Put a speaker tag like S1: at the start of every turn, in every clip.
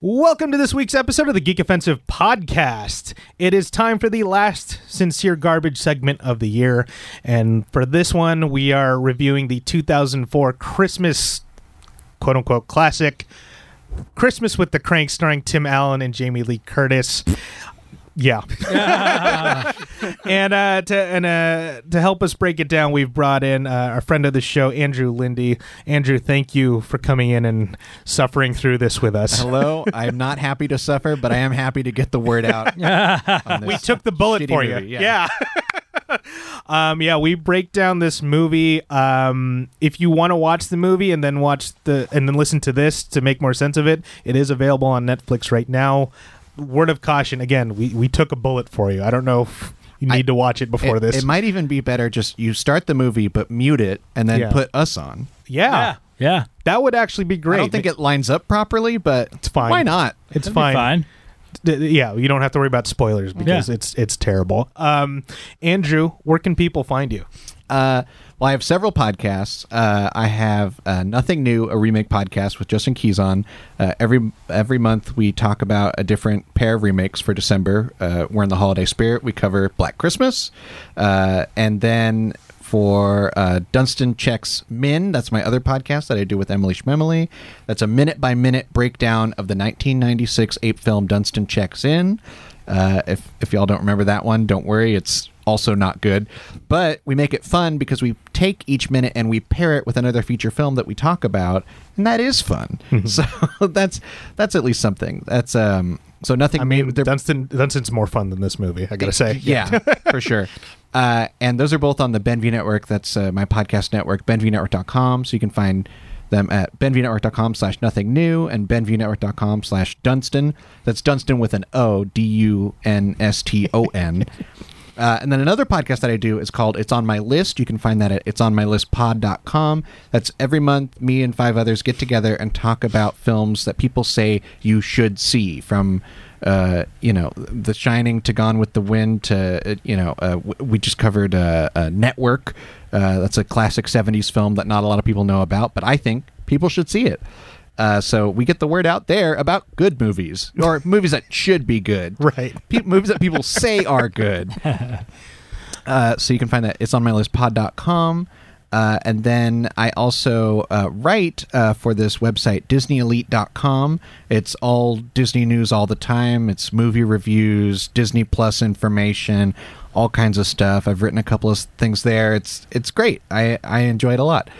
S1: Welcome to this week's episode of the Geek Offensive Podcast. It is time for the last sincere garbage segment of the year. And for this one, we are reviewing the 2004 Christmas quote unquote classic Christmas with the Crank, starring Tim Allen and Jamie Lee Curtis. Yeah. and uh, to and uh, to help us break it down, we've brought in uh, our friend of the show, Andrew Lindy. Andrew, thank you for coming in and suffering through this with us.
S2: Hello, I'm not happy to suffer, but I am happy to get the word out. on
S1: we
S2: this
S1: took the bullet
S2: shitty
S1: for
S2: movie,
S1: you. Yeah. um, yeah, we break down this movie. Um, if you want to watch the movie and then watch the and then listen to this to make more sense of it, it is available on Netflix right now. Word of caution again, we, we took a bullet for you. I don't know if you need to watch it before
S2: It,
S1: this.
S2: it might even be better just you start the movie, but mute it and then
S1: Yeah.
S2: put us on.
S1: yeah,
S3: Yeah. Yeah.
S1: That would actually be great.
S2: I don't think it lines up properly, but it's
S1: fine.
S2: Why not?
S1: it's
S3: That'd be
S1: fine.
S3: fine.
S1: D- d- yeah, you don't have to worry about spoilers because it's it's terrible. Um, Andrew, where can people find you?
S2: Uh, well, I have several podcasts. Uh, I have uh, Nothing New, a remake podcast with Justin Keys on. Uh, every every month, we talk about a different pair of remakes for December. Uh, we're in the holiday spirit. We cover Black Christmas, uh, and then for uh, Dunstan Checks Min. That's my other podcast that I do with Emily Schmemily. That's a minute by minute breakdown of the 1996 ape film Dunstan Checks In. Uh, if if y'all don't remember that one, don't worry. It's also not good, but we make it fun because we take each minute and we pair it with another feature film that we talk about, and that is fun.
S1: Mm-hmm.
S2: so that's that's at least something. That's um. So nothing.
S1: I mean,
S2: new. They're-
S1: Dunstan Dunstan's more fun than this movie. I gotta say,
S2: yeah, for sure. Uh, and those are both on the Benview Network. That's uh, my podcast network, benviewnetwork.com. So you can find them at benviewnetwork.com slash nothing new and benviewnetwork.com slash Dunstan. That's Dunstan with an O, D U N S T O N. Uh, and then another podcast that I do is called It's On My List. You can find that at itsonmylistpod.com. That's every month, me and five others get together and talk about films that people say you should see from, uh, you know, The Shining to Gone with the Wind to, uh, you know, uh, w- we just covered uh, uh, Network. Uh, that's a classic 70s film that not a lot of people know about, but I think people should see it. Uh, so we get the word out there about good movies or movies that should be good.
S1: Right.
S2: Pe- movies that people say are good. Uh, so you can find that it's on my list pod.com. Uh, and then I also uh, write uh, for this website, DisneyElite.com. It's all Disney news all the time. It's movie reviews, Disney Plus information, all kinds of stuff. I've written a couple of things there. It's it's great. I, I enjoy it a lot.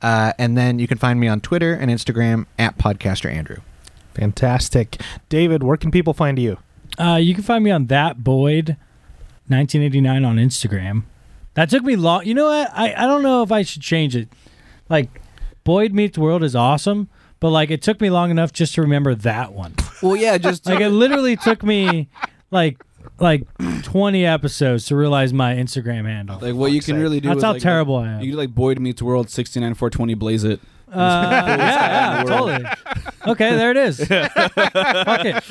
S2: Uh, and then you can find me on Twitter and Instagram at Podcaster Andrew.
S1: Fantastic. David, where can people find you?
S3: Uh, you can find me on that Boyd, 1989 on Instagram. That took me long. You know what? I, I don't know if I should change it. Like, Boyd Meets World is awesome, but like it took me long enough just to remember that one.
S4: Well, yeah, just
S3: Like it literally took me like like 20 episodes to realize my Instagram handle.
S4: like what you can really do.
S3: That's
S4: is,
S3: how
S4: like,
S3: terrible I am.
S4: You can do like Boyd meets World, sixty nine four twenty, blaze it.
S3: Uh, yeah, yeah, totally. Okay, there it is. Fuck it.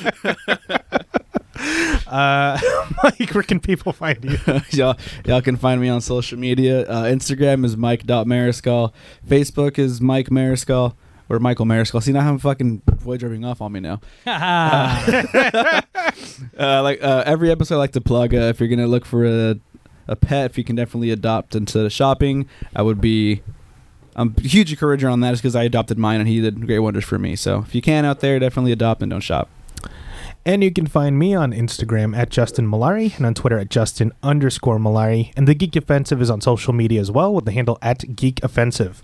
S1: Uh, Mike, where can people find you?
S4: y'all, y'all can find me on social media. Uh, Instagram is Mike.Mariscal. Facebook is Mike Mariscal or Michael Mariscal. See, now I'm fucking void dropping off on me now. Uh, like uh, every episode, I like to plug. Uh, if you're gonna look for a a pet, if you can definitely adopt instead of shopping, I would be. I'm a huge encourager on that, just because I adopted mine and he did great wonders for me. So if you can out there, definitely adopt and don't shop.
S1: And you can find me on Instagram at Justin Malari and on Twitter at Justin underscore Malari. And the Geek Offensive is on social media as well with the handle at Geek Offensive.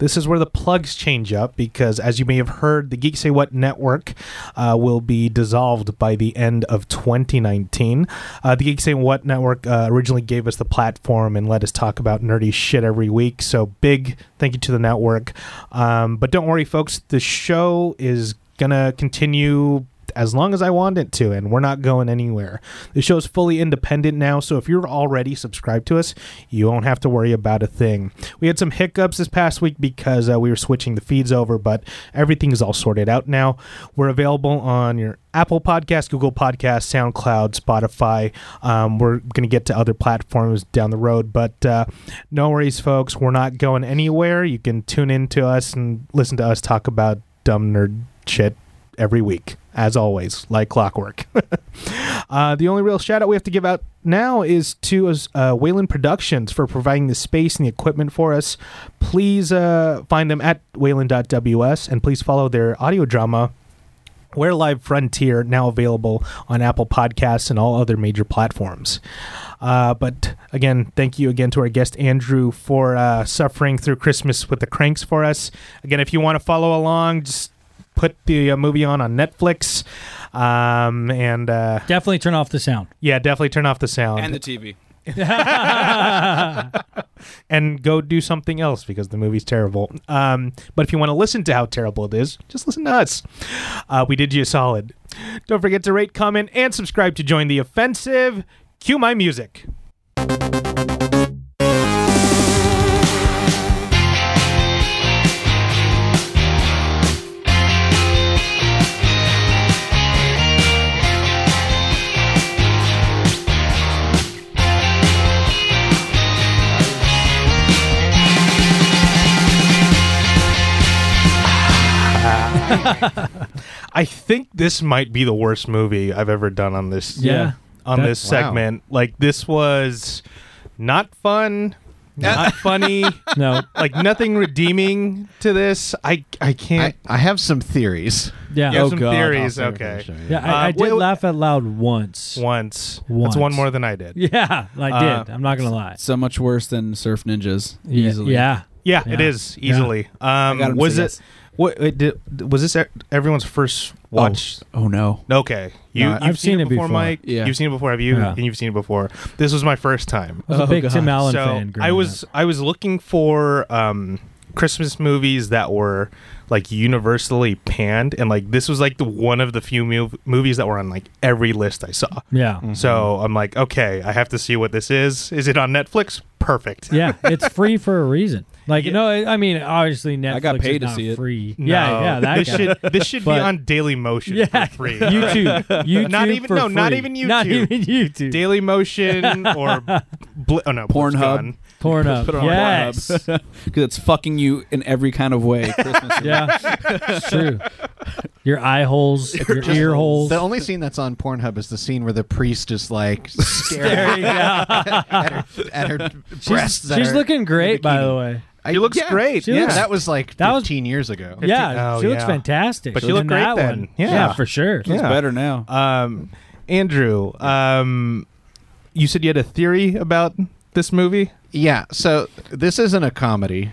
S1: This is where the plugs change up because, as you may have heard, the Geek Say What network uh, will be dissolved by the end of 2019. Uh, the Geek Say What network uh, originally gave us the platform and let us talk about nerdy shit every week. So, big thank you to the network. Um, but don't worry, folks, the show is going to continue as long as I want it to, and we're not going anywhere. The show's fully independent now, so if you're already subscribed to us, you won't have to worry about a thing. We had some hiccups this past week because uh, we were switching the feeds over, but everything is all sorted out now. We're available on your Apple Podcast, Google Podcast, SoundCloud, Spotify. Um, we're going to get to other platforms down the road, but uh, no worries, folks. We're not going anywhere. You can tune in to us and listen to us talk about dumb nerd shit every week, as always, like clockwork. uh, the only real shout out we have to give out now is to uh, Wayland Productions for providing the space and the equipment for us. Please uh, find them at wayland.ws and please follow their audio drama. Where Live Frontier, now available on Apple Podcasts and all other major platforms. Uh, but again, thank you again to our guest Andrew for uh, suffering through Christmas with the cranks for us. Again, if you want to follow along, just put the uh, movie on on Netflix, um, and uh,
S3: Definitely turn off the sound.
S1: yeah, definitely turn off the sound
S4: and the TV.
S1: and go do something else because the movie's terrible. Um, but if you want to listen to how terrible it is, just listen to us. Uh, we did you a solid. Don't forget to rate, comment, and subscribe to join the offensive. Cue my music. I think this might be the worst movie I've ever done on this.
S3: Yeah.
S1: on
S3: That-
S1: this
S2: wow.
S1: segment. Like this was not fun, not funny.
S3: No.
S1: Like nothing redeeming to this. I I
S2: I,
S1: can't.
S2: I have some theories.
S3: Yeah.
S1: you have
S4: Oh,
S1: some
S4: God.
S1: theories.
S2: I'll
S1: okay.
S2: finish it,
S3: Yeah, I, I
S1: Uh,
S3: did
S1: wait, wait.
S3: laugh out loud once.
S1: Once.
S3: Once.
S1: That's one more than I did.
S3: Yeah, I
S1: Uh,
S3: did. I'm not gonna lie.
S4: So much worse than Surf Ninjas. Easily.
S3: Yeah.
S1: Yeah, it
S3: Yeah.
S1: is easily. Um,
S4: gotta
S1: was
S4: say
S1: it?
S4: yes.
S1: What it did, was this? e- Everyone's first watch.
S4: Oh no.
S1: Okay, you
S2: No,
S1: you've
S3: I've seen it before.
S1: Mike.
S4: Yeah.
S1: You've seen it before. Have you?
S3: Yeah.
S1: And you've seen it before. This was my first time.
S3: I was
S4: Oh,
S3: a big
S4: God.
S3: Tim Allen
S1: so
S3: fan. growing
S1: I was
S3: up.
S1: I was looking for um, Christmas movies that were like universally panned, and like this was like the one of the few mov- movies that were on like every list I saw.
S3: Yeah.
S1: So
S3: Mm-hmm.
S1: I'm like, okay, I have to see what this is. Is it on Netflix? Perfect.
S3: yeah, it's free for a reason. Like you know, I I mean, obviously Netflix.
S4: got paid
S3: is
S4: to
S3: not
S4: see it.
S3: Free.
S1: No,
S3: Yeah, yeah. That
S1: this
S3: guy.
S1: should this should be
S3: But-
S1: on Daily Motion
S3: Yeah.
S1: for free.
S3: YouTube. YouTube.
S1: Not even-
S3: for
S1: no, not
S3: free.
S1: even
S3: Not
S1: YouTube.
S3: even YouTube.
S1: Daily Motion or bl- oh no, Blip's
S4: Pornhub.
S1: gone.
S3: Pornhub.
S4: Put it on
S3: yes.
S4: Pornhub. Because it's fucking you in every kind of way. Christmas.
S3: yeah. It's true. Your eye holes, your ear holes.
S2: The only scene that's on Pornhub is the scene where the priest is like staring at her, at her breasts.
S3: She's,
S2: that
S3: she's
S2: are-
S3: looking great, by the way.
S2: I-
S1: She looks great,
S3: She
S2: yeah,
S3: looks-
S2: that was like
S3: that was-
S2: 15 years ago.
S3: Yeah,
S1: oh,
S3: she looks
S1: yeah.
S3: fantastic.
S1: But she
S3: in
S1: looked great
S3: that
S1: then.
S3: One.
S1: Yeah.
S3: for sure.
S4: It's
S1: Yeah.
S4: better now.
S1: Um, Andrew, um, you said you had a theory about this movie.
S2: Yeah, so this isn't a comedy.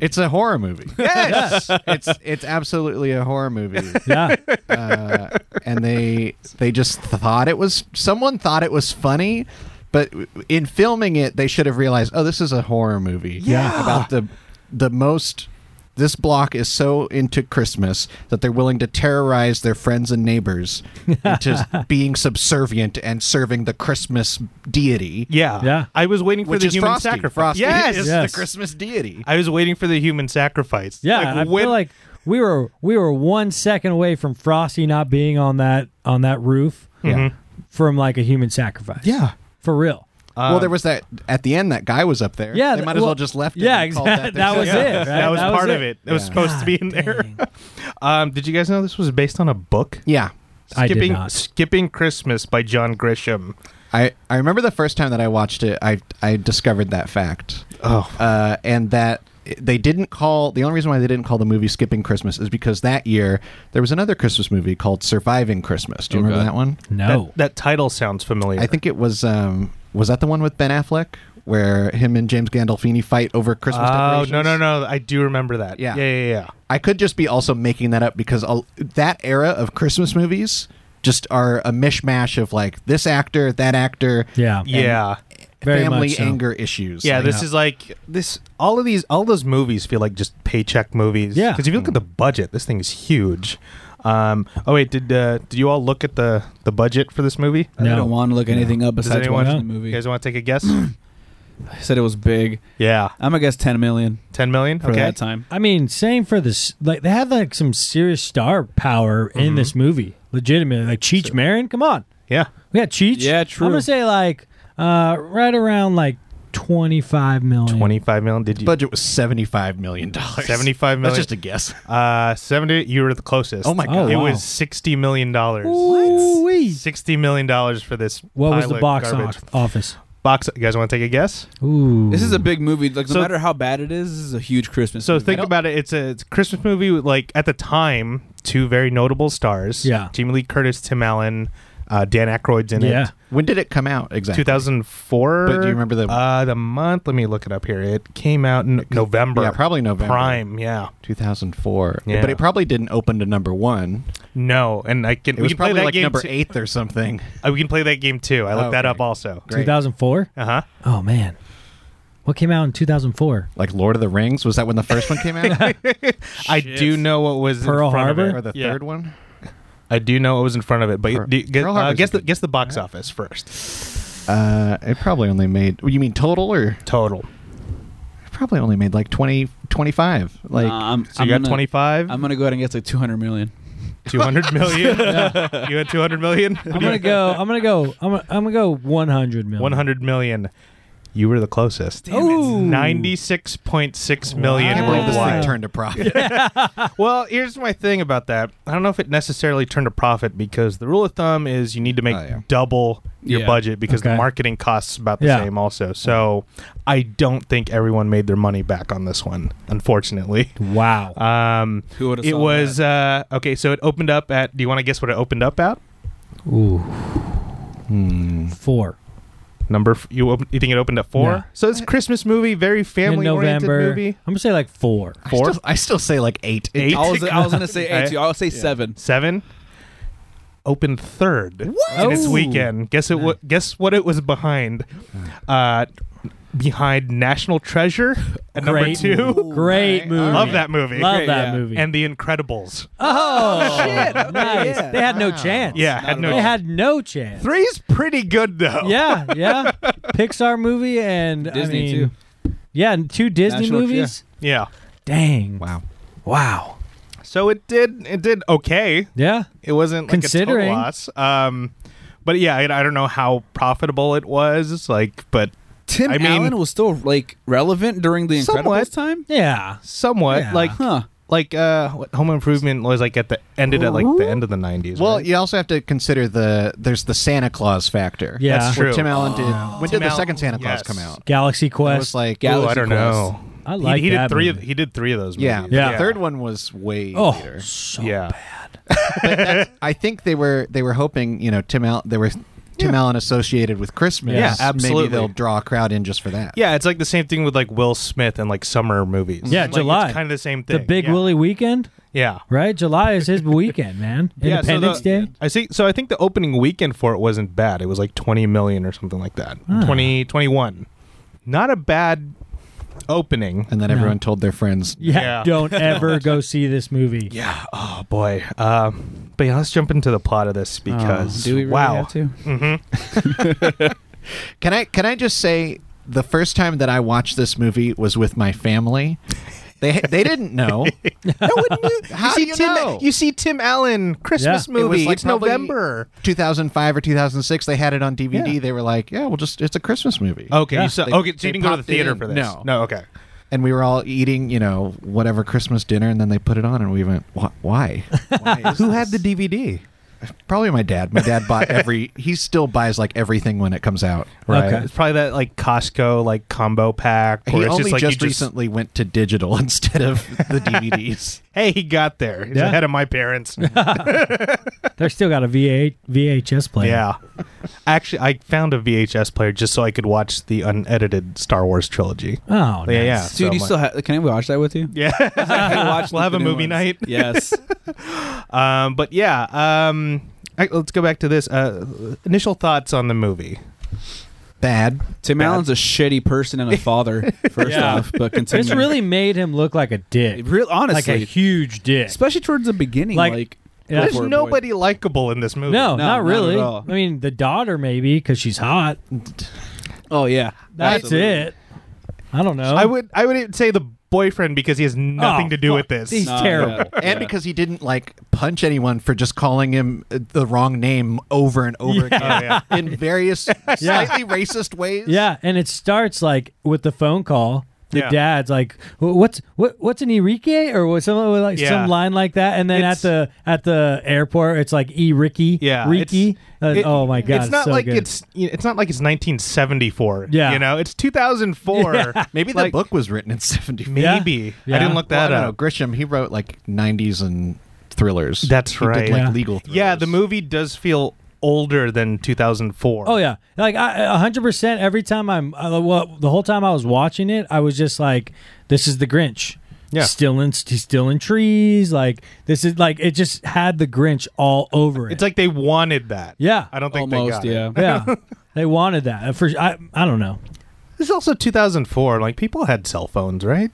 S2: it's a horror movie. Yes, it's it's absolutely a horror movie.
S3: Yeah.
S2: Uh, and they they just thought it was someone thought it was funny, but in filming it they should have realized, "Oh, this is a horror movie."
S1: Yeah.
S2: About the the most this block is so into Christmas that they're willing to terrorize their friends and neighbors into being subservient and serving the Christmas deity.
S1: Yeah,
S3: Yeah.
S1: I was waiting for
S2: Which
S1: the
S2: is
S1: human
S2: Frosty.
S1: sacrifice.
S2: Frosty
S1: Yes,
S2: is
S3: Yes.
S2: the Christmas deity.
S1: I was waiting for the human sacrifice.
S3: Yeah, I
S1: when-
S3: feel like we were we were one second away from Frosty not being on that on that roof
S1: Mhm.
S3: from like a human sacrifice.
S1: yeah.
S3: for real.
S2: well, there was that at the end. That guy was up there.
S3: Yeah,
S2: they
S3: th-
S2: might as well,
S3: well,
S2: just left.
S3: yeah,
S2: it and called
S3: exact- that
S2: their-
S3: was
S1: Yeah.
S3: it, right?
S1: That was
S3: That was
S1: part
S3: it.
S1: of it. It was
S2: Yeah.
S1: supposed to be in there.
S3: Dang.
S1: Um, did you guys know this was based on a book?
S2: Yeah,
S3: I did
S1: Skipping,
S3: not.
S1: Skipping Christmas by John Grisham.
S2: I I remember the first time that I watched it. I I discovered that fact.
S1: Oh.
S2: uh, and that they didn't call the only reason why they didn't call the movie "Skipping Christmas" is because that year there was another Christmas movie called "Surviving Christmas." Do you
S4: Oh,
S2: remember
S4: God.
S2: that one?
S3: No.
S1: That, that title sounds familiar.
S2: I think it was um was that the one with Ben Affleck where him and James Gandolfini fight over
S1: Oh
S2: Christmas decorations?
S1: no no no! I do remember that.
S2: Yeah.
S1: yeah, yeah. yeah.
S2: I could just be also making that up because i that era of Christmas movies just are a mishmash of like this actor, that actor,
S3: yeah.
S1: Yeah.
S3: Very
S2: family
S3: much so.
S2: anger issues.
S1: Yeah,
S2: Like,
S1: this is like this all of these all those movies feel like just paycheck movies.
S3: Yeah.
S1: Cuz if you look at the budget, this thing is huge. Um oh wait, did uh, did you all look at the the budget for this movie?
S4: I
S3: No.
S4: don't want to look anything up
S1: Does
S4: Uh, besides
S1: anyone-
S4: watching the
S1: You
S4: movie.
S1: guys want to take a guess?
S4: I said it was big.
S1: yeah.
S4: I'm gonna guess 10 million
S1: 10 million?
S4: for
S1: okay.
S4: that time.
S3: I mean, same for this. Like they had like some serious star power
S1: Mm-hmm.
S3: in this movie. Legitimately, like Cheech Marin. Come on,
S1: Yeah.
S3: we got Cheech.
S4: Yeah, true.
S3: I'm gonna say like uh, right around like 25 million.
S1: 25 million. Did you?
S2: Budget was seventy five million dollars.
S1: 75 million.
S2: That's just a guess.
S1: uh, 70. You were the closest.
S2: Oh my
S3: Oh,
S2: god!
S1: It
S3: wow.
S1: was sixty million dollars.
S3: Ooh-wee.
S1: Sixty million dollars for this.
S3: What was
S1: pile
S3: the
S1: of
S3: box
S1: garbage.
S3: off- office?
S1: Box. You guys want to take a guess?
S3: Ooh.
S4: This is a big movie. Like
S1: So-
S4: no matter how bad it is, this is a huge Christmas.
S1: So
S4: movie.
S1: think about it. It's a, it's a Christmas movie with like at the time two very notable stars.
S3: Yeah.
S1: Jamie Lee Curtis, Tim Allen, uh, Dan Aykroyd's in
S3: Yeah.
S1: it.
S2: When did it come out exactly?
S1: 2004.
S2: But do you remember the-
S1: uh, the month? Let me look it up here. It came out in November.
S2: Yeah, probably November.
S1: Prime. Yeah.
S2: 2004.
S1: Yeah.
S2: But it probably didn't open to number one.
S1: No, and I can
S2: It
S1: we
S2: was
S1: can play
S2: probably
S1: that
S2: like
S1: game
S2: number
S1: too.
S2: eighth or something.
S1: Uh, we can play that game too. I looked that
S2: Okay.
S1: up also.
S2: Great.
S3: 2004?
S1: Uh huh.
S3: Oh, man. What came out in 2004?
S2: Like Lord of the Rings. Was that when the first one came out?
S1: I do know what was
S3: Pearl
S1: in front
S3: Harbor?
S1: Of it.
S2: or the
S1: Yeah.
S2: third one?
S1: I do know it was in front of it, but
S2: Pearl-
S1: do you- guess,
S2: Pearl
S1: uh,
S2: Harbor's
S1: guess
S2: a
S1: the
S2: good-
S1: guess the box office first.
S2: Uh, it probably only made. You mean total or?
S1: Total.
S2: It probably only made like 20, 25. Like
S4: Uh, I'm,
S1: So
S4: I'm
S1: you got
S4: gonna-
S1: 25,
S4: I'm gonna go ahead and guess like 200 million.
S1: 200 million. You had 200 million?
S3: I'm going to go. I'm going to go. I'm going to I'm gonna go 100 million.
S1: 100 million. You were the closest.
S3: Ooh.
S1: 96.6 million
S2: I can't believe this
S1: Oh, worldwide.
S2: thing turned a profit.
S1: Well, here's my thing about that. I don't know if it necessarily turned a profit because the rule of thumb is you need to make
S2: Oh, yeah.
S1: double your
S4: Yeah.
S1: budget because the
S3: Okay.
S1: marketing costs about the
S3: Yeah.
S1: same also. So I don't think everyone made their money back on this one, unfortunately.
S3: Wow.
S1: Um,
S4: Who would have?
S1: it was uh, okay. So it opened up at. Do you want to guess what it opened up at?
S3: Ooh.
S2: Hmm.
S3: Four.
S1: Number f- you op- you think it opened at four?
S3: Yeah.
S1: So it's a Christmas movie, very
S3: In
S1: family oriented
S3: November.
S1: movie.
S3: I'm going to say like four.
S2: I
S1: Four?
S2: still, I still say like eight.
S1: Eight?
S4: I was, I was gonna say
S1: Okay.
S4: eight. Too. I'll say seven.
S1: Seven opened third in its
S3: Oh.
S1: weekend. Guess it what? Guess what it was behind? Uh, behind National Treasure at number
S3: Great
S1: two.
S3: movie. Great
S2: Okay.
S3: movie.
S1: Love that movie.
S3: Love
S4: Great,
S3: that
S4: yeah.
S3: movie.
S1: And The Incredibles.
S3: oh, nice.
S4: Yeah.
S3: They had no
S2: Wow.
S3: chance.
S1: Yeah,
S4: Not
S1: had
S4: at
S1: no.
S3: They had no chance.
S1: Three's pretty good though.
S3: Yeah, yeah. Pixar movie and
S4: Disney,
S3: I mean, Yeah, and two Disney
S4: National-
S3: movies.
S1: yeah.
S3: Dang.
S2: Wow.
S3: Wow.
S1: So it did. It did okay.
S3: Yeah.
S1: It wasn't like a
S3: Considering.
S1: total loss. Um, but yeah, I, I don't know how profitable it was. Like, but
S4: Tim
S1: I mean-
S4: Allen was still like relevant during the Incredibles
S1: Somewhat.
S4: time.
S3: Yeah.
S1: somewhat
S3: Yeah.
S1: like
S4: Huh.
S1: like uh, what- Home Improvement was like at the ended at like the end of the nineties.
S2: Well,
S1: right?
S2: you also have to consider the there's the Santa Claus factor.
S3: Yeah. That's
S2: Where
S1: true.
S2: Tim Allen did. When
S1: Tim
S2: did the
S1: Allen-
S2: second Santa Claus
S1: yes.
S2: come out?
S3: Galaxy
S2: It
S3: Quest.
S2: was like
S1: Ooh,
S4: Galaxy
S1: I don't
S4: Quest.
S1: know.
S3: I like
S1: he, he
S3: that
S1: did three. Of,
S3: movie.
S1: he did three of those.
S2: Yeah,
S1: movies.
S3: Yeah.
S2: The third one was way
S3: oh,
S2: later.
S3: so
S1: Yeah.
S3: bad.
S2: But that's, I think they were they were hoping you know Tim Allen they were Tim Allen associated with Christmas.
S3: Yeah,
S1: absolutely.
S2: Maybe they'll draw a crowd in just for that.
S1: Yeah, it's like the same thing with like Will Smith and like summer movies.
S3: Yeah,
S1: Like,
S3: July.
S1: It's kind of the same
S3: The
S1: thing.
S3: Big
S1: yeah.
S3: Willie weekend,
S1: Yeah.
S3: right? July is his weekend, man.
S1: Yeah, so
S3: Independence
S1: the-
S3: Day.
S1: I see. So I think the opening weekend for it wasn't bad. It was like 20 million or something like that. Twenty twenty one. 20, 21. Not a bad opening.
S2: And then everyone told their friends.
S3: Yeah.
S1: Yeah.
S3: Don't ever go see this movie.
S1: Yeah. Oh boy. Um, but yeah, let's jump into the plot of this because
S4: do we really
S1: wow.
S4: have to?
S2: Can I can I just say the first time that I watched this movie was with my family. They they didn't know.
S1: No one knew.
S2: How
S1: you
S2: do
S1: see
S2: you
S1: Tim,
S2: know?
S1: You see Tim Allen Christmas
S3: Yeah.
S2: It was,
S1: movie.
S2: like,
S1: it's
S2: probably
S1: November.
S2: 2005 or 2006 they had it on DVD.
S1: Yeah. Oh.
S2: They were like, "Yeah, well just it's a Christmas movie."
S1: Okay,
S3: Yeah.
S1: you saw,
S2: They-
S1: okay, so
S2: they
S1: you didn't go to the
S2: popped it
S1: theater
S2: in.
S1: for this.
S2: No.
S1: no, okay.
S2: and we were all eating, you know, whatever Christmas dinner, and then they put it on, and we went, "Wh- "Why? Why is
S1: Who
S2: this?"
S1: had the DVD?
S2: Probably my dad. My dad bought every. He still buys like everything when it comes out.
S1: Right,
S3: Okay.
S1: it's probably that like Costco like combo pack. Or
S2: He
S1: it's
S2: only
S1: just,
S2: just,
S1: like, you
S2: recently went to digital instead of the DVDs.
S1: Hey, he got there. He's
S3: Yeah.
S1: ahead of my parents.
S3: They're still got a VA, VHS player.
S1: yeah, actually, I found a VHS player just so I could watch the unedited Star Wars trilogy.
S3: Oh,
S1: Yeah,
S3: nice.
S1: yeah.
S4: Dude, you
S1: much.
S4: still ha- can I watch that with you?
S1: Yeah.
S4: Can I watch
S1: We'll have
S4: the
S1: a
S4: new
S1: movie
S4: ones?
S1: night.
S4: Yes.
S1: um, but yeah. Um, I- let's go back to this. Uh, initial thoughts on the movie.
S2: Bad.
S4: Tim
S1: Bad.
S4: Allen's a shitty person and a father. First
S3: Yeah.
S4: off, but continue.
S3: This really made him look like a dick.
S4: real honestly,
S3: Like a huge dick.
S4: especially towards the beginning,
S3: Like-
S4: like.
S3: Yeah.
S4: go
S1: There's
S4: for it, boy.
S1: nobody likable in this movie.
S3: No,
S4: No,
S3: not
S4: not
S3: really.
S4: at all.
S3: I mean, the daughter maybe because she's hot.
S4: Oh yeah,
S3: That's
S4: Absolutely.
S3: it. I don't know.
S1: I would I would even say the boyfriend because he has nothing
S3: Oh,
S1: to do
S3: fuck.
S1: with this.
S3: He's
S4: Nah,
S3: terrible.
S4: yeah.
S2: and because he didn't like punch anyone for just calling him uh, the wrong name over and over
S1: Oh, yeah.
S2: again in various slightly racist ways.
S3: Yeah, and it starts like with the phone call. The
S1: Yeah.
S3: dad's like, "Wh- "What's what? What's an Enrique?" or what, some like
S1: Yeah.
S3: some line like that. And then
S1: It's-
S3: at the at the airport, it's like E Ricky,
S1: Yeah,
S3: Ricky. Uh,
S1: It-
S3: oh my god,
S1: It's not
S3: so
S1: like
S3: good.
S1: it's it's not like it's 1974.
S3: Yeah.
S1: you know, it's 2004.
S2: Maybe the
S1: Like-
S2: book was written in 74.
S3: Yeah.
S1: Maybe I
S3: Yeah.
S1: didn't look
S2: Well, I
S1: that
S2: don't
S1: up.
S2: know. Grisham, he wrote like 90s and thrillers.
S1: That's
S2: He did,
S1: right.
S2: like
S3: Yeah.
S2: legal thrillers.
S1: Yeah, the movie does feel older than 2004.
S3: Oh yeah, like I- a hundred percent. Every time I'm, uh, well, the whole time I was watching it, I was just like, "This is the Grinch."
S1: Yeah.
S3: still in he's still in trees. Like this is like it just had the Grinch all over it.
S1: it's like they wanted that.
S3: yeah,
S1: I don't think
S4: Almost,
S1: they got
S4: yeah.
S1: it.
S3: yeah, they wanted that for. I I don't know.
S1: This is also 2004. Like people had cell phones, right?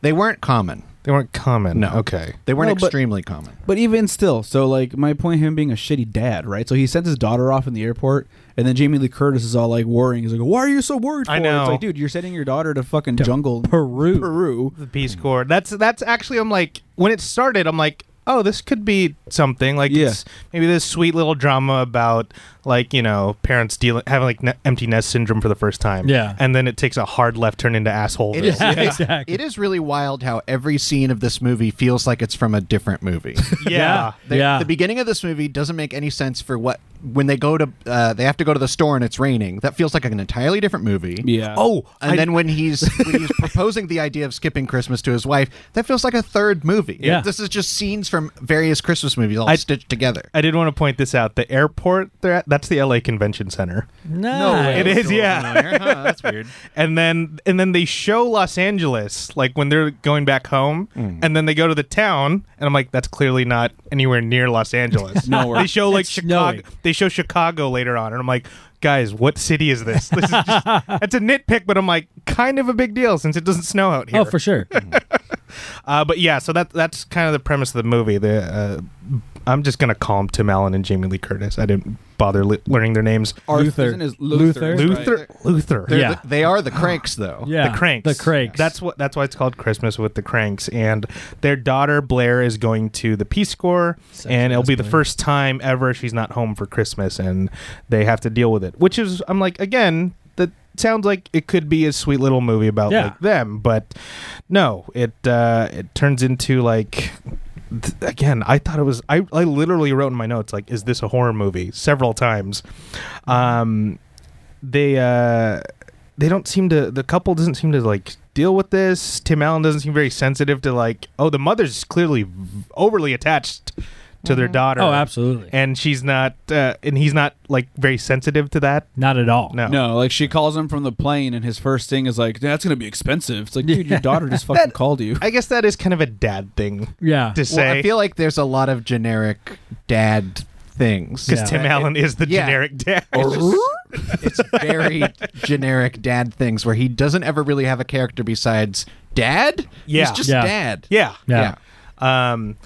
S2: They weren't common.
S1: They weren't common.
S2: No.
S1: Okay.
S2: They weren't
S4: No, but-
S2: extremely common.
S4: But even still, so like my point, him being a shitty dad, right? So he sends his daughter off in the airport, and then Jamie Lee Curtis is all like worrying. He's like, "Why are you so worried?" For
S1: I
S4: her?"
S1: know.
S4: It's like, dude, you're sending your daughter to fucking jungle
S3: Peru.
S4: Peru.
S1: The Peace Corps. That's that's actually. I'm like when it started. I'm like. Oh, this could be something like
S4: Yeah.
S1: it's maybe this sweet little drama about like you know parents dealing having like ne- empty nest syndrome for the first time.
S3: Yeah.
S1: and then it takes a hard left turn into asshole.
S2: It is,
S3: Yeah, exactly.
S2: it is really wild how every scene of this movie feels like it's from a different movie.
S1: yeah.
S2: The,
S3: Yeah.
S2: the beginning of this movie doesn't make any sense for what when they go to uh, they have to go to the store and it's raining. That feels like an entirely different movie.
S4: Yeah.
S1: Oh,
S2: And
S1: I-
S2: then when he's when he's proposing the idea of skipping Christmas to his wife, that feels like a third movie.
S3: Yeah.
S2: This is just scenes from various Christmas movies all
S1: I-
S2: stitched together.
S1: I did want to point this out. The airport they're at, that's the LA Convention Center.
S3: Nice.
S1: It is, yeah.
S2: that's weird.
S1: And then and then they show Los Angeles like when they're going back home and then they go to the town and I'm like that's clearly not anywhere near Los Angeles.
S4: Nowhere.
S1: They show like
S3: It's
S1: Chicago.
S3: snowy.
S1: They show Chicago later on and I'm like guys, what city is this? This is just, it's a nitpick but I'm like kind of a big deal since it doesn't snow out here.
S3: Oh, for sure.
S1: Uh, but yeah, so that that's kind of the premise of the movie. The uh, I'm just gonna call them Tim Allen and Jamie Lee Curtis. I didn't bother le- learning their names.
S4: Arthur.
S3: Luther.
S4: Isn't his- Luther.
S3: Luther.
S1: Luther, Luther,
S2: They're
S3: Yeah.
S2: the- they are the cranks though.
S3: Yeah.
S1: the Cranks,
S3: The Cranks.
S1: That's what that's why it's called Christmas with the Cranks. And their daughter Blair is going to the Peace Corps, and it'll be the first time ever she's not home for Christmas, and they have to deal with it. Which is, I'm like, again, that sounds like it could be a sweet little movie about
S3: Yeah.
S1: like them, but no, it uh, it turns into like. th- Again, I thought it was. I, I literally wrote in my notes like, "Is this a horror movie?" several times. Um, they uh they don't seem to the couple doesn't seem to like deal with this tim allen doesn't seem very sensitive to like oh the mother's clearly v- overly attached to their daughter
S3: Oh, absolutely.
S1: and she's not uh, and he's not like very sensitive to that
S3: Not at all.
S1: no
S4: No, like she calls him from the plane, and his first thing is like, "That's gonna be expensive." It's like, dude, your daughter just fucking
S1: That-
S4: called you.
S1: i guess that is kind of a dad thing
S3: Yeah.
S1: to
S2: Well,
S1: say
S2: I
S1: because
S2: feel like there's a lot of generic dad things.
S3: Yeah.
S1: tim allen is the
S2: yeah.
S1: generic dad
S2: it's very generic dad things where he doesn't ever really have a character besides dad.
S1: Yeah.
S2: He's just
S3: Yeah.
S2: dad.
S1: yeah
S3: Yeah.
S1: Um,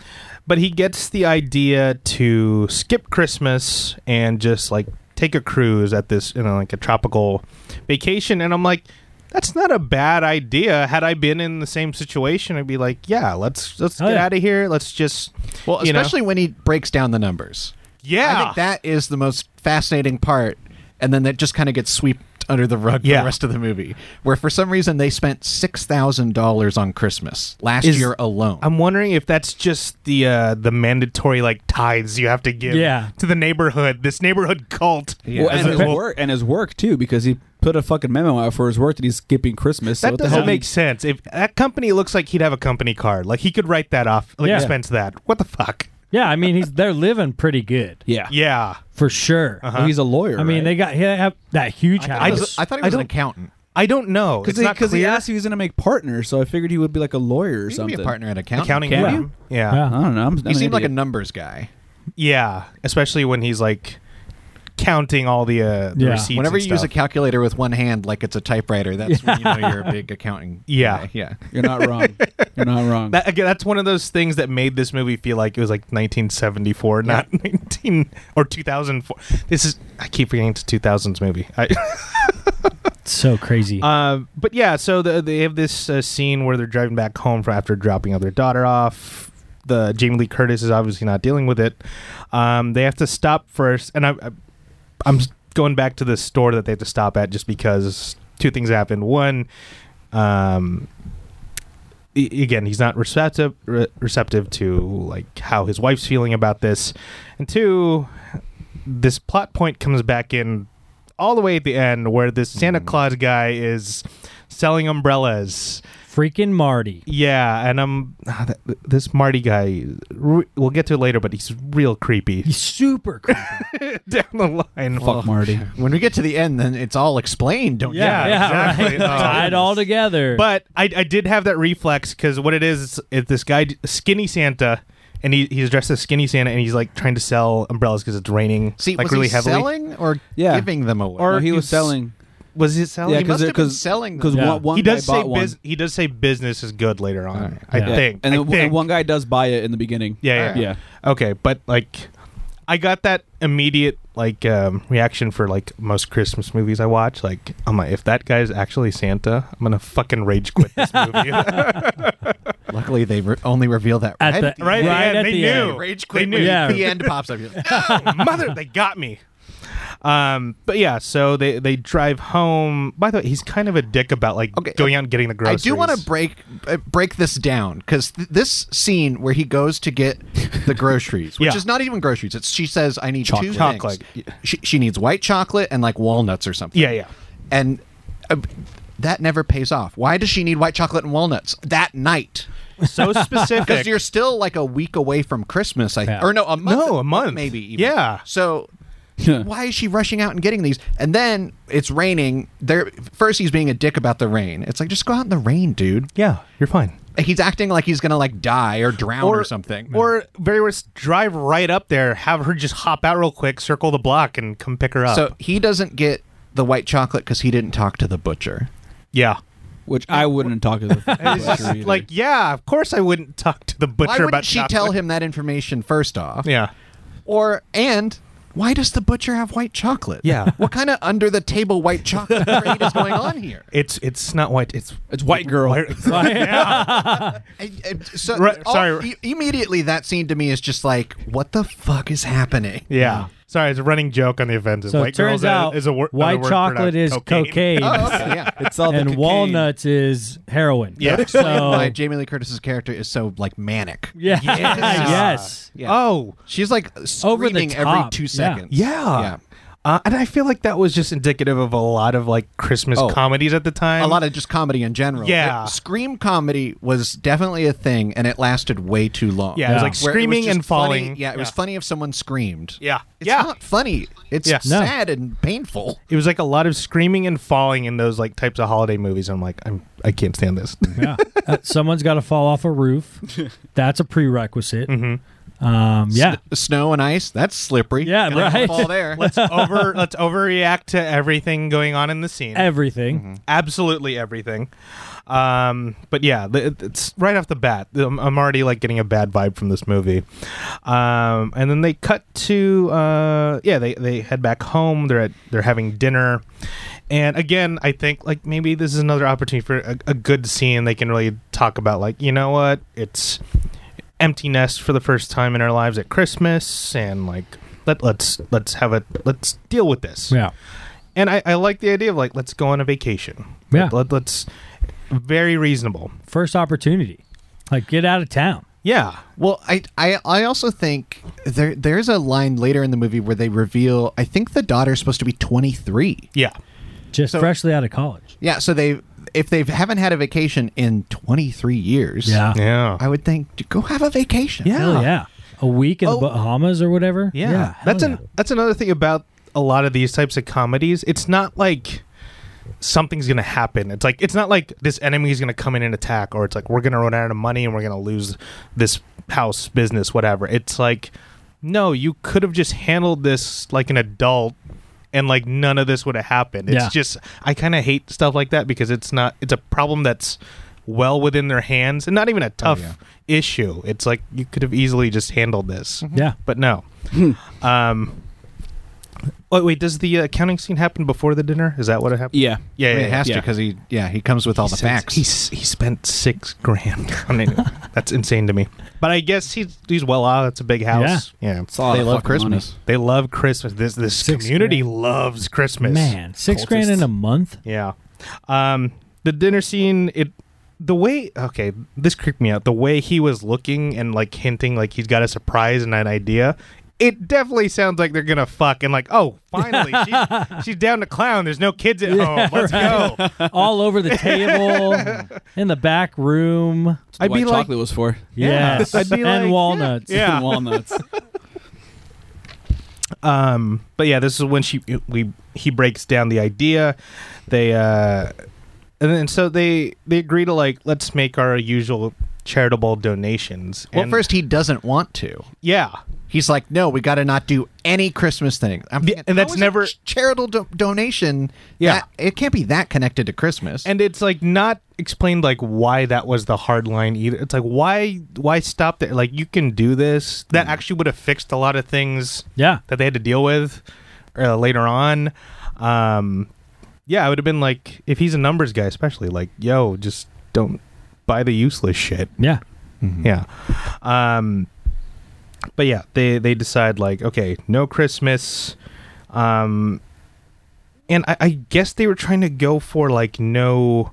S1: but he gets the idea to skip Christmas and just like take a cruise at this, you know, like a tropical vacation. And I'm like, that's not a bad idea. Had I been in the same situation, I'd be like, yeah, let's let's
S3: Oh,
S1: get
S3: yeah.
S1: out of here. Let's just,
S2: Well,
S1: you know?
S2: especially when he breaks down the numbers.
S1: yeah,
S2: I think that is the most fascinating part. And then that just kind of gets swept under the rug for
S1: Yeah.
S2: the rest of the movie, where for some reason they spent $6,000 on Christmas last
S1: Is-
S2: year alone.
S1: I'm wondering if that's just the uh, the mandatory like tithes you have to give
S3: Yeah.
S1: to the neighborhood, this neighborhood cult.
S2: Yeah.
S4: Well,
S1: As
S4: and
S1: it
S4: his
S1: will-
S4: work and his work too, because he put a fucking memo out for his work that he's skipping Christmas. so
S1: That
S4: what the
S1: doesn't
S4: hell?
S1: make sense. If that company looks like he'd have a company card, like he could write that off, like
S3: Yeah.
S1: expense that. What the fuck?
S3: Yeah, I mean, he's they're living pretty good
S4: Yeah,
S1: Yeah,
S3: for sure.
S1: Uh-huh.
S4: Well, he's a lawyer.
S3: I mean, they got he have that huge house.
S2: I, was-
S1: just-
S2: I thought he
S1: I
S2: was an
S1: don't-
S2: accountant.
S1: I don't know. It's not
S4: because he
S1: clear.
S4: asked if he was gonna make partners, so I figured he would be like a lawyer or
S2: You can be
S4: something.
S2: a partner at accountant.
S1: accounting.
S2: can't
S3: Yeah.
S2: you?
S1: firm? Yeah. yeah,
S3: Yeah.
S4: I don't know. I'm, I'm
S2: You seem like a
S4: an
S2: numbers guy.
S1: Especially when he's like counting all the, uh, the
S3: Yeah.
S1: receipts.
S2: Whenever
S1: and
S2: you use a
S1: stuff.
S2: calculator with one hand like it's a typewriter, that's when you know you're a big accounting.
S1: Yeah.
S2: guy. yeah.
S4: idiot. You're not wrong. You're not wrong.
S1: that again, that's one of those things that made this movie feel like it was like 1974, not 19 or 2004. This is I keep forgetting it's a 2000s movie. I,
S3: so crazy.
S1: Uh, but yeah, so the, they have this uh, scene where they're driving back home for after dropping their daughter off. The Jamie Lee Curtis is obviously not dealing with it. Um, they have to stop first, and I, I, I'm s- going back to the store that they have to stop at just because two things happened. One, um, i- again, he's not receptive re- receptive to like how his wife's feeling about this, and two, this plot point comes back in all the way at the end where this Santa Claus guy is selling umbrellas.
S3: Freaking Marty.
S1: Yeah, and I'm ah, th- this Marty guy. re- We'll get to it later, but he's real creepy
S3: He's super creepy.
S1: down the line.
S4: Fuck Marty.
S2: When we get to the end, then it's all explained. Don't
S1: Yeah,
S2: you?
S1: exactly. Oh.
S3: Tied all together.
S1: But I, I did have that reflex because what it is is this guy, d- skinny Santa, and he, he's dressed as skinny Santa, and he's like trying to sell umbrellas because it's raining
S2: See,
S1: like
S2: was
S1: really
S2: he
S1: heavily.
S2: selling or
S4: Yeah.
S2: giving them away?
S4: Or he
S1: you
S4: was
S1: s-
S4: selling.
S1: Was he selling?
S4: Yeah,
S2: he must
S4: it-
S2: have been
S4: 'cause-
S2: selling
S4: Because
S2: them.
S3: Yeah.
S4: one, one
S1: he does
S4: guy
S1: say
S4: bought one.
S1: bus- he does say business is good later on.
S2: Alright.
S1: I
S3: Yeah.
S1: think.
S4: And
S1: I
S4: then w-
S1: think.
S4: one guy does buy it in the beginning.
S1: Yeah, yeah,
S2: Alright.
S1: yeah.
S4: Yeah.
S1: Okay, but like, I got that immediate like um, reaction for like most Christmas movies I watch. Like, I'm like, if that guy's actually Santa, I'm gonna fucking rage quit this movie.
S2: Luckily, they re- only reveal that
S3: At
S2: right
S3: the-
S1: right?
S3: Right
S1: Yeah,
S3: at
S1: they
S3: the
S1: knew.
S3: end.
S2: Rage
S1: Oh, They
S2: quit.
S1: knew.
S2: when
S3: Yeah.
S2: The end pops up. You're like, "Ah!"
S1: Oh, mother, they got me. Um, but yeah, so they they drive home. By the way, he's kind of a dick about like
S2: Okay,
S1: going out and getting the
S2: I
S1: groceries.
S2: do want to break uh, break this down because th- this scene where he goes to get the groceries, which
S1: Yeah.
S2: is not even groceries. It's she says, "I need
S1: Chocolate.
S2: two things."
S1: Chocolate.
S2: She, she needs white chocolate and like walnuts or something.
S1: Yeah, yeah.
S2: And uh, that never pays off. Why does she need white chocolate and walnuts that night?
S1: so
S2: Because
S1: specific.
S2: you're still like a week away from Christmas, I
S3: Yeah.
S2: or no, a month,
S1: No, a month.
S2: maybe. Even.
S1: Yeah.
S2: So why is she rushing out and getting these? And then it's raining. There, first he's being a dick about the rain. It's like just go out in the rain, dude.
S1: yeah, you're fine.
S2: He's acting like he's gonna like die or drown or, something.
S1: Or very worst, drive right up there, have her just hop out real quick, circle the block, and come pick her up.
S2: so he doesn't get the white chocolate because he didn't talk to the butcher.
S1: yeah.
S4: Which I wouldn't talk to the
S1: It's just like, yeah, of course I wouldn't talk to the
S2: Why
S1: butcher
S2: wouldn't
S1: about
S2: she
S1: chocolate.
S2: tell him that information first off?
S1: Yeah.
S2: Or and why does the butcher have white chocolate?
S1: Yeah.
S2: What kind of under the table white chocolate trade is going on here?
S1: It's it's not white. It's
S4: It's white girl.
S1: yeah.
S2: I, I, so
S1: Right,
S2: all-
S1: sorry.
S2: i- immediately that scene to me is just like, what the fuck is happening?
S1: yeah. Sorry, it's a running joke on the offensive.
S3: so
S1: white
S3: it turns
S1: girl's a-
S3: out
S1: is a wor- another
S3: white
S1: word for
S3: chocolate is cocaine,
S2: Oh, okay, yeah.
S4: It's all the
S3: and
S4: cocaine.
S3: walnuts is heroin.
S1: Yeah.
S3: So
S2: Why Jamie Lee Curtis's character is so like manic.
S3: yeah,
S1: Yeah.
S3: yes.
S2: Yeah.
S1: Oh,
S2: She's like
S3: Over the
S2: screaming every
S3: top,
S2: two
S3: yeah.
S2: seconds.
S1: yeah. Uh, and I feel like that was just indicative of a lot of like Christmas
S2: Oh.
S1: comedies at the time.
S2: A lot of just comedy in general.
S1: Yeah.
S2: It- scream comedy was definitely a thing, and it lasted way too long.
S1: Yeah, it was, like,
S2: Where it
S1: screaming
S2: just
S1: and
S2: funny-
S1: falling.
S2: yeah, it was
S1: Yeah.
S2: funny if someone screamed.
S1: Yeah.
S2: it's
S1: Yeah.
S2: not funny. It's
S1: Yeah.
S3: No.
S2: sad and painful.
S1: it was like a lot of screaming and falling in those like types of holiday movies. I'm like, I'm I can't stand this.
S3: Yeah. Uh, someone's got to fall off a roof. That's a prerequisite.
S1: Mm-hmm.
S3: Um, yeah.
S2: S- snow and ice. That's slippery.
S3: Yeah,
S2: Gonna
S3: right.
S2: Fall there.
S1: let's over let's overreact to everything going on in the scene.
S3: Everything.
S1: Mm-hmm. absolutely everything. Um, but yeah, th- it's right off the bat. I'm, I'm already like getting a bad vibe from this movie. Um, and then they cut to uh, yeah, they they head back home. They're at they're having dinner, and again, I think like maybe this is another opportunity for a, a good scene. They can really talk about like you know what it's empty nest for the first time in our lives at Christmas, and like. Let, let's let's have a let's deal with this
S3: Yeah.
S1: and I, I like the idea of like let's go on a vacation.
S3: Yeah.
S1: Let, us very reasonable.
S3: First opportunity. Like, get out of town.
S1: Yeah.
S2: Well, I, I I also think there there's a line later in the movie where they reveal I think the daughter's supposed to be 23.
S1: Yeah.
S3: Just
S2: So-
S3: freshly out of college.
S2: Yeah, so they if they haven't had a vacation in 23 years,
S3: Yeah.
S1: Yeah.
S2: I would think "Dude, go have a vacation.
S1: Yeah.
S3: Hell yeah. A week in
S1: Oh.
S3: the Bahamas or whatever.
S1: yeah.
S3: hell
S1: that's
S3: yeah.
S1: an that's another thing about a lot of these types of comedies. It's not like something's gonna happen. It's like it's not like this enemy is gonna come in and attack, or it's like we're gonna run out of money and we're gonna lose this house, business, whatever. It's like no, you could have just handled this like an adult and like none of this would have happened. It's
S3: Yeah.
S1: just I kinda hate stuff like that because it's not it's a problem that's well within their hands and not
S3: Oh,
S1: even a tough issue. It's
S3: Mm-hmm.
S2: Hmm.
S1: like you could have easily just handled this
S3: Yeah.
S1: but no. um, Oh wait, does the uh, counting scene happen before the dinner? Is that what it happened?
S4: Yeah.
S1: Yeah,
S2: I mean,
S1: yeah,
S2: it has to
S4: yeah.
S2: 'cause to because he yeah he comes with all the facts.
S1: He, s- he spent six grand on it. That's insane to me. But I guess he's he's well off. It's a big house. Yeah,
S4: It's a lot
S2: they
S4: of
S2: love
S4: fucking money.
S2: Christmas.
S1: they love Christmas. This this
S3: Six
S1: community loves Christmas.
S3: Man, six
S4: Cultists.
S3: grand in a month.
S1: Yeah. Um, the dinner scene, it the way okay, this creeped me out. The way he was looking and like hinting like he's got a surprise and an idea. It definitely sounds like they're gonna fuck and like, oh, finally, she's, she's down to clown. There's no kids at home. Let's go.
S3: all over the table in the back room.
S4: That's what
S1: I'd be
S4: white
S1: like-
S4: chocolate was for.
S1: Yeah.
S3: Yes,
S1: I'd be
S3: and
S1: like,
S3: walnuts.
S1: Yeah.
S4: walnuts.
S1: Um, but yeah, this is when she we he breaks down the idea. They uh, and then so they they agree to like let's make our usual charitable donations.
S2: Well,
S1: And-
S2: first he doesn't want to.
S1: yeah,
S2: He's like, no, we got to not do any Christmas thing. I'm
S1: Yeah, and
S2: how
S1: that's
S2: is a
S1: never-
S2: ch- charitable do- donation.
S1: Yeah.
S2: that- it can't be that connected to Christmas.
S1: and it's like not explained like why that was the hard line either it's like why why stop there like you can do this that actually would have fixed a lot of things
S3: yeah.
S1: that they had to deal with uh, later on um yeah i would have been like if he's a numbers guy especially like yo just don't buy the useless shit
S3: Yeah.
S2: Mm-hmm.
S1: yeah um but yeah they they decide like okay no christmas um and i, I guess they were trying to go for like no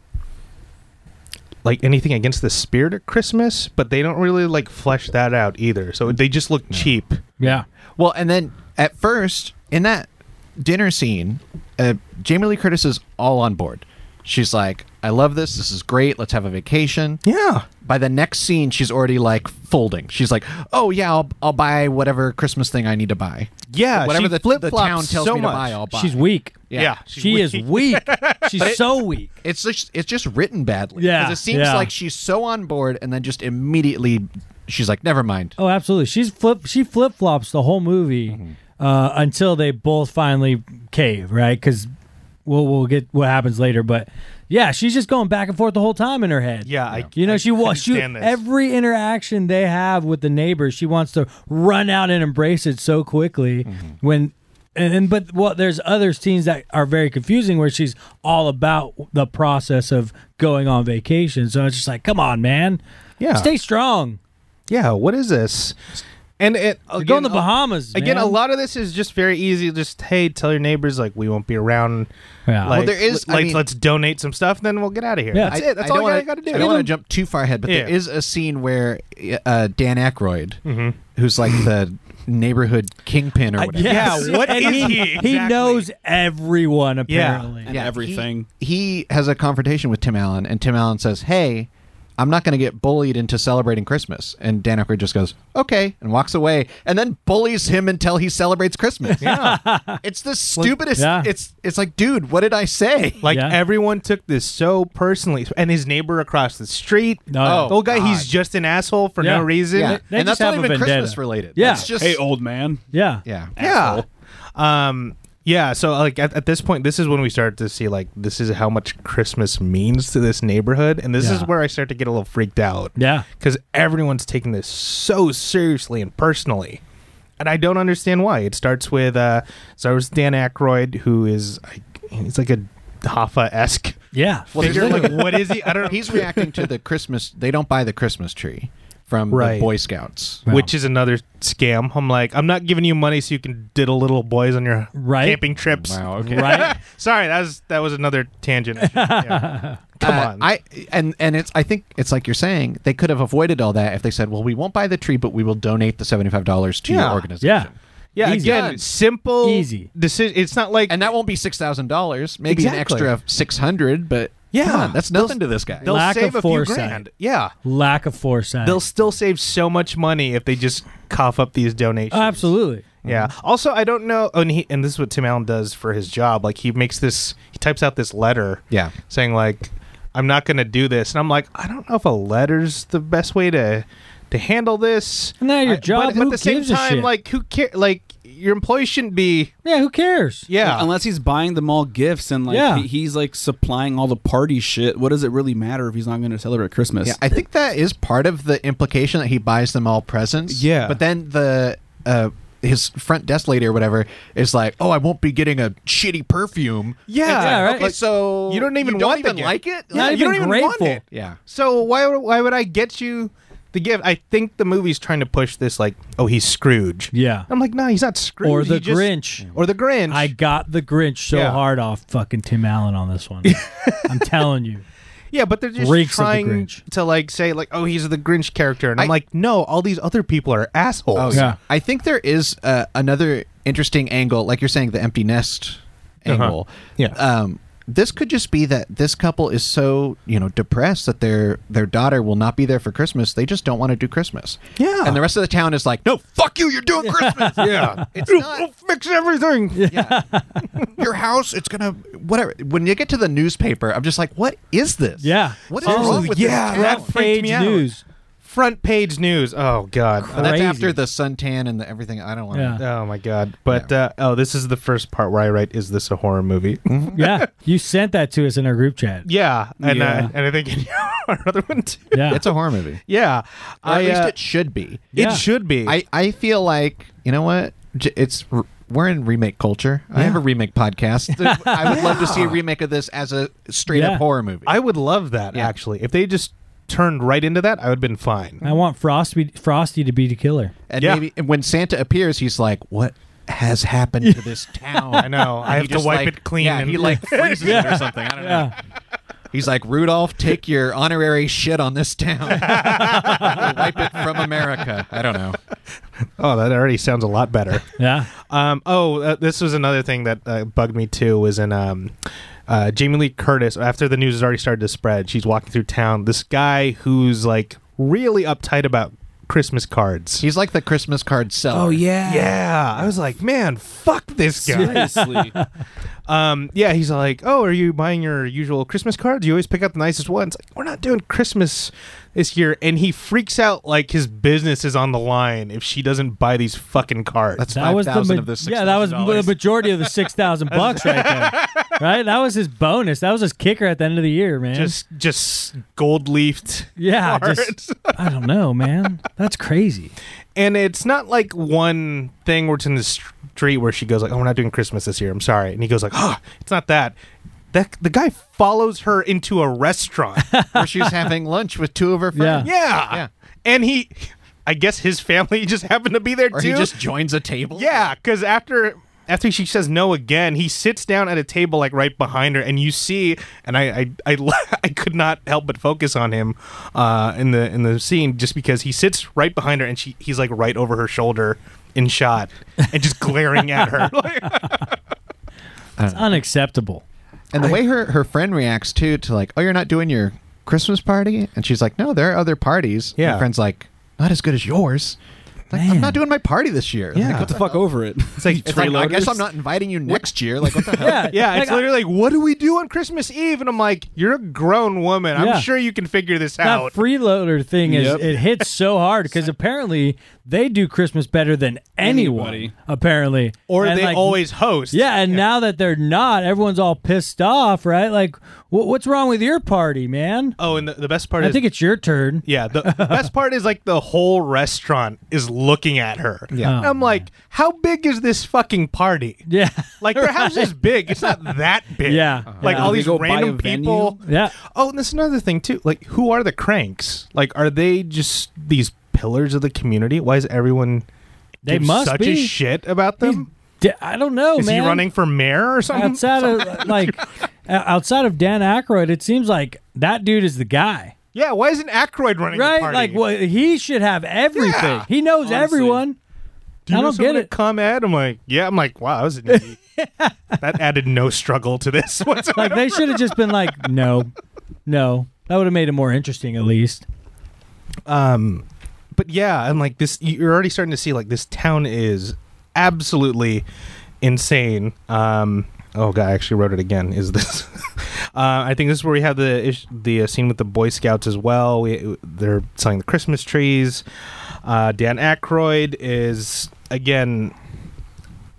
S1: like anything against the spirit of christmas but they don't really like flesh that out either so they just look cheap
S3: Yeah.
S2: Well, and then at first in that dinner scene, uh, Jamie Lee Curtis is all on board. She's like, "I love this. This is great. Let's have a vacation."
S1: yeah
S2: By the next scene, she's already like folding. She's like, "Oh yeah, I'll, I'll buy whatever Christmas thing I need to buy.
S1: yeah
S2: whatever
S1: she
S2: the, the
S1: flip-flops
S2: town tells
S1: so
S2: me
S1: much.
S2: to buy, I'll buy."
S3: She's weak.
S1: yeah,
S3: She is weak. She's so weak.
S2: It's just it's just written badly.
S3: Yeah,
S2: 'Cause it seems
S3: yeah.
S2: like she's so on board, and then just immediately she's like, "Never mind."
S3: Oh, absolutely. She's flip. She flip flops the whole movie
S1: Mm-hmm.
S3: uh, until they both finally cave, right? Because we'll we'll get what happens later. But yeah, she's just going back and forth the whole time in her head.
S1: yeah I,
S3: You know,
S1: I
S3: she wants she,
S1: understand this.
S3: every interaction they have with the neighbors, she wants to run out and embrace it so quickly.
S1: Mm-hmm.
S3: When and, and but well, there's other scenes that are very confusing where she's all about the process of going on vacation. So it's just like, come on, man,
S1: Yeah.
S3: stay strong.
S1: yeah what is this and it
S3: You're going to the
S1: again,
S3: Bahamas
S1: Again,
S3: man.
S1: a lot of this is just very easy. Just hey, tell your neighbors like we won't be around.
S3: Yeah.
S1: Like,
S2: there is- I
S1: like
S2: mean-
S1: let's donate some stuff, then we'll get out of here.
S3: Yeah.
S1: that's
S2: I-
S1: it. That's
S2: I
S1: all
S2: don't
S1: I
S2: wanna-
S1: got to do.
S2: I don't want to jump too far ahead, but there
S1: Yeah. Mm-hmm.
S2: is a scene where uh, Dan Aykroyd, who's like the neighborhood kingpin or
S3: I-
S2: whatever,
S3: yes.
S1: Yeah, what
S3: And
S1: is
S3: he?
S1: he
S3: He
S1: exactly?
S3: knows everyone
S1: Yeah.
S3: apparently.
S4: And everything.
S2: He, he has a confrontation with Tim Allen, and Tim Allen says, "Hey." I'm not going to get bullied into celebrating Christmas. And Dan Aykroyd just goes, okay, and walks away, and then bullies him until he celebrates Christmas. Yeah. it's the stupidest.
S3: Yeah.
S2: It's it's like, dude, what did I say?
S1: Like
S3: Yeah.
S1: everyone took this so personally, and his neighbor across the street,
S3: No.
S1: the old guy, he's
S2: God.
S1: just an asshole for
S3: Oh, Yeah.
S1: no reason.
S2: Yeah,
S3: they
S2: and
S3: just
S2: that's not
S3: have a
S2: even
S3: vendetta.
S2: Christmas related.
S3: Yeah.
S2: it's just
S4: Hey, old man.
S3: Yeah.
S2: yeah,
S1: Yeah. Um. Yeah. So like at, at this point, this is when we start to see like this is how much Christmas means to this neighborhood, and this is
S3: Yeah.
S1: where I start to get a little freaked out.
S3: Yeah.
S1: because everyone's taking this so seriously and personally. And I don't understand why. It starts with uh, so it was Dan Aykroyd, who is I, he's like a Hoffa esque
S3: Yeah.
S2: Well, there's
S1: figure. Like,
S2: literally-
S1: what is he? I don't.
S2: He's reacting to the Christmas. They don't buy the Christmas tree from
S1: Right.
S2: the Boy Scouts.
S3: Wow.
S1: Which is another scam. I'm like, I'm not giving you money so you can diddle little boys on your
S3: Right.
S1: camping trips.
S2: okay.
S3: Right?
S1: Sorry, that was that was another tangent. Yeah. Come on.
S2: Uh, I and and it's I think it's like you're saying they could have avoided all that if they said, well, we won't buy the tree, but we will donate the seventy five dollars to
S1: Yeah.
S2: your organization.
S3: yeah.
S1: yeah,
S3: Easy.
S1: again, simple,
S3: Easy.
S1: decision. It's not like
S2: And that won't be six thousand dollars, maybe
S1: Exactly.
S2: an extra six hundred, but
S1: Yeah.
S2: come on, that's nothing to this guy.
S1: they'll
S3: Lack
S1: save
S3: of
S1: a few
S3: foresight.
S1: grand. Yeah,
S3: Lack of foresight.
S1: they'll still save so much money if they just cough up these donations.
S3: Oh, absolutely.
S1: Yeah. Also, I don't know, oh, and he, and this is what Tim Allen does for his job. Like he makes this, he types out this letter,
S2: Yeah.
S1: saying like, "I'm not going to do this," and I'm like, I don't know if a letter's the best way to to handle this.
S3: And now your
S1: I-
S3: job,
S1: but
S3: who
S1: at the same
S3: gives a
S1: time,
S3: shit?
S1: like who care? Like your employee shouldn't be.
S3: Yeah, who cares?
S1: Yeah.
S4: Unless he's buying them all gifts and like
S3: Yeah.
S4: he, he's like supplying all the party shit. What does it really matter if he's not going to celebrate Christmas?
S2: Yeah, I think that is part of the implication that he buys them all presents.
S1: Yeah.
S2: but then the uh, his front desk lady or whatever is like, "Oh, I won't be getting a shitty perfume."
S1: Yeah,
S2: It's like,
S3: Yeah, right.
S2: okay, so
S1: You don't even
S2: you don't
S1: want the
S2: even
S1: gift.
S2: like it.
S3: Not
S2: Like, you
S3: even
S2: don't even want
S3: grateful.
S2: it. Yeah.
S1: So why would- why would I get you the gift? I think the movie's trying to push this like, oh, he's Scrooge.
S3: Yeah.
S1: I'm like, no, he's not Scrooge.
S3: Or the
S1: he just-
S3: Grinch.
S1: Or the Grinch.
S3: I got the Grinch so
S1: Yeah.
S3: hard off fucking Tim Allen on this one. I'm telling you.
S1: yeah, but they're just
S3: Reeks of the
S1: trying
S3: Grinch.
S1: to like say like, oh, he's the Grinch character, and I, am
S2: I-
S1: like, no, all these other people are assholes.
S2: Oh
S3: Yeah.
S2: yeah. I think there is uh, another interesting angle, like you're saying, the empty nest
S1: Uh-huh.
S2: angle.
S1: Yeah.
S2: Um, this could just be that this couple is so you know depressed that their their daughter will not be there for Christmas. They just don't want to do Christmas.
S1: Yeah.
S2: And the rest of the town is like, no, fuck you. You're doing Christmas.
S1: Yeah,
S2: It's
S1: It'll-
S2: not-
S1: it'll fix everything.
S2: yeah. Your house, it's gonna whatever. When you get to the newspaper, I'm just like, what is this?
S3: Yeah.
S2: What is
S3: Oh,
S2: wrong with
S1: yeah,
S2: this town?
S1: that
S3: Front
S1: freaked
S3: page
S1: me out.
S3: news.
S1: Front page news. Oh god.
S2: And that's
S3: Crazy.
S2: after the suntan and the everything. I don't want to.
S3: Yeah.
S1: Oh my god. But uh, oh, this is the first part where I write, "Is this a horror movie?"
S3: Yeah. You sent that to us in our group chat.
S1: yeah, and
S3: Yeah.
S1: Uh, and I think in another one too.
S3: Yeah.
S2: It's a horror movie.
S1: Yeah,
S2: Or at
S1: I,
S2: least
S1: uh,
S2: it should be.
S3: Yeah.
S1: It should be.
S2: I, I feel like you know what J- it's r- we're in remake culture. I have a remake podcast. I would love to see a remake of this as a straight
S3: Yeah.
S2: up horror movie.
S1: I would love that
S2: Yeah.
S1: actually. If they just turned right into that, I would have been fine.
S3: I want Frosty Frosty to be the killer.
S2: and
S1: yeah.
S2: maybe and when Santa appears, he's like, "What has happened to this town?"
S1: I know.
S2: And
S1: I
S2: he
S1: have to
S2: just,
S1: wipe
S2: like-
S1: it clean.
S2: Yeah,
S1: and
S2: he like freezes it or something. I don't know.
S3: Yeah.
S2: He's like, Rudolph, take your honorary shit on this town. We'll wipe it from America. I don't know.
S1: oh, that already sounds a lot better.
S3: Yeah.
S1: Um, oh, uh, this was another thing that uh, bugged me too. Was in um, uh, Jamie Lee Curtis after the news has already started to spread. She's walking through town. This guy who's like really uptight about Christmas cards.
S2: He's like the Christmas card seller.
S4: yeah.
S1: Oh, yeah, I was like, man, fuck this guy.
S4: Seriously.
S1: Um, yeah, he's like, oh, are you buying your usual Christmas cards? You always pick out the nicest ones. Like, we're not doing Christmas this year, and he freaks out like his business is on the line if she doesn't buy these fucking cards.
S2: That's
S3: That was the
S2: 5,000
S3: ma-
S2: of this.
S3: yeah. That was
S2: $6,000.
S3: the majority of the six thousand bucks right there. Right. That was his bonus. That was his kicker at the end of the year, man.
S1: just just gold leafed.
S3: yeah.
S1: cards.
S3: Just I don't know, man. That's crazy.
S1: and it's not like one thing where it's in the street where she goes like, "Oh, we're not doing Christmas this year. I'm sorry," and he goes like, "Oh, it's not that." That the guy follows her into a restaurant.
S2: where she was having lunch with two of her friends.
S1: yeah.
S2: Yeah.
S1: and he, I guess his family just happened to be there
S2: Or
S1: too.
S2: he just joins a table.
S1: yeah, because after. After she says no again, he sits down at a table like right behind her, and you see, and I, I, I, la- I could not help but focus on him uh, in the in the scene just because he sits right behind her, and she he's like right over her shoulder in shot and just glaring at her.
S3: It's unacceptable.
S2: And the way her, her friend reacts too to like, oh, you're not doing your Christmas party, and she's like, no, there are other parties.
S1: Yeah.
S2: Her friend's like, not as good as yours. Like, I'm
S3: Man.
S2: not doing my party this year.
S1: Yeah.
S2: Like,
S4: Get the fuck over it.
S1: It's like,
S2: It's like, I guess I'm not inviting you next year. Like, what the hell?
S3: Yeah.
S1: Yeah,
S3: Like, uh,
S1: it's literally like, what do we do on Christmas Eve? And I'm like, you're a grown woman.
S3: Yeah.
S1: I'm sure you can figure this
S3: that
S1: out.
S3: freeloader thing is
S4: Yep.
S3: it hits so hard because apparently they do Christmas better than anyone.
S4: Anybody.
S3: Apparently,
S1: or
S3: And,
S1: they
S3: like,
S1: always host.
S3: Yeah, and now that they're not, everyone's all pissed off, right? Like, wh- what's wrong with your party, man?
S1: Oh, and the, the best part
S3: I
S1: is
S3: think it's your turn.
S1: Yeah, the, the best part is like the whole restaurant is looking at her.
S2: Yeah.
S1: And I'm like, how big is this fucking party?
S3: Oh, Yeah,
S1: Like their house is big. It's not that big.
S3: Yeah.
S1: Like
S3: Yeah.
S1: all
S4: They
S1: these
S4: go buy
S1: random
S4: a venue?
S1: people.
S3: yeah.
S1: Oh, and that's another thing too. Like who are the cranks? Like are they just these pillars of the community? Why is everyone
S3: They
S1: give
S3: must
S1: such a
S3: be.
S1: shit about them?
S3: D- I don't know,
S1: Um, is
S3: man.
S1: he running for mayor or something?
S3: outside of like o- outside of Dan Aykroyd? It seems like that dude is the guy,
S1: yeah, why isn't Aykroyd running the
S3: right?
S1: party?
S3: Like, well, he should have everything.
S1: Yeah.
S3: He knows
S4: Honestly.
S3: everyone.
S1: Do you
S3: I
S1: know
S3: don't get
S1: someone at
S3: it.
S1: ComEd? I'm like, yeah. I'm like, wow, that was an idiot. that added no struggle to this whatsoever.
S3: Like they should have just been like, no, no. That would have made it more interesting, at least.
S1: Um, but yeah, and like this, you're already starting to see like this town is absolutely insane. Um, oh god, I actually wrote it again. Is this? uh, I think this is where we have the ish- the uh, scene with the Boy Scouts as well. We they're selling the Christmas trees. Uh, Dan Aykroyd is again.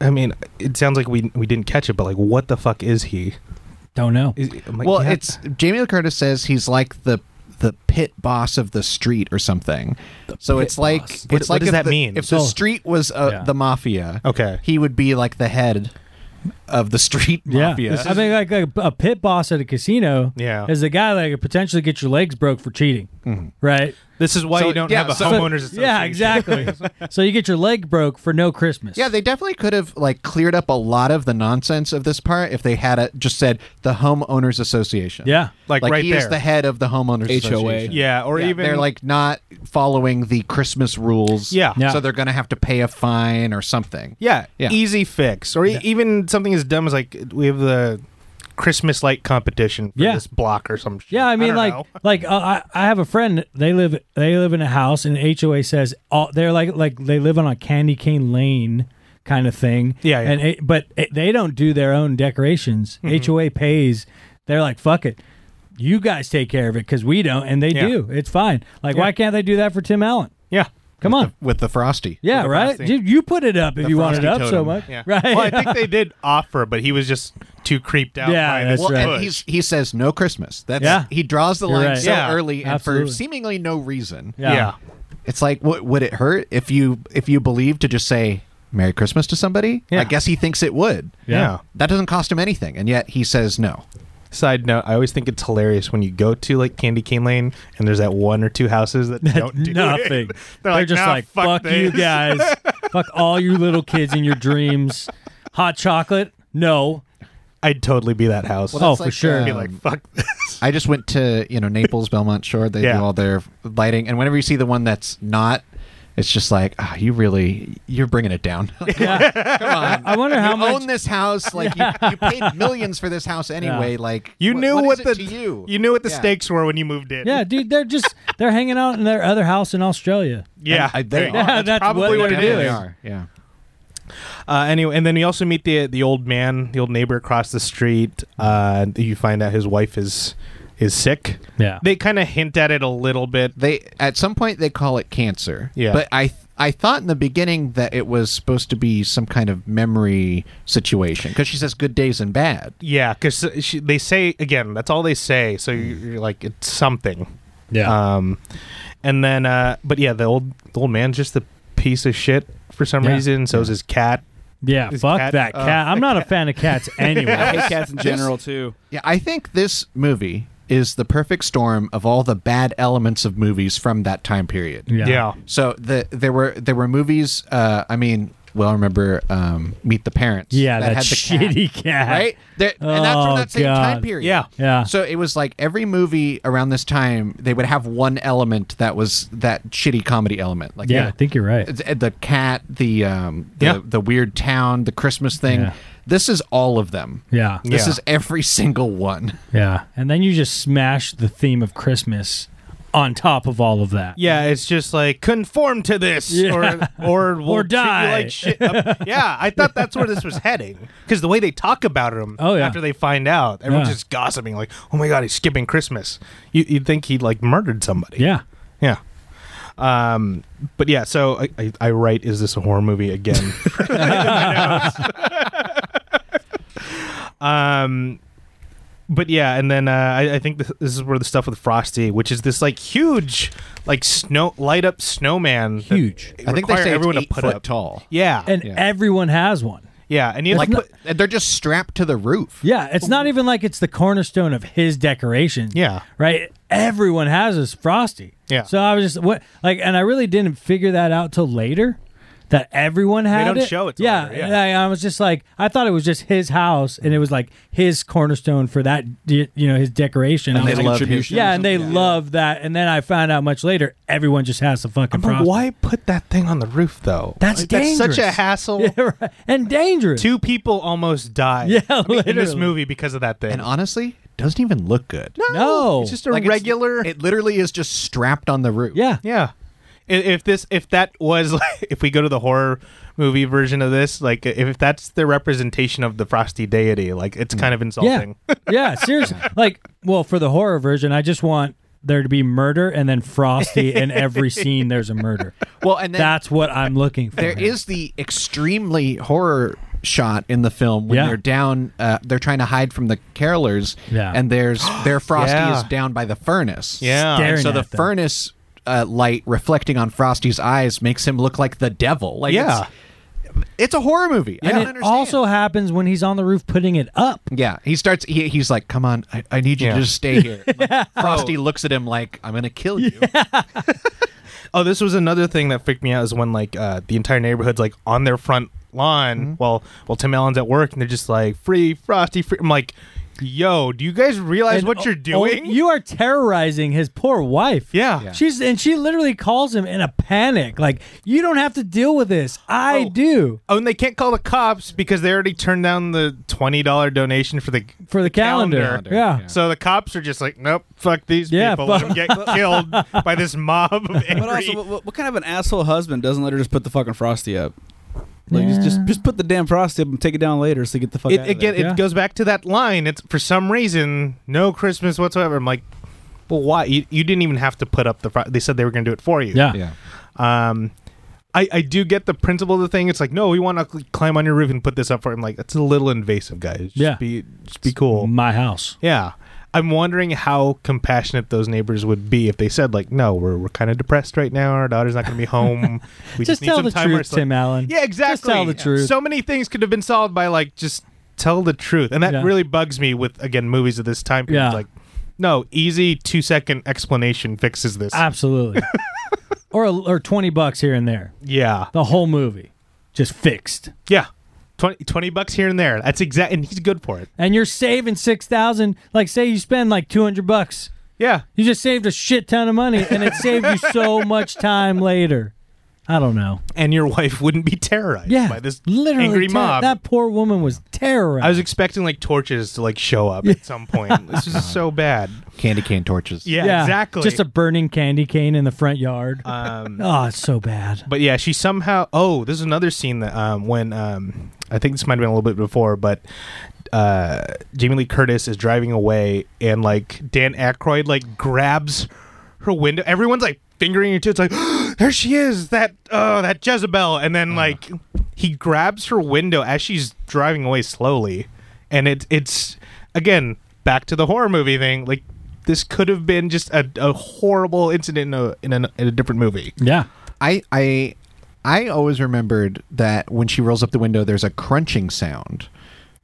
S1: I mean, it sounds like we we didn't catch it, but like, what the fuck is he?
S3: Don't know.
S1: Is, I'm like,
S2: Well,
S1: yeah.
S2: it's Jamie Lee Curtis says he's like the the pit boss of the street or something. so it's like it's
S1: What- what
S2: like
S1: does
S2: if
S1: that
S2: the,
S1: mean? Oh.
S2: If the
S3: So-
S2: street was uh,
S3: Yeah.
S2: the mafia,
S1: Okay.
S2: he would be like the head of the street mafia.
S3: I mean, like, like a pit boss at a casino.
S1: Yeah. Mm-hmm.
S3: is the guy that could potentially get your legs broke for cheating, right?
S1: This is why
S2: So,
S1: you don't
S2: yeah,
S1: have a
S2: so-
S1: homeowners association.
S3: Yeah, exactly. so you get your leg broke for no Christmas.
S2: Yeah, they definitely could have like cleared up a lot of the nonsense of this part if they had a, just said the homeowners association.
S3: yeah.
S1: Like,
S2: like
S1: right
S2: he is
S1: there.
S2: the head of the homeowners
S4: HOA.
S2: association.
S1: yeah, or even
S2: they're like not following the Christmas rules.
S1: Yeah.
S3: Yeah.
S2: so they're gonna have to pay a fine or something.
S1: Yeah,
S2: Yeah.
S1: easy fix, or e- even something as dumb as like we have the Christmas light competition for
S3: Yeah.
S1: this block or some shit.
S3: Yeah, I mean,
S1: don't
S3: like,
S1: know.
S3: like uh, I, I have a friend. They live, they live in a house, and HOA says all they're like, like they live on a candy cane lane kind of thing.
S1: Yeah, yeah. Mm-hmm.
S3: and it, but it, they don't do their own decorations. HOA pays. They're like, fuck it, you guys take care of it because we don't, and they
S1: Yeah.
S3: do. It's fine. Like,
S1: Yeah.
S3: why can't they do that for Tim Allen?
S1: yeah,
S3: Come on,
S2: with the frosty.
S3: yeah,
S1: the
S3: right.
S1: frosty.
S3: You, you put it up if
S1: The
S3: you want it
S1: Frosty
S3: up so
S1: Totem.
S3: much,
S1: Yeah.
S3: right?
S1: Well, I think they did offer, but he was just too creeped out.
S3: Yeah,
S1: by
S3: that's
S1: this
S2: Well,
S3: right.
S2: and
S1: push.
S2: he's, he says no Christmas. That's
S3: Yeah.
S2: he draws the
S3: You're
S2: line
S3: right.
S2: so
S1: Yeah.
S2: early and
S3: Absolutely.
S2: for seemingly no reason.
S1: yeah.
S2: It's like what would it hurt if you if you believe to just say Merry Christmas to somebody?
S1: Yeah.
S2: I guess he thinks it would.
S1: Yeah.
S3: Yeah.
S2: That doesn't cost him anything, and yet he says no.
S1: Side note: I always think it's hilarious when you go to like Candy Cane Lane and there's that one or two houses that don't do
S3: nothing.
S1: It.
S3: They're,
S1: like,
S3: just
S1: "Nah,
S3: like,
S1: fuck
S3: fuck, you
S1: this."
S3: guys, fuck all you little kids in your dreams. Hot chocolate? No.
S1: I'd totally be that house.
S3: Well, Oh, for sure.
S1: I'd be
S2: um,
S1: like, uh, fuck this.
S2: I just went to you know Naples, Belmont Shore. They
S1: Yeah.
S2: do all their lighting, and whenever you see the one that's not, it's just like ah, you really you're bringing it down.
S3: Yeah.
S2: Come on,
S3: I wonder how
S2: you
S3: much.
S2: own this house. Like you, you paid millions for this house anyway.
S3: Yeah.
S2: Like
S1: You
S2: wh-
S1: knew
S2: what,
S1: what,
S2: is
S1: the
S2: it to you.
S1: you knew what the
S2: Yeah.
S1: stakes were when you moved in.
S3: yeah, dude, they're just they're hanging out in their other house in Australia.
S1: yeah.
S2: I- I- they
S1: There you go.
S2: are.
S1: That's,
S3: That's
S1: probably what,
S3: what they're
S1: it
S3: doing.
S1: is.
S2: They are. Yeah.
S1: Uh, anyway, and then you also meet the the old man, the old neighbor across the street. Uh, you find out his wife is is sick.
S3: Yeah.
S1: They kind of hint at it a little bit.
S2: They at some point they call it cancer.
S1: Yeah.
S2: But I th- I thought in the beginning that it was supposed to be some kind of memory situation because she says good days and bad.
S1: Yeah, because they say again. That's all they say. So
S2: Mm.
S1: you- you're like, it's something. Um, and then, uh, but yeah, the old the old man's just a piece of shit for some
S3: Yeah.
S1: reason. So is his cat.
S3: yeah,
S1: this
S3: fuck
S1: cat-
S3: that
S1: uh,
S3: cat. I'm not a fan of cats
S4: I
S3: anyway.
S4: hate cats in general too.
S2: Yeah, I think this movie is the perfect storm of all the bad elements of movies from that time period.
S3: Yeah.
S2: So the there were there were movies. Uh, I mean, well, I remember um, Meet the Parents.
S3: Yeah, that,
S2: cat,
S3: shitty cat.
S2: right? There, and that's
S3: Uh-huh. Oh,
S2: from that same
S3: God.
S2: time period.
S1: Yeah.
S3: Yeah.
S2: So it was like every movie around this time, they would have one element that was that shitty comedy element. Like
S3: yeah,
S2: they-
S3: I think you're right.
S2: th- the cat, the um, the,
S1: Yeah.
S2: the weird town, the Christmas thing.
S3: Yeah.
S2: This is all of them.
S3: Yeah.
S2: This
S1: Yeah.
S2: is every single one.
S3: Yeah. And then you just smash the theme of Christmas on top of all of that.
S1: Yeah, it's just like conform to this
S3: Mm-hmm. Yeah.
S1: or or we'll
S3: Or
S1: treat
S3: die.
S1: You like shit up. yeah, I thought that's where this was heading because the way they talk about him
S3: Oh, yeah.
S1: after they find out, everyone's
S3: Yeah.
S1: just gossiping like, "Oh my god, he's skipping Christmas." You, you'd think he like murdered somebody.
S3: Yeah.
S1: yeah. Um, but yeah, so I, I, I write, "Is this a horror movie again?" Um, but yeah, and then uh, I, I think this, this is where the stuff with Frosty, which is this like huge, like snow light up snowman. that
S3: Huge.
S2: I think they
S1: require
S2: say
S1: everyone
S2: it's eight
S1: to put
S2: foot
S1: up.
S2: tall.
S1: Yeah,
S3: And
S2: Yeah.
S3: everyone has one.
S1: yeah, and you have
S2: Like
S1: to put,
S2: and they're just strapped to the roof.
S3: Yeah, it's not even like it's the cornerstone of his decoration.
S1: Yeah.
S3: Right? Everyone has this frosty.
S1: Yeah.
S3: So I was just what like and I really didn't figure that out till later that everyone had
S1: don't
S3: it.
S1: show it till
S3: yeah,
S1: later, yeah.
S3: and I, I was just like I thought it was just his house and it was like his cornerstone for that you know his decoration. I
S2: And they
S3: was like,
S2: love his.
S4: Contribution.
S3: yeah, and they
S4: Yeah.
S3: love that and then I found out much later everyone just has the
S1: I'm
S3: fucking
S1: like,
S3: frosty.
S1: why put that thing on the roof though?
S3: That's
S1: Like, that's such a
S3: dangerous.
S1: hassle.
S3: Yeah, right. And dangerous.
S1: Two people almost died.
S3: Yeah,
S1: I mean, in this
S3: literally.
S1: movie because of that thing.
S2: And honestly, it doesn't even look good. No,
S3: no.
S1: it's just a
S2: Like, it's-
S1: regular.
S2: it literally is just strapped on the roof.
S3: yeah.
S1: Yeah. I- If this, if that was, like, if we go to the horror movie version of this, like if that's the representation of the frosty deity, like it's kind of insulting.
S3: Yeah, yeah, seriously. Like, well, for the horror version, I just want there to be murder and then Frosty in every scene. There's a murder.
S2: Well, and then
S3: That's what I'm looking for.
S2: there
S3: here.
S2: is the extremely horror shot in the film when
S3: Yeah.
S2: they're down. Uh, they're trying to hide from the carolers,
S3: Yeah.
S2: and there's their Frosty
S1: Yeah.
S2: is down by the furnace.
S1: Yeah.
S3: Staring
S2: And so the
S3: at them.
S2: furnace uh, light reflecting on Frosty's eyes makes him look like the devil. Like
S1: Yeah.
S2: it's- It's, a horror movie. I
S3: and
S2: don't
S3: it
S2: understand.
S3: also happens when he's on the roof putting it up.
S2: Yeah, he starts. He, he's like, "Come on, I, I need you
S1: Yeah.
S2: to just stay here." Like, Frosty looks at him like, "I'm gonna kill you."
S1: Oh, this was another thing that freaked me out is when like uh, the entire neighborhood's like on their front lawn while while Tim Allen's at work and they're just like free frosty free. I'm like, yo, do you guys realize
S3: And
S1: what
S3: o-
S1: you're doing?
S3: o- you are terrorizing his poor wife.
S1: yeah.
S2: Yeah.
S3: She's and she literally calls him in a panic, like, "You don't have to deal with this. I
S1: Oh.
S3: do
S1: Oh, and they can't call the cops because they already turned down the twenty dollar donation for the.
S3: for the calendar."
S1: Calendar.
S3: Yeah.
S2: Yeah.
S1: So the cops are just like, nope, fuck these
S3: Yeah,
S1: people.
S3: fuck-
S1: Let them get killed by this mob of angry.
S4: But also, what- what, what kind of an asshole husband doesn't let her just put the fucking frosty up? Like just, just just put the damn frosty up and take it down later so you get the fuck
S1: it,
S4: out of there.
S1: again, it
S3: Yeah.
S1: goes back to that line. It's for some reason no Christmas whatsoever. I'm like, well, why? You, you didn't even have to put up the. Fr- they said they were going to do it for you.
S3: Yeah.
S1: Um, I I do get the principle of the thing. It's like, no, we want to cl- climb on your roof and put this up for. you. I'm like, that's a little invasive, guys. Just
S3: Yeah.
S1: Be just be cool.
S3: My house.
S1: Yeah. I'm wondering how compassionate those neighbors would be if they said like, "No, we're we're kind of depressed right now. Our daughter's not going to be home. We just,
S3: Just
S1: need
S3: tell
S1: some
S3: the
S1: time."
S3: truth,
S1: It's like-
S3: Tim Allen.
S1: yeah, exactly.
S3: tell the truth.
S1: So many things could have been solved by like just tell the truth, and that
S3: Yeah.
S1: really bugs me with again movies of this time period.
S3: Yeah.
S1: Like, no, easy two second explanation fixes this.
S3: Ah. Absolutely. or or 20 bucks here and there.
S1: yeah,
S3: The whole movie just fixed.
S1: yeah, 20, 20 bucks here and there. That's exact, and he's good for it.
S3: And you're saving 6,000, like say you spend like 200 bucks.
S1: Yeah,
S3: You just saved a shit ton of money and it saved you so much time later. I don't know.
S1: and your wife wouldn't be terrorized
S3: Yeah.
S1: by this
S3: literally
S1: angry
S3: ter-
S1: mob.
S3: That poor woman was terrorized.
S1: I was expecting like torches to like show up at some point. this is so bad.
S2: Candy cane torches.
S1: Yeah, exactly.
S3: Just a burning candy cane in the front yard.
S1: um,
S3: oh, it's so bad.
S1: But yeah, she somehow. Oh, this is another scene that um, when um, I think this might have been a little bit before, but uh, Jamie Lee Curtis is driving away, and like Dan Aykroyd like grabs her window. Everyone's like fingering her too. It's like there she is, that oh that Jezebel, and then like he grabs her window as she's driving away slowly, and it it's again back to the horror movie thing like. This could have been just a, a horrible incident in a, in, a, in a different movie.
S3: Yeah.
S2: I I I always remembered that when she rolls up the window, there's a crunching sound.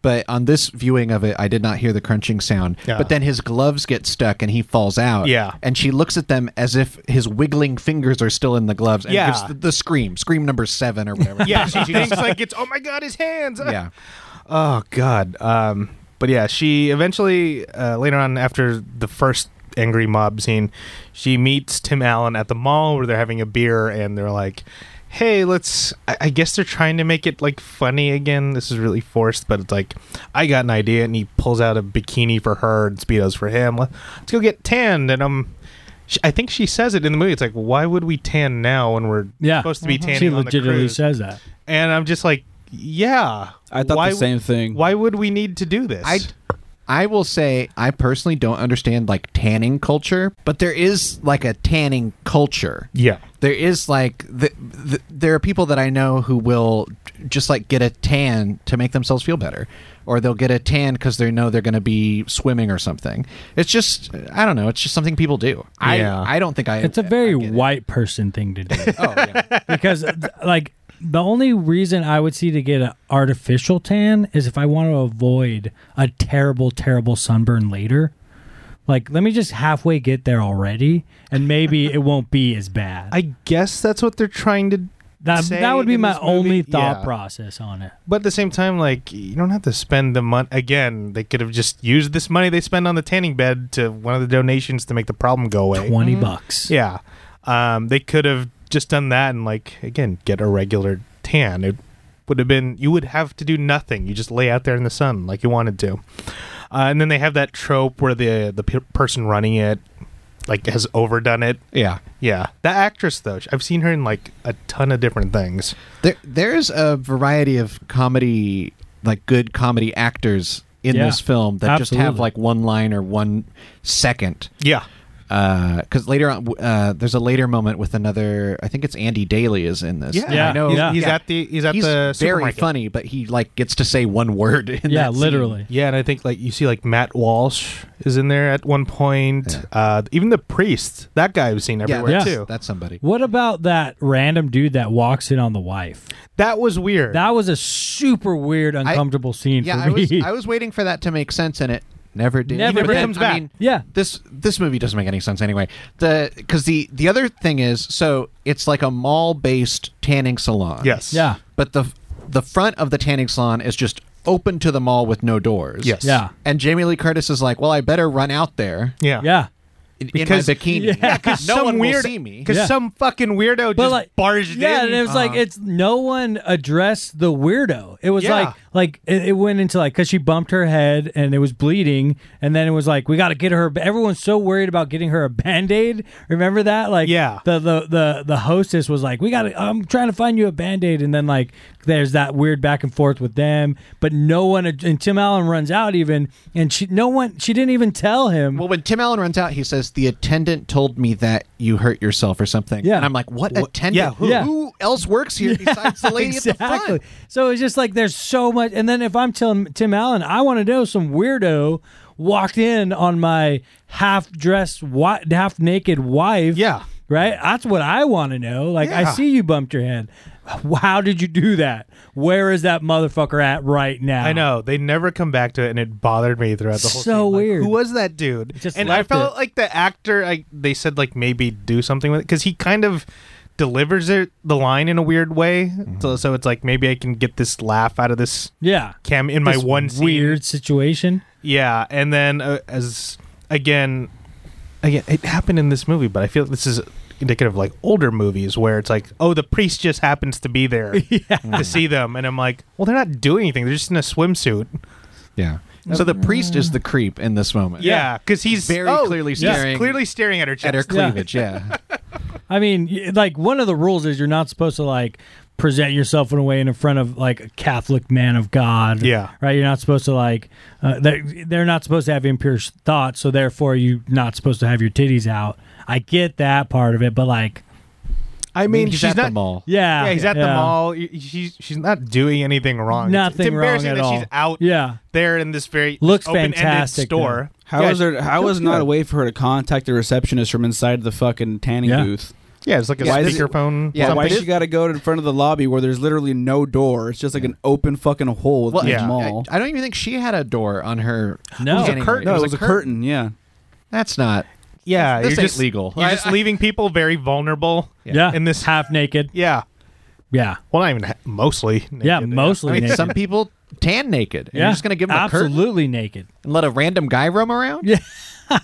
S2: But on this viewing of it, I did not hear the crunching sound.
S1: Yeah.
S2: But then his gloves get stuck and he falls out.
S1: Yeah.
S2: And she looks at them as if his wiggling fingers are still in the gloves and
S1: Yeah.
S2: gives the, the scream, scream number seven or whatever.
S1: yeah, she thinks like it's oh my god, his hands.
S2: yeah.
S1: Oh god. Um. But yeah, she eventually uh, later on after the first angry mob scene, she meets Tim Allen at the mall where they're having a beer and they're like, "Hey, let's." I, I guess they're trying to make it like funny again. This is really forced, but it's like I got an idea, and he pulls out a bikini for her and speedos for him. Let- Let's go get tanned, and um. sh I think she says it in the movie. It's like, why would we tan now when we're
S3: Yeah.
S1: supposed to be tanning
S3: She
S1: on the
S3: legitimately
S1: cruise?
S3: says that.
S1: and I'm just like, yeah.
S4: I thought
S1: why,
S4: the same thing.
S1: Why would we need to do this?
S2: I I will say I personally don't understand like tanning culture, but there is like a tanning culture.
S1: yeah,
S2: there is like the, the, there are people that I know who will j- just like get a tan to make themselves feel better, or they'll get a tan because they know they're going to be swimming or something. It's just I don't know. It's just something people do.
S1: Yeah.
S2: I I don't think I.
S3: It's a
S2: I
S3: very
S2: get it.
S3: white person thing to do.
S2: Oh yeah.
S3: because th- like the only reason I would see to get an artificial tan is if I want to avoid a terrible, terrible sunburn later. Like, let me just halfway get there already, and maybe it won't be as bad.
S1: I guess that's what they're trying to.
S3: that
S1: say
S3: that would be
S1: in
S3: my
S1: this movie-
S3: only thought
S1: yeah.
S3: process on it.
S1: But at the same time, like you don't have to spend the money again. They could have just used this money they spend on the tanning bed to one of the donations to make the problem go away.
S3: 20
S2: Mm-hmm.
S3: bucks.
S1: Yeah, um, they could have just done that and like again get a regular tan. It would have been you would have to do nothing. You just lay out there in the sun like you wanted to. Uh, and then they have that trope where the the pe- person running it like has overdone it.
S2: Yeah.
S1: Yeah, that actress though, sh- I've seen her in like a ton of different things.
S2: There there's a variety of comedy like good comedy actors in
S3: Yeah.
S2: this film that just have
S3: Absolutely.
S2: like one line or one second.
S1: Yeah,
S2: because later on, uh, there's a later moment with another. I think it's Andy Daly is in this. and
S3: Yeah.
S2: I know
S1: he's,
S3: yeah.
S1: he's at the he's at
S2: he's
S1: the
S2: very
S1: supermarket.
S2: funny, but he like gets to say one word. In
S3: yeah,
S2: that scene.
S3: literally.
S1: Yeah, and I think like you see like Matt Walsh is in there at one point. Uh, even the priest, that guy I've seen
S2: Yeah,
S1: everywhere
S2: that's,
S1: too.
S2: that's somebody.
S3: What about that random dude that walks in on the wife?
S1: That was weird.
S3: That was a super weird, uncomfortable scene
S2: Yeah,
S3: for
S2: I
S3: me.
S2: was I was waiting for that to make sense, and it never did.
S3: Never
S2: But
S3: did.
S2: then,
S1: comes
S2: I
S1: back.
S2: mean,
S3: yeah,
S2: this this movie doesn't make any sense anyway. The because the the other thing is so it's like a mall based tanning salon.
S1: yes.
S3: yeah,
S2: but the the front of the tanning salon is just open to the mall with no doors.
S1: Yes.
S3: yeah,
S2: And Jamie Lee Curtis is like, well, I better run out there
S1: Yeah.
S3: yeah.
S2: in, in
S1: Because-
S2: my bikini.
S3: Yeah,
S2: no
S1: some
S2: one
S1: weird,
S2: will see me.
S1: Because
S3: Yeah.
S1: some fucking weirdo
S3: But
S1: just
S3: like,
S1: barged
S3: yeah,
S1: in.
S3: and it was like
S1: Uh-huh.
S3: it's no one addressed the weirdo. It was
S1: Yeah.
S3: like like it, it went into like because she bumped her head and it was bleeding, and then it was like we got to get her. Everyone's so worried about getting her a band aid. Remember that? Like
S1: Yeah.
S3: the the the the hostess was like we got to. I'm trying to find you a band aid, and then like there's that weird back and forth with them, but no one ad- and Tim Allen runs out even, and she no one she didn't even tell him.
S2: well, when Tim Allen runs out, he says the attendant told me that you hurt yourself or something.
S3: Yeah.
S2: and I'm like, what attendant?
S1: yeah, who-
S3: Yeah.
S2: who else works here besides the lady at the front?
S3: So it's just like there's so much. And then if I'm telling Tim Allen, I want to know some weirdo walked in on my half dressed, wi- half naked wife.
S1: Yeah.
S3: Right? That's what I want to know. Like, I
S1: Yeah.
S3: see you bumped your head. How did you do that? Where is that motherfucker at right now?
S1: I know they never come back to it, and it bothered me throughout the whole.
S3: So
S1: thing. Like,
S3: weird.
S1: who was that dude?
S3: Just
S1: and I
S3: left
S1: felt
S3: it.
S1: like the actor. Like they said, like maybe do something with it because he kind of delivers it the line in a weird way.
S2: Mm-hmm.
S1: So, so it's like maybe I can get this laugh out of this
S3: Yeah.
S1: cam in my
S3: This
S1: one scene.
S3: weird situation.
S1: Yeah, and then uh, as again, again, it happened in this movie, but I feel this is indicative of like older movies where it's like, oh, the priest just happens to be there to see them, and I'm like, well, they're not doing anything; they're just in a swimsuit.
S2: Yeah. So the priest is the creep in this moment.
S1: Yeah, because he's
S2: Very
S1: oh,
S2: clearly
S1: he's
S2: staring-
S1: clearly staring at her chest.
S2: At her
S3: Yeah.
S2: cleavage, yeah.
S3: I mean, y- like one of the rules is you're not supposed to like present yourself in a way in front of like a Catholic man of God.
S1: Yeah.
S3: right. You're not supposed to like uh, they're, they're not supposed to have impure s- thoughts, so therefore you're not supposed to have your titties out. I get that part of it, but like,
S1: I mean,
S2: he's
S1: she's
S2: at
S1: not.
S2: the mall.
S3: yeah,
S1: Yeah, he's at the
S3: yeah.
S1: mall. Y- She's she's not doing anything wrong. It's-
S3: Nothing
S1: it's, embarrassing
S3: wrong at
S1: that
S3: all.
S1: she's out
S3: Yeah,
S1: there in this very
S3: Looks
S1: open-ended
S3: fantastic, though.
S1: store.
S4: How
S1: yeah,
S4: was there? How was not
S1: good.
S4: a way for her to contact the receptionist from inside the fucking tanning
S3: Yeah.
S4: booth?
S1: Yeah, it's like a
S4: Why does it-
S1: speakerphone.
S2: Yeah,
S4: Yeah, why
S2: but
S4: she got to go in front of the lobby where there's literally no door? It's just like an open fucking hole with
S2: Well,
S4: the
S1: yeah.
S4: mall.
S2: I, I don't even think she had a door on her.
S3: No. Oh. It was a
S2: tanning
S1: curtain.
S2: room.
S4: no, it was a curtain. Yeah,
S2: That's not.
S1: Yeah,
S2: This
S1: you're
S2: ain't
S1: just,
S2: legal.
S1: You're
S2: I-
S1: just
S2: I-
S1: leaving people very vulnerable.
S3: yeah,
S1: In this,
S3: half naked.
S1: yeah.
S3: Yeah,
S1: Well, not even ha- mostly. Naked,
S3: yeah, mostly
S2: I mean,
S3: naked.
S2: some people tan naked. And
S3: yeah,
S2: You're just going to give them a curtain
S3: absolutely naked.
S2: and let a random guy roam around?
S3: Yeah.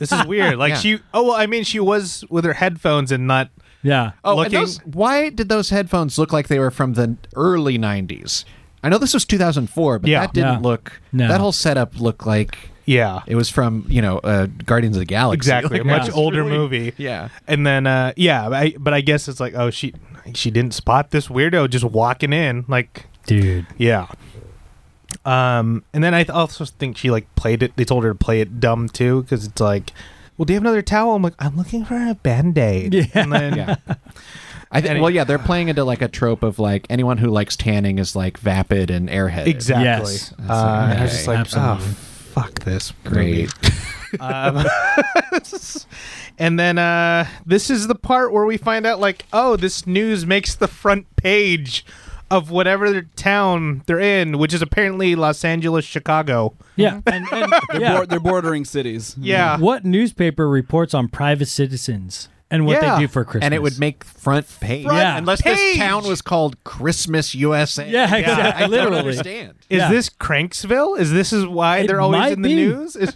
S1: This is weird. Like
S2: Yeah.
S1: she. Oh well, I mean, she was with her headphones and not.
S3: Yeah.
S2: Oh, and
S1: Looking-
S2: those- why did those headphones look like they were from the early 90s? I know this was 2004, but
S1: Yeah.
S2: that didn't
S3: Yeah.
S2: look.
S3: No.
S2: That whole setup looked like
S1: Yeah.
S2: it was from, you know, uh, Guardians of the Galaxy.
S1: Exactly.
S2: Like,
S1: a much
S3: yeah.
S1: older movie.
S2: yeah.
S1: And then, uh, yeah, I, but I guess it's like, oh, she she didn't spot this weirdo just walking in. Like,
S3: Dude.
S1: yeah. Um, and then I th- also think she like played it. They told her to play it dumb too, because it's like, well, do you have another towel? I'm like, I'm looking for a band aid.
S3: Yeah.
S1: And then,
S2: Yeah. I think.
S1: Any-
S2: well, yeah, they're playing into like a trope of like anyone who likes tanning is like vapid and airheaded.
S1: Exactly.
S3: Yes.
S1: Uh, and I was
S2: Okay.
S1: just like,
S3: Absolutely.
S1: oh, fuck this.
S2: Great.
S1: movie. um, and then uh, this is the part where we find out, like, oh, this news makes the front page of whatever town they're in, which is apparently Los Angeles, Chicago.
S3: Yeah. And, and, yeah.
S4: Bor- they're bordering cities.
S1: Yeah.
S3: what newspaper reports on private citizens and what
S1: Yeah.
S3: they do for Christmas?
S2: And it would make front page.
S1: Front
S3: Yeah.
S2: Unless this
S1: page!
S2: town was called Christmas USA.
S3: Yeah,
S2: I
S3: exactly.
S2: don't
S3: Literally.
S2: understand.
S1: Is
S3: Yeah.
S1: this Cranksville? Is this is why
S3: It
S1: they're always
S3: might
S1: in the
S3: be.
S1: news? Is,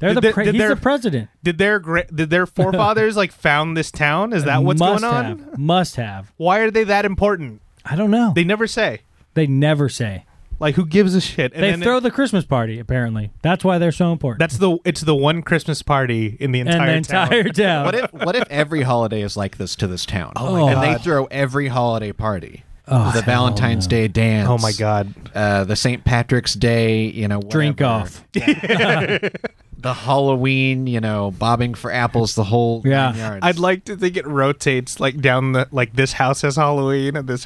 S3: They're the
S1: Did-
S3: pre-
S1: did
S3: he's
S1: there-
S3: the president.
S1: did their gra- did their forefathers like found this town? Is that what's
S3: Must
S1: going on?
S3: Have, must have.
S1: Why are they that important?
S3: I don't know. They,
S1: They never say.
S3: never say.
S1: Like, who gives a shit? And
S3: They
S1: then it-
S3: throw the Christmas party. Apparently, that's why they're so important.
S1: That's the it's the one Christmas party in the
S3: and
S1: entire
S3: the entire
S1: town.
S3: town.
S2: What if what if every holiday is like this to this town?
S3: Oh my
S2: and they
S1: God.
S2: throw every holiday party.
S3: Oh,
S2: the
S3: hell
S2: Valentine's
S3: no.
S2: Day dance.
S1: Oh my god.
S2: Uh, the St. Patrick's Day, you know,
S3: Drink
S2: whatever.
S3: off.
S2: the Halloween, you know, bobbing for apples, the whole
S3: Yeah.
S2: nine yards.
S1: I'd like to think it rotates like down the like this house has Halloween and this.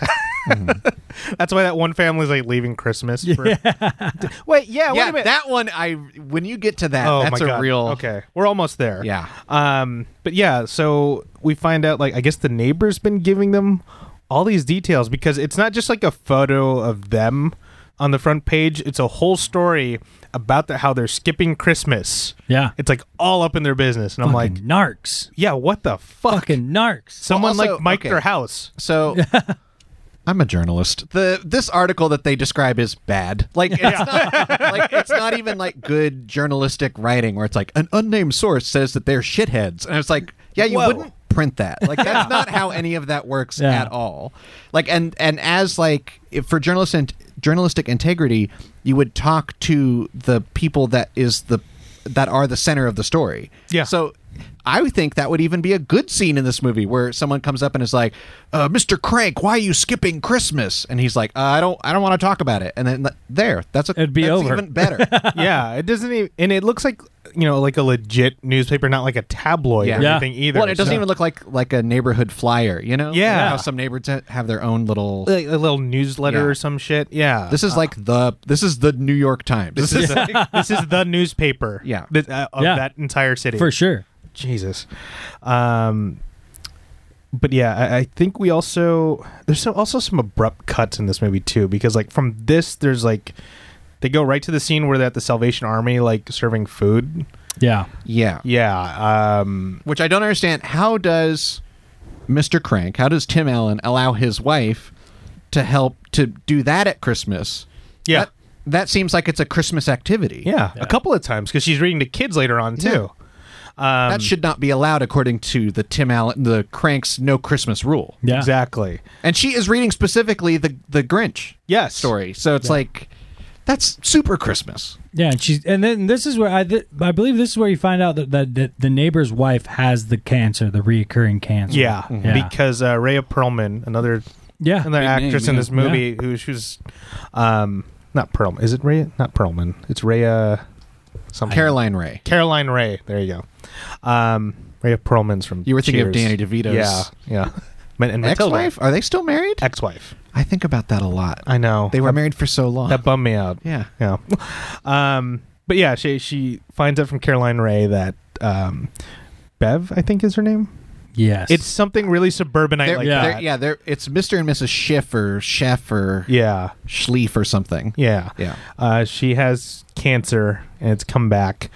S1: That's why that one family's like leaving Christmas. For, Wait, yeah, wait
S2: yeah,
S1: a minute.
S2: that one. I when you get to that,
S1: oh
S2: that's
S1: my
S2: a
S1: god,
S2: real
S1: Okay, we're almost there.
S2: Yeah,
S1: Um, but yeah, so we find out like I guess the neighbor's been giving them all these details because it's not just like a photo of them on the front page; it's a whole story about the, how they're skipping Christmas.
S3: Yeah.
S1: It's like all up in their business, and I'm like,
S3: Fucking narcs.
S1: yeah, what the fuck?
S3: Fucking narcs.
S1: Someone
S2: Well, also-
S1: like mic'd
S2: okay.
S1: their house.
S2: So I'm a journalist. The this article that they describe is bad. Like it's, not, like it's not even like good journalistic writing where it's like an unnamed source says that they're shitheads. And I was like, yeah, you
S1: Whoa.
S2: wouldn't print that. Like that's not how any of that works
S3: Yeah.
S2: at all. Like and and as like if for journalist and journalistic integrity, you would talk to the people that is the that are the center of the story.
S1: Yeah.
S2: So I would think that would even be a good scene in this movie where someone comes up and is like, uh, "Mr. Crank, why are you skipping Christmas?" And he's like, uh, "I don't, I don't want to talk about it." And then like, there, that's a,
S3: It'd be
S2: that's
S3: over.
S2: even better.
S1: yeah, it doesn't even, and it looks like you know, like a legit newspaper, not like a tabloid
S2: Yeah.
S1: or
S3: Yeah.
S1: anything either.
S2: well, and it doesn't
S1: so-
S2: even look like like a neighborhood flyer, you know?
S1: Yeah.
S2: Like how some neighborhoods have their own little.
S1: like a little newsletter
S2: Yeah.
S1: or some shit. Yeah,
S2: This is like the this is the New York Times.
S1: This is this is the newspaper.
S2: Yeah.
S1: th- uh, of
S3: Yeah.
S1: that entire city.
S3: For sure.
S1: Jesus. Um, but yeah, I, I think we also there's some, also some abrupt cuts in this movie too because like from this there's like they go right to the scene where they're at the Salvation Army like serving food.
S3: Yeah.
S2: yeah.
S1: Yeah. Um,
S2: which I don't understand. How does Mr. Crank, how does Tim Allen allow his wife to help to do that at Christmas?
S1: Yeah.
S2: That, that seems like it's a Christmas activity.
S1: yeah,
S3: Yeah.
S1: a couple of times because she's reading to kids later on too. Um,
S2: That should not be allowed according to the Tim Allen, the Crank's no Christmas rule.
S3: Yeah.
S1: exactly.
S2: And she is reading specifically the, the Grinch
S1: Yes.
S2: story. So it's like, that's super Christmas.
S3: Yeah, and she's and then this is where I th- I believe this is where you find out that, that, that the neighbor's wife has the cancer, the reoccurring
S2: Mm-hmm.
S3: cancer.
S1: Yeah,
S3: Yeah.
S1: because uh, Rhea Perlman, another
S3: yeah,
S1: another
S4: Big name,
S1: actress in
S4: yeah.
S1: this movie, who she's um, not Perlman. Is it Rhea? Not Perlman. It's Rhea. Something.
S2: Caroline Ray.
S1: Caroline Ray. There you go. Um, Rhea Perlman's from.
S2: You were thinking of
S1: Cheers.
S2: Danny DeVito's
S1: Yeah, yeah. Men- and Matilda.
S2: Ex-wife? Are they still married?
S1: Ex-wife.
S2: I think about that a lot.
S1: I know
S2: They were married for so long.
S1: That bummed me out.
S2: yeah.
S1: Yeah. Um, but yeah, she she finds out from Caroline Ray that um, Bev, I think is her name.
S3: yes,
S1: It's something really suburbanite
S2: They're-
S1: like
S3: yeah.
S2: they're-
S1: that.
S2: yeah, they're, it's Mr. and Mrs. Schiff or Chef or
S1: Yeah.
S2: Schlief or something.
S1: Yeah.
S2: Yeah.
S1: Uh, she has cancer and it's come back.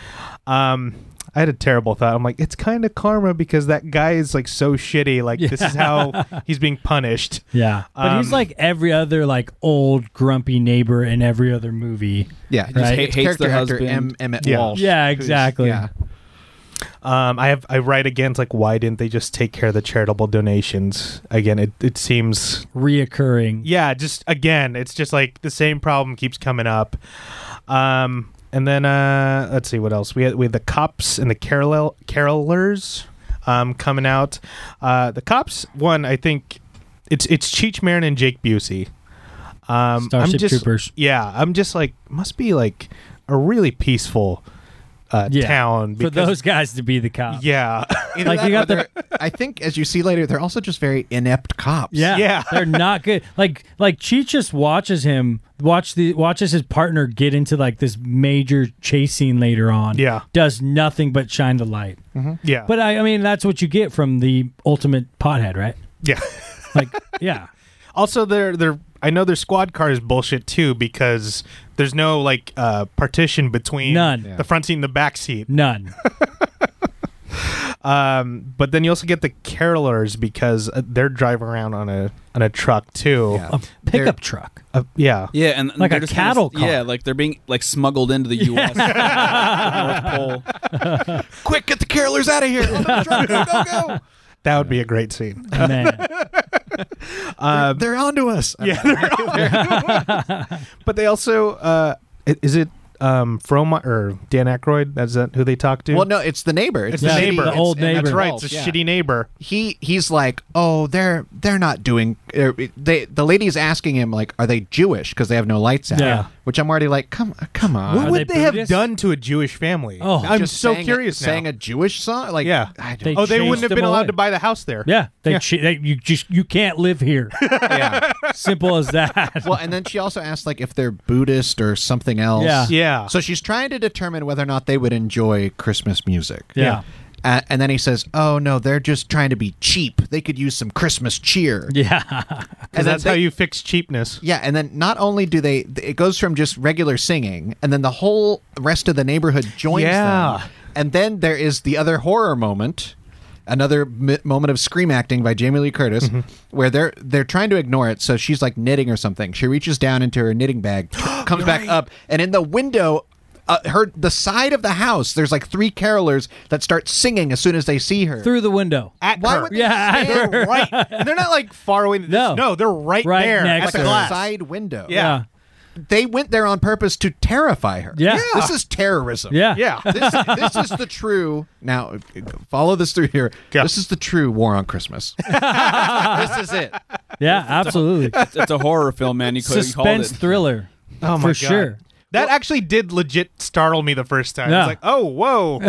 S1: Um, I had a terrible thought. I'm like, it's kind of karma because that guy is like so shitty. Like this is how he's being punished.
S3: yeah, but he's
S1: um,
S3: like every other like old grumpy neighbor in every other movie.
S2: Yeah. Just
S3: Right.
S2: hates,
S4: Hates
S2: character
S4: their
S2: actor
S4: husband.
S2: M. Emmett
S1: Yeah.
S2: Walsh.
S3: Yeah,
S2: who's-
S3: exactly.
S2: Yeah.
S1: Um, I have I write again. It's like, why didn't they just take care of the charitable donations? Again, it it seems
S3: Reoccurring.
S1: yeah. Just again, it's just like the same problem keeps coming up. Um, and then uh, let's see what else we had. We had the cops and the carol carolers um, coming out. Uh, the cops one, I think it's it's Cheech Marin and Jake Busey. Um,
S3: Starship
S1: I'm just,
S3: Troopers.
S1: Yeah, I'm just like must be like a really peaceful uh,
S3: Yeah.
S1: town
S3: For those guys to be the cop.
S1: Yeah,
S2: Either
S3: Like,
S2: that
S3: you got
S2: or they're- I think, as you see later, they're also just very inept cops.
S3: Yeah,
S1: Yeah.
S3: they're not good. Like, like Cheech just watches him watch the watches his partner get into like this major chase scene later on.
S1: Yeah.
S3: does nothing but shine the light.
S1: yeah,
S3: But I, I mean, that's what you get from the ultimate pothead, right?
S1: yeah.
S3: Like, yeah,
S1: Also, their their I know their squad car is bullshit too because there's no like uh, partition between
S3: None.
S1: the front seat and the back seat.
S3: none.
S1: Um, but then you also get the carolers because uh, they're driving around on a on a truck too.
S2: Yeah.
S3: A
S2: They're-
S3: pickup truck.
S1: Uh, yeah.
S4: Yeah, and and
S3: Like
S4: they're
S3: a
S4: just kinda-
S3: cattle car.
S4: Yeah, like they're being like smuggled into the U.S. North Pole.
S2: Quick, get the carolers out of here. Trucks, go, go.
S1: that would be a great scene.
S3: Man,
S2: They're, they're onto us.
S1: Um, Yeah, they're all there. but they also uh, i- is it um, From or Dan Aykroyd? That's that who they talk to?
S2: Well, no, it's the neighbor.
S1: It's
S2: It's,
S1: the
S2: shitty-
S1: neighbor. Oh,
S3: The old
S2: it's- and
S1: that's
S3: neighbor.
S1: right. It's a
S2: Yeah.
S1: shitty neighbor.
S2: He he's like, oh, they're they're not doing er, they the lady's asking him like, are they Jewish? Because they have no lights out.
S3: Yeah.
S2: Which I'm already like, come come on.
S1: What
S3: Are
S1: would
S3: they
S1: they, have
S3: Buddhist?
S1: done to a Jewish family?
S3: Oh.
S1: I'm
S2: Just
S1: so
S2: sang a-
S1: curious now.
S2: Sang a Jewish song, like
S1: Yeah.
S2: I
S3: They-
S2: don't,
S1: oh, they
S3: chased
S1: wouldn't have
S3: them
S1: been
S3: away.
S1: allowed to buy the house there.
S3: Yeah, they, che- they you just you can't live here.
S1: yeah,
S3: Simple as that.
S2: well, and then she also asked like if they're Buddhist or something else.
S3: Yeah.
S1: yeah.
S2: So she's trying to determine whether or not they would enjoy Christmas music.
S3: Yeah.
S2: Uh, and then he says, "Oh no, they're just trying to be cheap. They could use some Christmas cheer."
S3: yeah,
S1: because
S2: And then
S1: that's
S2: they-
S1: how you fix cheapness.
S2: Yeah, and then not only do they, it goes from just regular singing, and then the whole rest of the neighborhood joins
S1: Yeah.
S2: them. And then there is the other horror moment, another mi moment of scream acting by Jamie Lee Curtis,
S1: Mm-hmm.
S2: where they're they're trying to ignore it. So she's like knitting or something. She reaches down into her knitting bag, comes back up, and in the window. Uh, her the side of the house. There's like three carolers that start singing as soon as they see her.
S3: through the window.
S1: At
S2: Why
S1: her.
S2: would they
S3: Yeah, at
S2: stand
S1: they're right. And they're not like far away.
S3: No.
S1: no, they're right,
S3: Right
S1: there
S3: next
S1: at
S2: like
S1: the
S3: to
S2: a
S3: her.
S1: glass.
S2: side window?
S1: Yeah.
S2: they went there on purpose to terrify her.
S3: Yeah.
S2: This is terrorism.
S3: yeah,
S1: Yeah.
S2: this, this is the true. Now, follow this through here.
S1: Go.
S2: This is the true war on Christmas. this is it.
S3: yeah, absolutely.
S4: It's, it's a horror film, man. You clearly called
S3: Suspense
S4: it.
S3: thriller.
S1: Oh
S3: for sure.
S1: That actually did legit startle me the first time.
S3: Yeah.
S1: It's like, oh, whoa.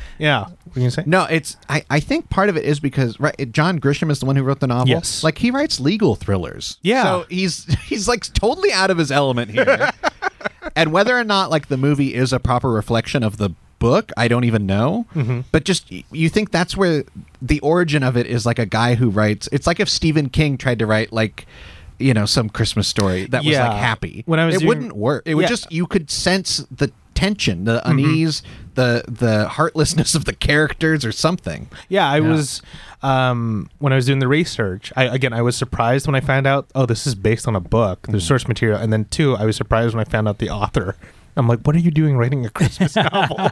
S1: yeah. What you say?
S2: No, it's. I, I think part of it is because right, it- John Grisham is the one who wrote the novel.
S1: Yes.
S2: Like he writes legal thrillers.
S1: Yeah.
S2: So he's he's like totally out of his element here. and whether or not like the movie is a proper reflection of the book, I don't even know.
S1: Mm-hmm.
S2: But just y- you think that's where the origin of it is like a guy who writes. It's like if Stephen King tried to write like. You know, some Christmas story that was
S1: Yeah.
S2: like happy.
S1: When I was
S2: it
S1: doing-
S2: wouldn't work. It would
S1: Yeah.
S2: just you could sense the tension,
S3: Mm-hmm.
S2: the unease, the the heartlessness of the characters or something.
S1: Yeah, I was um, when I was doing the research. I again, I was surprised when I found out. Oh, this is based on a book.
S3: Mm.
S1: There's source material, and then two, I was surprised when I found out the author. I'm like, what are you doing writing a Christmas novel?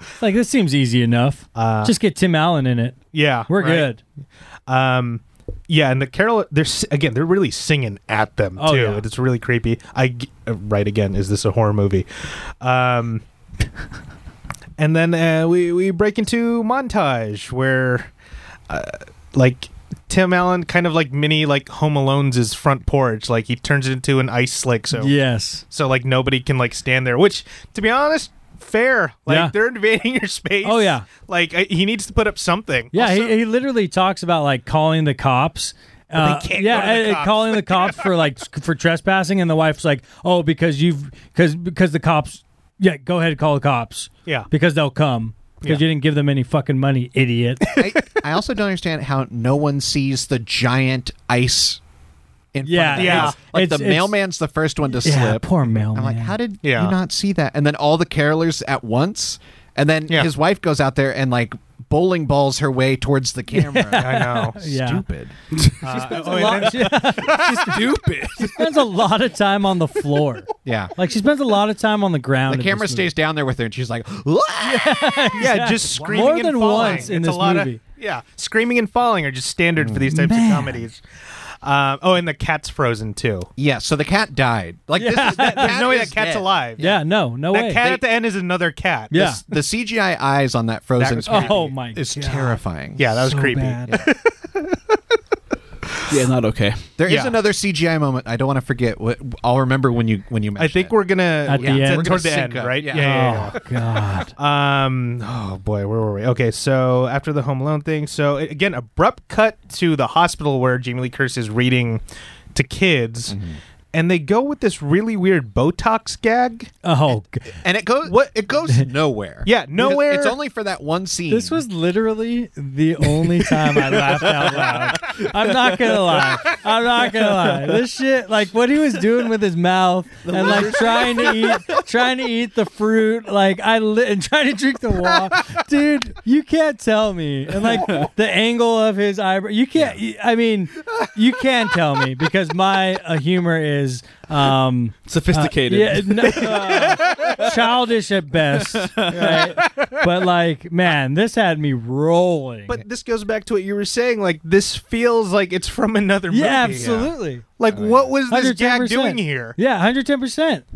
S3: It's Like this seems easy enough.
S1: Uh,
S3: Just get Tim Allen in it.
S1: yeah,
S3: We're
S1: right.
S3: good.
S1: Um, yeah, and the Carol, they're s- again, they're really singing at them
S3: Oh,
S1: too.
S3: yeah.
S1: It's really creepy. I g- uh, right again, is this a horror movie? Um, and then uh, we we break into montage where, uh, like. Tim Allen kind of like mini like Home Alone's his front porch like he turns it into an ice slick so
S3: Yes.
S1: so like nobody can like stand there which to be honest fair like
S3: Yeah.
S1: they're invading your space
S3: Oh, yeah.
S1: like I, he needs to put up something
S3: Yeah,
S1: Also-
S3: he, he literally talks about like calling the cops. Uh,
S1: can't
S3: yeah,
S1: go to the
S3: and- and
S1: cops.
S3: calling the cops for like sc- for trespassing, and the wife's like, "Oh, because you've because because the cops, yeah, go ahead and call the cops
S1: yeah
S3: because they'll come because
S1: Yeah.
S3: you didn't give them any fucking money, idiot."
S2: I, I also don't understand how no one sees the giant ice in
S3: Yeah,
S2: front of the
S1: yeah.
S2: house. Like
S3: It's-
S2: the
S3: it's-
S2: mailman's the first one to
S3: yeah,
S2: slip.
S3: poor mailman.
S2: I'm like, how did
S1: Yeah.
S2: you not see that? And then all the carolers at once. And then
S1: Yeah.
S2: his wife goes out there and like bowling balls her way towards the camera.
S1: I know.
S3: yeah.
S2: Stupid.
S1: Uh,
S3: A lot- she,
S4: Stupid.
S3: spends a lot of time on the floor.
S2: Yeah.
S3: Like she spends a lot of time on the
S2: the
S3: ground. in this
S2: camera
S3: movie.
S2: stays down there with her and she's like,
S1: yeah, just
S3: Wow.
S1: screaming
S3: More
S1: and
S3: than
S1: falling.
S3: once in
S1: It's
S3: this
S1: a lot Of,
S3: movie.
S1: yeah, screaming and falling are just standard for these types
S3: Man.
S1: of comedies. Um, oh, and the cat's frozen too.
S2: Yeah, so the cat died. Like this is that
S1: There's
S2: cat
S1: no way
S2: is
S1: that cat's
S2: dead.
S1: alive.
S3: Yeah, no, no
S1: that
S3: way.
S1: cat
S2: They-
S1: at the end is another cat.
S3: Yeah.
S1: This-
S2: The CGI eyes on that
S1: That
S2: frozen
S1: was
S2: cat
S3: oh my Oh,
S2: is
S3: god.
S2: terrifying.
S1: yeah, that was
S3: So
S1: creepy.
S3: bad.
S4: yeah, not okay.
S3: Uh,
S2: There is
S1: Yeah.
S2: another CGI moment. I don't want to forget. What I'll remember when you when you.
S1: I
S2: Mention
S1: think
S2: it.
S1: we're gonna
S3: At
S1: yeah,
S3: the
S1: it's toward
S3: end.
S2: We're
S1: the
S2: gonna
S1: end,
S2: sync up.
S1: right?
S2: Yeah.
S3: Oh god.
S1: Um. Oh boy, where were we? Okay, so after the Home Alone thing, so a- again, abrupt cut to the hospital where Jamie Lee Curtis is reading to kids,
S2: Mm-hmm.
S1: and they go with this really weird Botox gag.
S3: Oh. God.
S2: and it goes. What it goes nowhere.
S1: Yeah,
S2: Because
S1: nowhere.
S2: It's only for that one scene.
S3: This was literally the only time I laughed out loud. I'm not gonna lie. I'm not gonna lie. This shit, like what he was doing with his mouth and like trying to eat, trying to eat the fruit, like I li- and trying to drink the water, dude. You can't tell me, and like the angle of his eyebrow. You can't. I mean, you can tell me because my uh, humor is. um
S4: Sophisticated.
S3: yeah, no, uh, childish at best. right? But like, man, this had me rolling.
S1: But this goes back to what you were saying. Like this feels like it's from another movie.
S3: yeah, absolutely.
S1: Like what was this gag
S3: 110%.
S1: doing here?
S3: Yeah, hundred ten percent.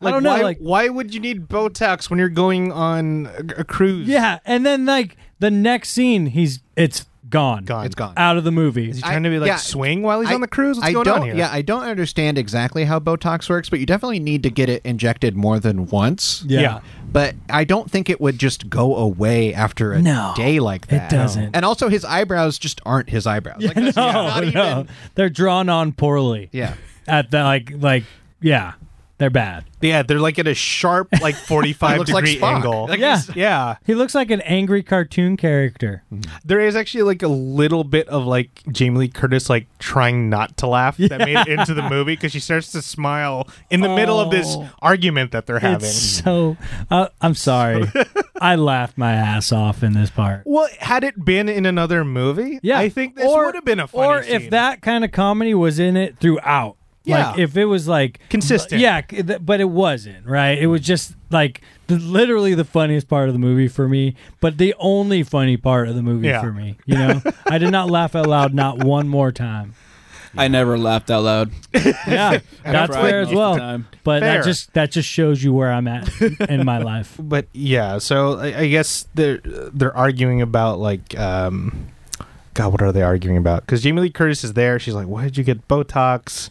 S1: Like
S3: I don't know.
S1: why?
S3: like,
S1: why would you need Botox when you're going on a, a cruise?
S3: yeah, and then like the next scene, he's it's gone,
S1: Gone.
S2: It's gone.
S3: out of the movie.
S1: Is he
S2: I-
S1: trying to be like
S2: yeah,
S1: swing while he's
S2: I-
S1: on the cruise? What's
S2: I
S1: going
S2: don't,
S1: on here?
S2: Yeah, I don't understand exactly how Botox works, but you definitely need to get it injected more than once.
S3: Yeah.
S2: But I don't think it would just go away after a
S3: No,
S2: day like
S3: it
S2: that.
S3: doesn't.
S2: And also, his eyebrows just aren't his eyebrows. Like, that's
S3: no,
S2: not even-
S3: no, they're drawn on poorly.
S2: Yeah.
S3: at the like, like, yeah, they're bad.
S1: Yeah, they're like at a sharp like forty
S2: It
S1: five
S2: looks like
S1: degree
S2: Spock.
S1: angle.
S2: Like,
S3: Yeah.
S2: he's-
S1: yeah,
S3: He looks like an angry cartoon character.
S1: there is actually like a little bit of like Jamie Lee Curtis like trying not to laugh that made it into the movie because she starts to smile in the middle of this
S3: Oh.
S1: argument that they're having.
S3: It's so. Uh, I'm sorry, I laughed my ass off in this part.
S1: Well, had it been in another movie,
S3: Yeah,
S1: I think this
S3: Or-
S1: would have been a funny
S3: Or
S1: scene.
S3: if that kind of comedy was in it throughout. Like
S1: Yeah.
S3: if it was like
S1: Consistent.
S3: yeah, c- th- but it wasn't right. It was just like the, literally the funniest part of the movie for me, but the only funny part of the movie
S1: Yeah.
S3: for me. You know, I did not laugh out loud not one more time.
S4: I never laughed out loud.
S3: Yeah, that's
S4: cried
S3: fair as
S4: most of the
S3: well.
S4: time.
S3: But
S1: Fair.
S3: that just that just shows you where I'm at in my life.
S1: but yeah, so I, I guess they're they're arguing about like um, God, what are they arguing about? Because Jamie Lee Curtis is there. She's like, "Why did you get Botox?"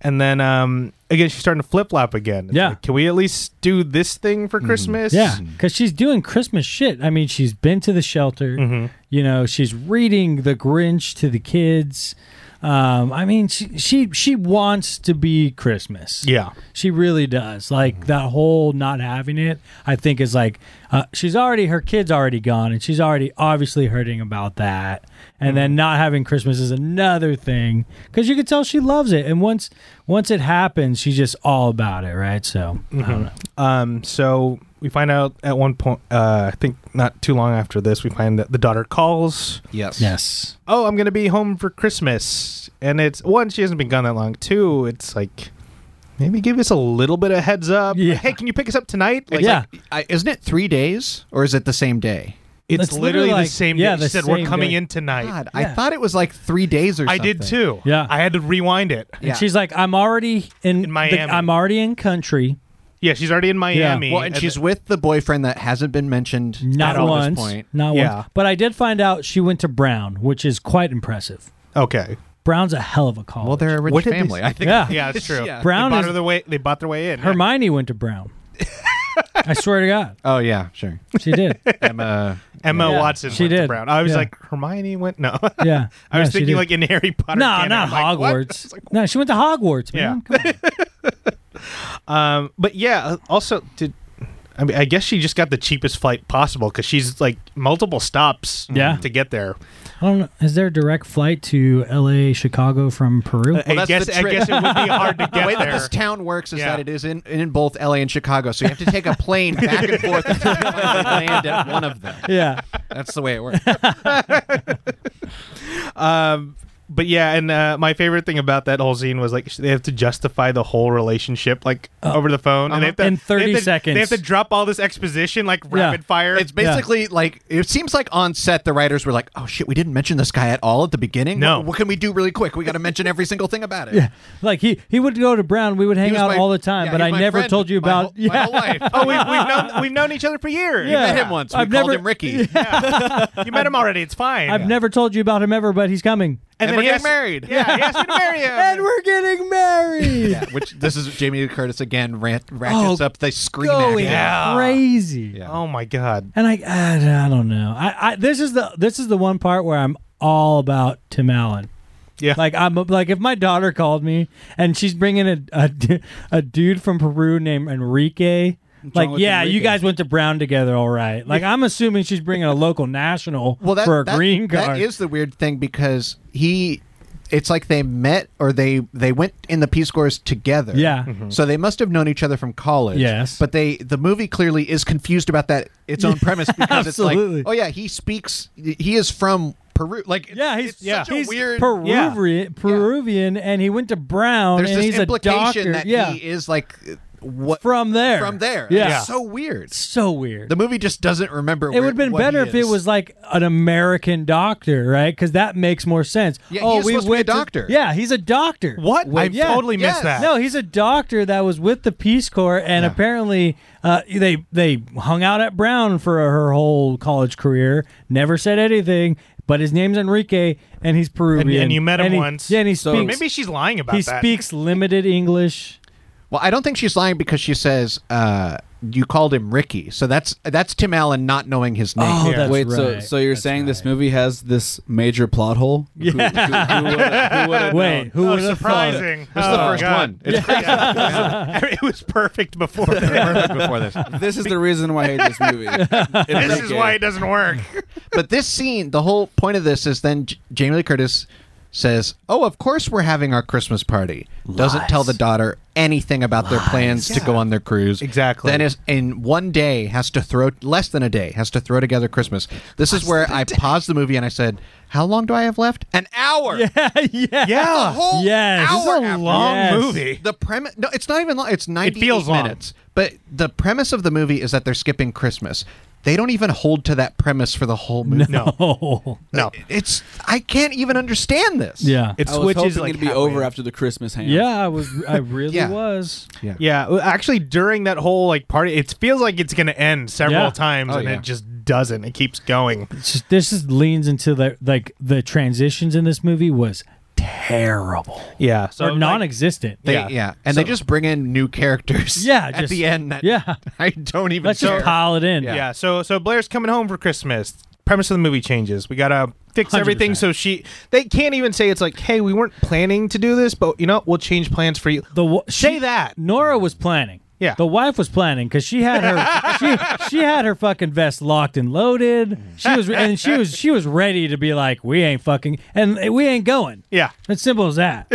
S1: And then um, again, she's starting to flip flop again. It's
S3: Yeah.
S1: like, can we at least do this thing for Christmas?
S3: Yeah, because she's doing Christmas shit. I mean, she's been to the shelter.
S1: Mm-hmm.
S3: You know, she's reading The Grinch to the kids. Um, I mean, she, she she wants to be Christmas.
S1: yeah, Mm-hmm.
S3: She really does. Like that whole not having it, I think is like uh, she's already her kids already gone, and she's already obviously hurting about that. And
S1: Mm-hmm.
S3: then not having Christmas is another thing because you can tell she loves it, and once once it happens, she's just all about it, right? So I don't know.
S1: Um, so we find out at one point. Uh, I think not too long after this, we find that the daughter calls.
S2: Yes.
S3: Yes.
S1: oh, I'm gonna be home for Christmas, and it's one, she hasn't been gone that long. Two, it's like maybe give us a little bit of heads up.
S3: Yeah.
S1: hey, can you pick us up tonight? Like,
S3: yeah.
S2: I, isn't it three days or is it the same day?
S1: it's,
S3: It's
S1: literally,
S3: literally like-
S1: the same.
S3: yeah,
S1: day.
S3: the
S1: She said
S3: same
S1: we're coming
S3: day.
S1: in tonight.
S2: God, I
S3: Yeah.
S2: thought it was like three days or
S1: I
S2: something.
S1: did too.
S3: Yeah.
S1: I had to rewind it.
S2: Yeah.
S3: And she's like, I'm already in,
S1: In Miami.
S3: the- I'm already in country.
S1: Yeah, she's already in Miami.
S2: Well, and she's with the boyfriend that hasn't been mentioned
S3: Not
S2: at all
S3: once.
S2: this point.
S3: Not
S1: Yeah.
S3: once. But I did find out she went to Brown, which is quite impressive.
S1: okay.
S3: Brown's a hell of a college.
S2: Well, they're a rich
S1: What did they
S2: family.
S1: say?
S2: I think.
S3: yeah.
S1: Yeah, it's true.
S2: Yeah.
S3: Brown
S1: they bought
S3: is-
S1: her the way they bought their way in. yeah.
S3: Hermione went to Brown. I swear to God,
S2: Oh yeah, sure.
S3: she did.
S2: Emma.
S1: Emma
S3: Yeah.
S1: Watson.
S3: She
S1: went to
S3: did.
S1: Brown. I was
S3: Yeah.
S1: like Hermione went. No,
S3: Yeah,
S1: I was
S3: Yeah, she
S1: thinking
S3: did.
S1: like in Harry Potter.
S3: no,
S1: canon.
S3: not
S1: I'm like, what?
S3: Hogwarts. no, she went to Hogwarts. Man. Come on.
S1: Um, but yeah, also did. I mean, I guess she just got the cheapest flight possible because she's like multiple stops
S3: Yeah.
S1: to get there.
S3: I don't know. Is there a direct flight to L.A. Chicago from Peru?
S1: I
S2: that's
S1: guess
S2: the
S1: I
S2: trick.
S1: guess it would be hard to
S2: The
S1: get
S2: way that
S1: there.
S2: this town works is
S1: Yeah.
S2: that it is in, in both LA and Chicago, so you have to take a plane back and forth until you finally land at one of them.
S3: yeah,
S2: That's the way it works.
S1: Um, but yeah, and uh, my favorite thing about that whole scene was like they have to justify the whole relationship like over the phone, and they have to,
S3: Uh, In
S1: they have
S3: 30
S1: to-
S3: seconds.
S1: They have to drop all this exposition like rapid fire.
S2: It's basically like it seems like on set the writers were like, "Oh shit, we didn't mention this guy at all at the beginning.
S1: No.
S2: what, what can we do really quick? We got to mention every single thing about it."
S3: yeah. Like he he would go to Brown. We would
S2: He
S3: hang
S2: was
S3: out
S2: my-
S3: all the time,
S2: yeah,
S3: but
S2: he
S3: I
S2: was my
S3: never
S2: friend
S3: told you
S2: my
S3: about.
S2: whole-
S3: yeah,
S2: my whole life.
S1: oh, we've, we've known we've known each other for years.
S3: Yeah.
S2: met him once. We
S3: I've
S2: called
S3: never-
S2: him Ricky.
S1: You met him already. It's fine.
S3: I've never told you about him ever, but he's coming.
S1: and
S2: And
S1: then
S2: we're
S1: he
S2: getting
S1: asked-
S2: married.
S1: Yeah, he asked me to marry him.
S3: And we're getting married.
S2: Yeah, which this is Jamie Lee Curtis again rant, ratchets
S3: Oh,
S2: up the scream
S3: Going
S2: action.
S1: Yeah.
S3: crazy.
S2: Yeah.
S1: Oh my god.
S3: And I, I, I don't know. I, I this is the this is the one part where I'm all about Tim Allen.
S1: Yeah.
S3: Like I'm like if my daughter called me and she's bringing a a, du- a dude from Peru named Enrique. Like
S4: wrong with
S3: yeah, you
S4: Enrique?
S3: guys went to Brown together, all right. Like I'm assuming she's bringing a local national
S2: Well, that,
S3: for a
S2: that-
S3: green card.
S2: That is the weird thing because he, it's like they met or they they went in the Peace Corps together.
S3: Yeah. Mhm.
S2: So they must have known each other from college.
S3: Yes.
S2: But they the movie clearly is confused about that its own premise because it's like,
S3: absolutely.
S2: oh yeah, he speaks. He is from Peru. Like it's-
S3: yeah, he's
S2: it's such a
S3: he's
S2: weird.
S3: Peruvian, Peruvian, and he went to Brown,
S2: there's
S3: and
S2: this
S3: he's a
S2: implication
S3: doctor.
S2: that
S3: yeah,
S2: he is like what
S3: from there,
S2: from there.
S3: Yeah,
S2: It's so weird.
S3: so weird.
S2: The movie just doesn't remember.
S3: It would have been better if it was like an American doctor, right? Because that makes more sense.
S2: Yeah, he
S3: oh,
S2: is
S3: we
S2: supposed to be a
S3: went
S2: doctor.
S3: yeah, he's a doctor.
S1: What? I
S3: yeah.
S1: totally
S2: Yes.
S1: missed that.
S3: No, he's a doctor that was with the Peace Corps, and
S2: Yeah.
S3: apparently uh, they they hung out at Brown for her whole college career. Never said anything. but his name's Enrique and he's Peruvian.
S1: and you met him
S3: he-
S1: once.
S3: Yeah, and he
S4: So-
S3: speaks.
S1: Maybe she's lying about
S3: he
S1: that.
S3: speaks limited English.
S2: Well, I don't think she's lying because she says uh, you called him Ricky. So that's that's Tim Allen not knowing his name.
S1: Yeah. that's
S4: Wait, so
S3: right.
S4: so you're
S3: That's
S4: saying this
S3: right.
S4: movie has this major plot hole? Yeah. Who, would've- who
S3: Wait, who
S1: Oh,
S3: would have thought?
S1: surprising!
S2: This is the first one. It's
S1: it was perfect before. this
S2: perfect before this.
S4: would've- this is the reason why I hate this movie.
S1: is why it doesn't work.
S2: But this scene, the whole point of this is then J- Jamie Lee Curtis says, "Oh, of course we're having our Christmas party." Doesn't tell the daughter anything about their plans to go on their cruise.
S1: Exactly.
S2: Then is in one day has to throw less than a day has to throw together Christmas. This is where I paused the movie and I said, "How long do I have left?" An hour.
S3: Yeah, yeah,
S2: A
S1: Yeah,
S2: whole
S3: Yes. This is
S2: hour
S3: a
S2: after.
S1: long
S3: Yes.
S1: movie.
S2: The premise? No, it's not even long. It's ninety
S1: feels long.
S2: minutes. But the premise of the movie is that they're skipping Christmas. They don't even hold to that premise for the whole movie.
S1: No,
S3: Oh,
S1: no.
S2: It's I can't even understand this.
S3: yeah,
S1: It
S4: I was hoping
S1: switches like
S4: it'd be
S1: halfway.
S4: over after the Christmas ham.
S3: yeah. I was, I really
S2: Yeah.
S3: was.
S2: yeah.
S1: Yeah, well, actually, during that whole like party, it feels like it's going to end several
S3: Yeah.
S1: times,
S2: Oh,
S1: and
S2: yeah.
S1: it just doesn't. It keeps going.
S3: It's just, this just leans into the like the transitions in this movie was terrible
S1: Yeah, so
S3: or
S1: like,
S3: non-existent.
S2: They,
S1: Yeah.
S2: yeah. And they just bring in new characters.
S3: Yeah,
S2: at
S3: just-
S2: the end. That
S3: yeah,
S2: I don't even.
S3: let's just
S2: care.
S3: pile it in.
S1: yeah. so so Blair's coming home for Christmas. Premise of the movie changes. We gotta fix
S3: 100%.
S1: everything so she they can't even say it's like, hey, we weren't planning to do this, but you know, we'll change plans for you.
S3: The wa-
S1: say
S3: she-
S1: that.
S3: Nora was planning.
S1: Yeah.
S3: the wife was planning because she had her she she had her fucking vest locked and loaded. She was and she was she was ready to be like, we ain't fucking and we ain't going.
S1: Yeah.
S3: It's simple as that.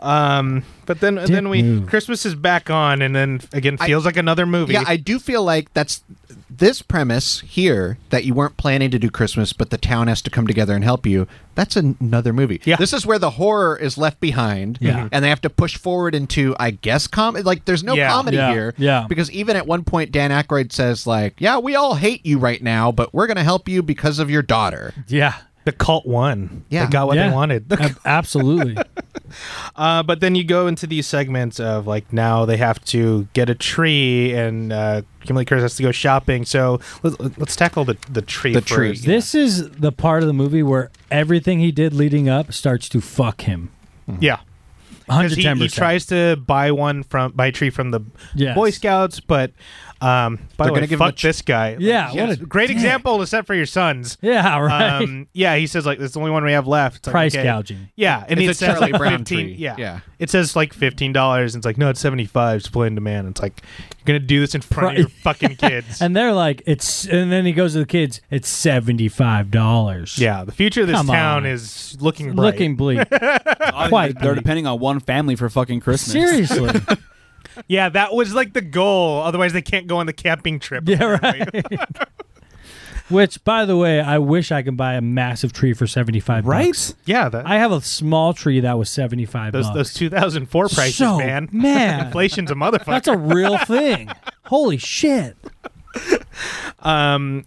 S1: Um. But then then we
S3: move.
S1: Christmas is back on, and then again
S2: I-
S1: feels like another movie.
S2: Yeah, I do feel like that's this premise here that you weren't planning to do Christmas, but the town has to come together and help you. That's an- another movie.
S1: Yeah.
S2: This is where the horror is left behind.
S3: Yeah.
S2: And they have to push forward into, I guess, comedy. Like, there's no
S1: Yeah.
S2: comedy
S3: Yeah.
S2: here.
S3: Yeah.
S2: Because even at one point, Dan Aykroyd says, like, yeah, we all hate you right now, but we're going to help you because of your daughter.
S3: yeah.
S1: the cult won.
S2: Yeah.
S1: they got what
S3: Yeah.
S1: they wanted.
S3: Ab- absolutely.
S1: Uh, but then you go into these segments of like now they have to get a tree, and uh, Kimberly Curtis has to go shopping. So let's, let's tackle the the tree.
S2: The
S1: first.
S2: tree.
S3: This is the part of the movie where everything he did leading up starts to fuck him.
S1: yeah. 'Cause he,
S3: 110%.
S1: he tries to buy one from buy a tree from the
S3: Yes.
S1: Boy Scouts, but um, by
S2: They're
S1: the way,
S2: gonna give him
S1: fuck
S2: a tr-
S1: this guy. Like,
S3: Yeah,
S1: yes,
S3: what a
S1: great
S3: dick.
S1: example to set for your sons.
S3: Yeah, right.
S1: Um, yeah, he says like it's the only one we have left. It's like,
S3: Price
S1: okay.
S3: gouging.
S1: Yeah, and
S2: It's
S1: it
S2: a
S1: says
S2: Charlie
S1: like
S2: Brown
S1: 15,
S2: tree.
S1: Yeah.
S2: Yeah.
S1: it says like fifteen dollars, and it's like no, it's seventy five. Supply and demand. It's like you're gonna do this in front
S3: Pri-
S1: of your fucking kids.
S3: And they're like, it's, and then he goes to the kids, it's $75.
S1: yeah, the future of this
S3: Come
S1: town
S3: on.
S1: is looking bright.
S3: Looking bleak.
S4: Quite.
S3: Quite
S4: They're
S3: bleak.
S4: depending on one family for fucking Christmas.
S3: Seriously.
S1: Yeah, that was like the goal. Otherwise, they can't go on the camping trip.
S3: Yeah,
S1: apparently.
S3: Which, by the way, I wish I could buy a massive tree for 75 bucks.
S4: Right?
S1: Yeah, that,
S3: I have a small tree that was 75
S1: those
S3: bucks.
S1: those 2004 prices,
S3: So,
S1: man.
S3: man.
S1: inflation's a motherfucker.
S3: That's a real thing. Holy shit.
S1: um,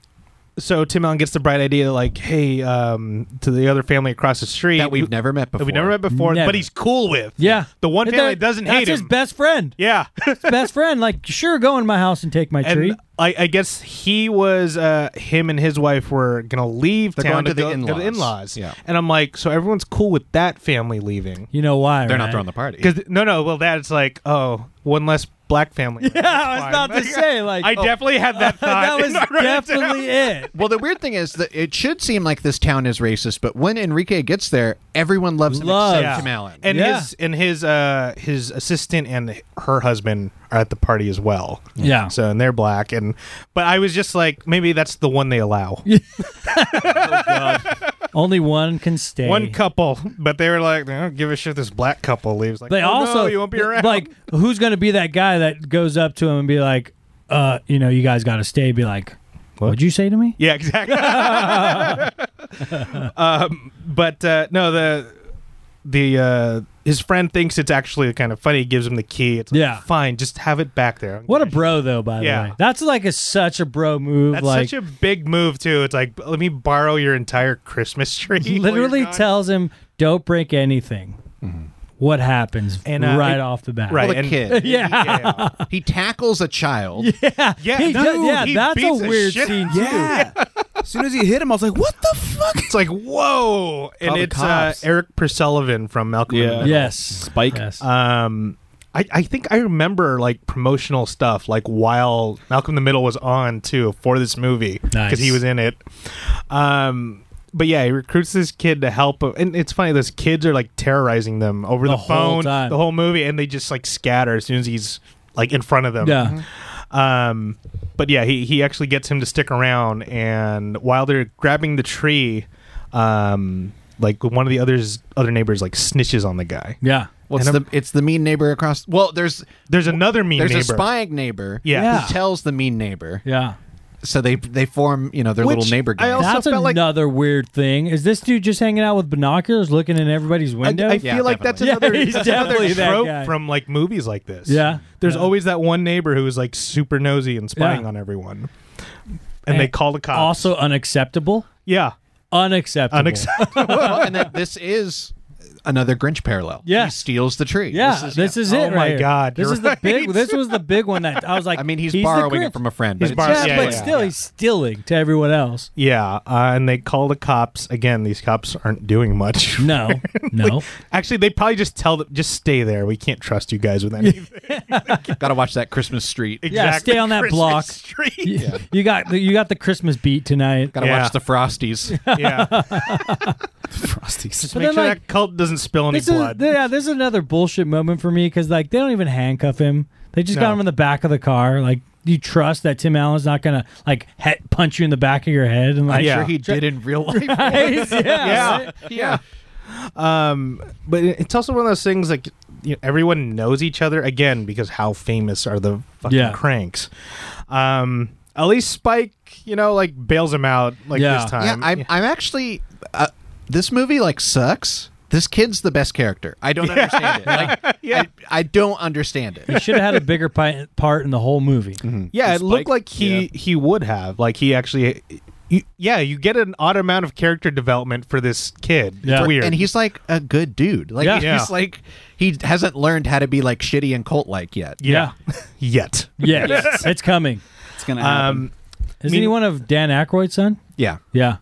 S1: so Tim Allen gets the bright idea, like, hey, um, to the other family across the street
S2: That we've
S1: who-
S2: never met before.
S1: that we never met before,
S3: Never.
S1: but he's cool with.
S3: Yeah.
S1: the one
S3: And
S1: family
S3: that-
S1: that doesn't
S3: that's
S1: hate
S3: his
S1: him.
S3: best friend.
S1: yeah.
S3: Best friend. Like, sure, go in my house and take my tree.
S1: And I, I guess he was, uh, him and his wife were gonna leave
S2: They're
S1: town
S2: going to the
S1: go- go
S2: in-laws.
S1: in-laws.
S2: Yeah.
S1: and I'm like, so everyone's cool with that family leaving
S3: You know why?
S2: They're
S3: right?
S2: not throwing the party.
S1: because no, no, well, that's like, oh, one less black family.
S3: Yeah, I was about to say like oh,
S1: I definitely had that thought.
S3: that was
S1: I wrote it down.
S3: definitely it.
S2: Well, the weird thing is that it should seem like this town is racist, but when Enrique gets there, everyone loves him
S3: Loves.
S2: except
S1: Yeah.
S2: Tim Allen.
S1: And
S3: Yeah.
S1: his and his uh his assistant and her husband are at the party as well.
S3: Yeah.
S1: So and they're black and but I was just like maybe that's the one they allow.
S3: Only one can stay.
S1: One couple, but they were like they don't give a shit this black couple leaves like
S3: They
S1: "Oh,
S3: also
S1: no, you won't be around.
S3: like who's going to be that guy that goes up to him and be like, uh, you know, you guys got to stay. Be like, what would you say to me?
S1: Yeah, exactly. um, but uh, no, the the uh, his friend thinks it's actually kind of funny. He gives him the key. It's like,
S3: Yeah.
S1: fine, just have it back there.
S3: What a bro though, by
S1: Yeah.
S3: the way. That's like a such a bro move.
S1: That's
S3: like
S1: such a big move too. It's like let me borrow your entire Christmas tree. while you're
S3: literally
S1: gone.
S3: tells him, don't break anything.
S1: Mm-hmm.
S3: What happens
S1: And, uh,
S3: right
S1: it-
S3: off the bat?
S1: right
S2: Well, the
S1: and-
S2: kid.
S1: yeah.
S2: he tackles a child.
S3: Yeah.
S1: Yeah,
S3: He
S1: no,
S3: does- yeah,
S1: he
S3: that's a
S1: beats the
S3: weird
S1: shit-
S3: scene too. Yeah.
S4: As soon as he hit him, I was like, "What the fuck?"
S1: It's like whoa, and
S4: Call the
S1: it's uh,
S4: cops.
S1: Eric Persullivan from Malcolm. in the
S4: Yeah.
S1: Middle.
S3: Yes.
S4: Spike.
S3: Yes.
S1: Um, I, I think I remember like promotional stuff like while Malcolm in the Middle was on too for this movie because
S3: Nice.
S1: he was in it. Um, but yeah, he recruits this kid to help, him. and it's funny. Those kids are like terrorizing them over the,
S3: The whole
S1: phone
S3: time.
S1: the whole movie, and they just like scatter as soon as he's like in front of them.
S3: yeah.
S1: Um, but yeah, he, he actually gets him to stick around, and while they're grabbing the tree, um, like one of the others other neighbors like snitches on the guy.
S3: Yeah.
S2: Well, it's
S1: And
S2: the it's the mean neighbor across. Well, there's
S1: There's another mean
S2: there's
S1: neighbor.
S2: a spying neighbor.
S1: Yeah.
S2: who tells the mean neighbor.
S3: Yeah.
S2: So they they form you know their
S1: Which
S2: little neighbor
S1: I
S2: gang.
S1: also
S3: That's
S1: felt like-
S3: another weird thing. Is this dude just hanging out with binoculars looking in everybody's
S1: I,
S3: window?
S1: I
S2: Yeah,
S1: feel like that's
S3: definitely.
S1: another,
S3: Yeah, he's
S1: that's another
S3: definitely that
S1: trope
S3: guy.
S1: from like movies like this.
S3: Yeah.
S1: There's
S3: Yeah.
S1: always that one neighbor who is like super nosy and spying
S3: Yeah.
S1: on everyone. And, they
S3: And
S1: call the cops.
S3: also unacceptable.
S1: yeah,
S3: Unacceptable.
S1: unacceptable.
S2: well, and that this is another Grinch parallel.
S3: Yeah.
S2: he steals the tree.
S3: Yeah,
S2: This is-
S1: yeah.
S3: it.
S1: Oh my
S3: right here.
S1: God,
S3: this
S1: you're
S3: is the big.
S1: right.
S3: This was the big one that I was like.
S2: I mean, he's,
S3: the
S2: borrowing it
S3: Grinch.
S2: from a friend.
S1: He's
S2: but
S1: borrowing-
S2: it's-
S3: Yeah,
S1: Yeah,
S3: but
S1: yeah,
S3: still,
S1: yeah.
S3: he's stealing to everyone else.
S1: yeah, uh, and they call the cops again. These cops aren't doing much.
S3: No, no.
S1: Actually, they probably just tell them, just stay there. We can't trust you guys with anything.
S2: Gotta watch that Christmas street.
S3: Yeah, stay on that
S1: Christmas
S3: block.
S1: Street.
S3: You- You got the, you got the Christmas beat tonight.
S2: Gotta
S1: Yeah.
S2: watch the Frosties.
S1: yeah.
S4: Frosties.
S1: Just
S3: But
S1: make
S3: then,
S1: sure
S3: like,
S1: that cult doesn't spill any
S3: This is,
S1: blood.
S3: yeah, this is another bullshit moment for me because like they don't even handcuff him. They just
S1: No.
S3: got him in the back of the car. Like you trust that Tim Allen's not gonna like he- punch you in the back of your head and like
S1: Yeah.
S2: Sure, he did in real life.
S3: yeah, right?
S2: yeah.
S1: Um, but it- it's also one of those things like you know, everyone knows each other again because how famous are the fucking
S3: Yeah.
S1: cranks? Um, at least Spike, you know, like bails him out like
S3: Yeah.
S1: this
S2: Yeah,
S1: time.
S2: I'm, I'm actually. Uh, this movie like sucks. This kid's the best character. I don't understand it. Like,
S1: Yeah.
S2: I, I don't understand it.
S3: He should have had a bigger pi- part in the whole movie.
S1: yeah, it
S4: Spike,
S1: looked like he
S4: yeah.
S1: he would have like he actually. You, yeah, you get an odd amount of character development for this kid.
S3: Yeah.
S1: It's weird.
S2: And he's like a good dude. Like
S3: Yeah.
S2: he's
S1: Yeah.
S2: like he hasn't learned how to be like shitty and cult like yet.
S1: yeah, yet.
S3: yeah, Yes. it's coming.
S4: It's gonna happen.
S1: Um,
S3: Is
S1: Mean-
S3: he one of Dan Aykroyd's son?
S2: Yeah.
S3: Yeah,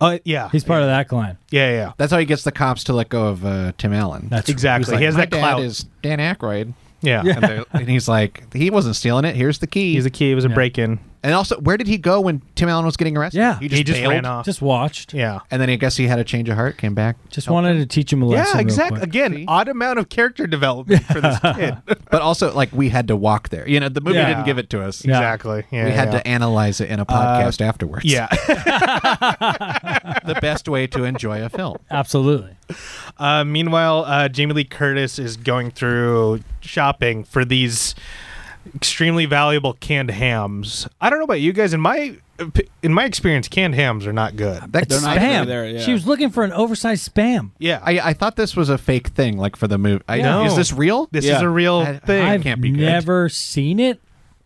S1: uh, yeah,
S3: he's part of that clan.
S1: yeah, yeah, yeah.
S2: That's how he gets the cops to let go of uh, Tim Allen.
S3: That's
S1: Exactly.
S2: He's like,
S1: he has
S2: "My
S1: that
S2: dad
S1: clout.
S2: is Dan Aykroyd.
S1: yeah.
S2: And, they're- and he's like, he wasn't stealing it. Here's the key.
S1: he's a key. It was a
S3: Yeah.
S1: break-in.
S2: and also, where did he go when Tim Allen was getting arrested?
S3: Yeah.
S2: He just,
S1: he just
S2: bailed.
S1: ran off.
S3: Just watched.
S1: yeah,
S2: And then I guess he had a change of heart, came back.
S3: Just wanted to teach him a lesson.
S1: yeah,
S3: real
S1: exactly.
S3: quick.
S1: Again,
S2: See?
S1: odd amount of character development for this kid.
S2: But also, like, we had to walk there. You know, the movie
S3: Yeah.
S2: didn't give it to us.
S3: Yeah.
S1: Exactly. Yeah,
S2: We had
S1: yeah.
S2: to analyze it in a podcast afterwards.
S1: Yeah.
S2: the best way to enjoy a film.
S3: Absolutely.
S1: Uh, meanwhile, uh, Jamie Lee Curtis is going through shopping for these extremely valuable canned hams. I don't know about you guys. In my in my experience, canned hams are not good.
S2: That's,
S4: They're
S2: I,
S4: not really
S3: Spam.
S4: there, yeah.
S3: She was looking for an oversized spam.
S1: Yeah.
S2: I, I thought this was a fake thing, like for the movie. I,
S1: Yeah.
S2: Is this real?
S1: this
S4: Yeah.
S1: is a real
S2: I-
S1: thing.
S2: I-
S3: I've
S2: can't be good.
S3: never seen it.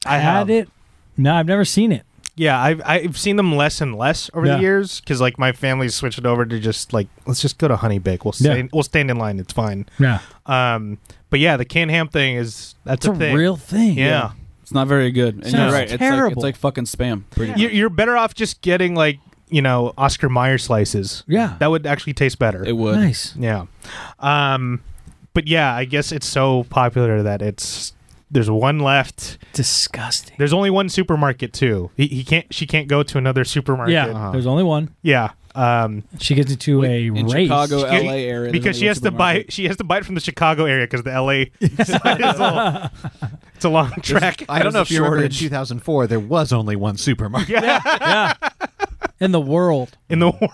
S1: I have.
S3: had it. No, I've never seen it.
S1: yeah, I've I've seen them less and less over
S3: Yeah.
S1: the years because like my family switched it over to just like let's just go to Honey Bake. We'll
S3: Yeah.
S1: stand, we'll stand in line. It's fine.
S3: Yeah,
S1: Um, but yeah, the canned ham thing is that's
S3: it's a,
S1: a thing.
S3: real thing.
S1: yeah.
S4: It's not very good. And you're
S3: Sounds
S4: right. It's like,
S3: terrible.
S4: it's like fucking spam. Pretty
S1: You-
S4: much.
S1: You're better off just getting like you know Oscar Mayer slices.
S3: yeah.
S1: That would actually taste better.
S4: It would.
S3: nice.
S1: yeah. Um, but yeah, I guess it's so popular that it's there's one left.
S3: Disgusting.
S1: There's only one supermarket too. He, he can't. She can't go to another supermarket.
S3: yeah,
S2: Uh-huh.
S3: there's only one.
S1: Yeah. Um,
S3: She gets into
S4: Wait,
S3: a
S4: in
S3: race.
S4: Chicago, LA
S1: She-
S4: area.
S1: because she has to buy. She has to buy it from the Chicago area because the LA. side is a- it's a long track.
S2: I don't know if
S4: There's
S2: you
S4: a
S2: remember in
S4: shortage.
S2: 2004, there was only one supermarket.
S3: yeah, in the world.
S1: in the war.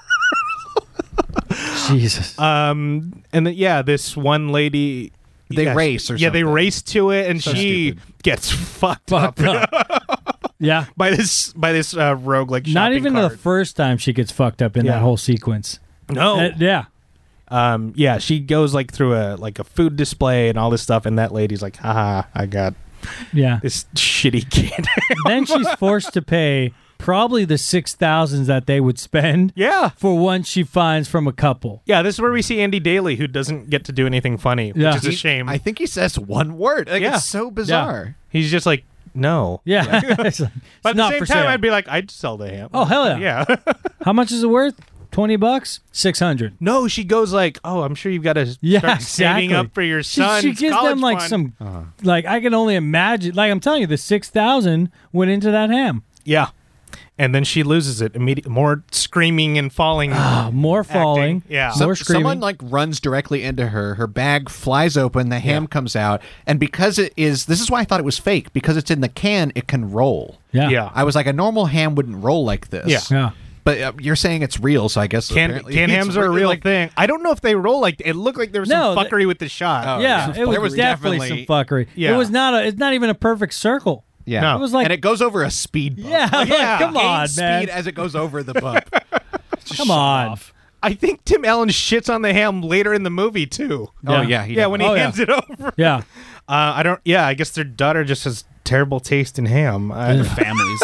S3: Jesus.
S1: Um, and then, yeah, this one lady.
S2: They
S1: yeah,
S2: race or
S1: yeah, they
S2: something.
S1: race to it, and
S2: So
S1: she
S2: stupid.
S1: gets fucked,
S3: Fucked
S1: up
S3: up. yeah.
S1: by this by this uh, rogue like
S3: Not
S1: shopping
S3: even
S1: cart.
S3: the first time she gets fucked up in
S1: Yeah. Oh.
S3: that whole sequence.
S1: no.
S3: Uh, yeah.
S1: um, yeah, she goes like through a like a food display and all this stuff, and that lady's like, haha, I got
S3: Yeah.
S1: this shitty kid.
S3: then she's forced to pay probably the six thousands that they would spend
S1: yeah.
S3: for one she finds from a couple.
S1: Yeah, this is where we see Andy Daly, who doesn't get to do anything funny,
S3: Yeah.
S1: which is a shame.
S2: I think he says one word. Like,
S1: Yeah.
S2: It's so bizarre.
S1: He's just like, No.
S3: Yeah. it's like,
S1: But
S3: it's
S1: at the
S3: not
S1: same
S3: for
S1: time,
S3: sale.
S1: I'd be like, I'd sell the ham.
S3: Oh, hell
S1: yeah.
S3: yeah. How much is it worth? 20 bucks? 600.
S1: no, she goes like, oh, I'm sure you've got to
S3: Yeah,
S1: start
S3: exactly.
S1: saving up for your
S3: She,
S1: son.
S3: she gives them like some,
S1: Uh-huh.
S3: like, I can only imagine. Like, I'm telling you, the 6,000 went into that ham.
S1: Yeah. And then she loses it immediately. More screaming and falling.
S3: Ah, more falling.
S1: Yeah.
S2: Some-
S3: More screaming.
S2: Someone like runs directly into her. Her bag flies open. The ham comes out, and because it is, this is why I thought it was fake. Because it's in the can, it can roll.
S3: yeah.
S1: yeah.
S2: I was like, a normal ham wouldn't roll like this.
S1: Yeah.
S3: Yeah.
S2: But uh, you're saying it's real, so I guess
S1: Can,
S2: apparently
S1: can
S2: it's
S1: hams are a
S2: really,
S1: real
S2: like-
S1: thing. I don't know if they roll like it looked like there was
S3: No,
S1: some
S3: they-
S1: fuckery with the shot.
S2: Oh,
S3: Yeah,
S2: some
S3: it was,
S2: fuckery.
S3: definitely,
S2: Definitely.
S3: some fuckery.
S1: Yeah.
S3: It was not a. It's not even a perfect circle.
S2: Yeah,
S1: No.
S3: It was like,
S2: and it goes over a speed bump.
S3: yeah, like,
S1: Yeah.
S3: come
S2: Gain
S3: on, man,
S2: speed as it goes over the bump.
S3: come on.
S1: I think Tim Allen shits on the ham later in the movie too.
S2: Oh
S3: Yeah.
S2: yeah, he
S1: yeah, when he
S3: Oh, yeah.
S1: hands it over.
S3: Yeah,
S1: Uh, I don't. Yeah, I guess their daughter just has terrible taste in ham. I,
S4: families.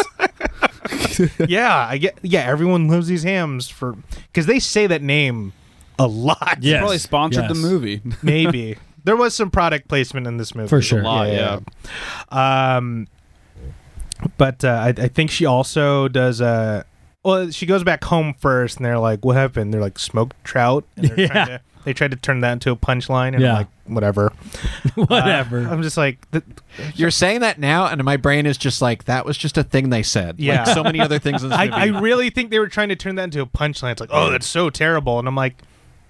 S1: yeah, I get. Yeah, everyone loves these hams for because they say that name a lot.
S3: Yes.
S4: Probably sponsored the
S3: Yes.
S4: movie.
S1: maybe there was some product placement in this movie
S3: For sure. A
S4: lot, yeah.
S1: yeah. Um, but uh, I, I think she also does Uh, well, she goes back home first, and they're like, "What happened?" They're like, "Smoked trout." And they're
S3: Yeah.
S1: trying to, they tried to turn that into a punchline, and
S3: Yeah.
S1: I'm like, "Whatever."
S3: whatever.
S1: Uh, I'm just like, th-
S2: You're saying that now, and my brain is just like that was just a thing they said.
S1: Yeah.
S2: like so many other things in this
S1: I,
S2: movie.
S1: I really think they were trying to turn that into a punchline. It's like, "Oh, that's so terrible," and I'm like,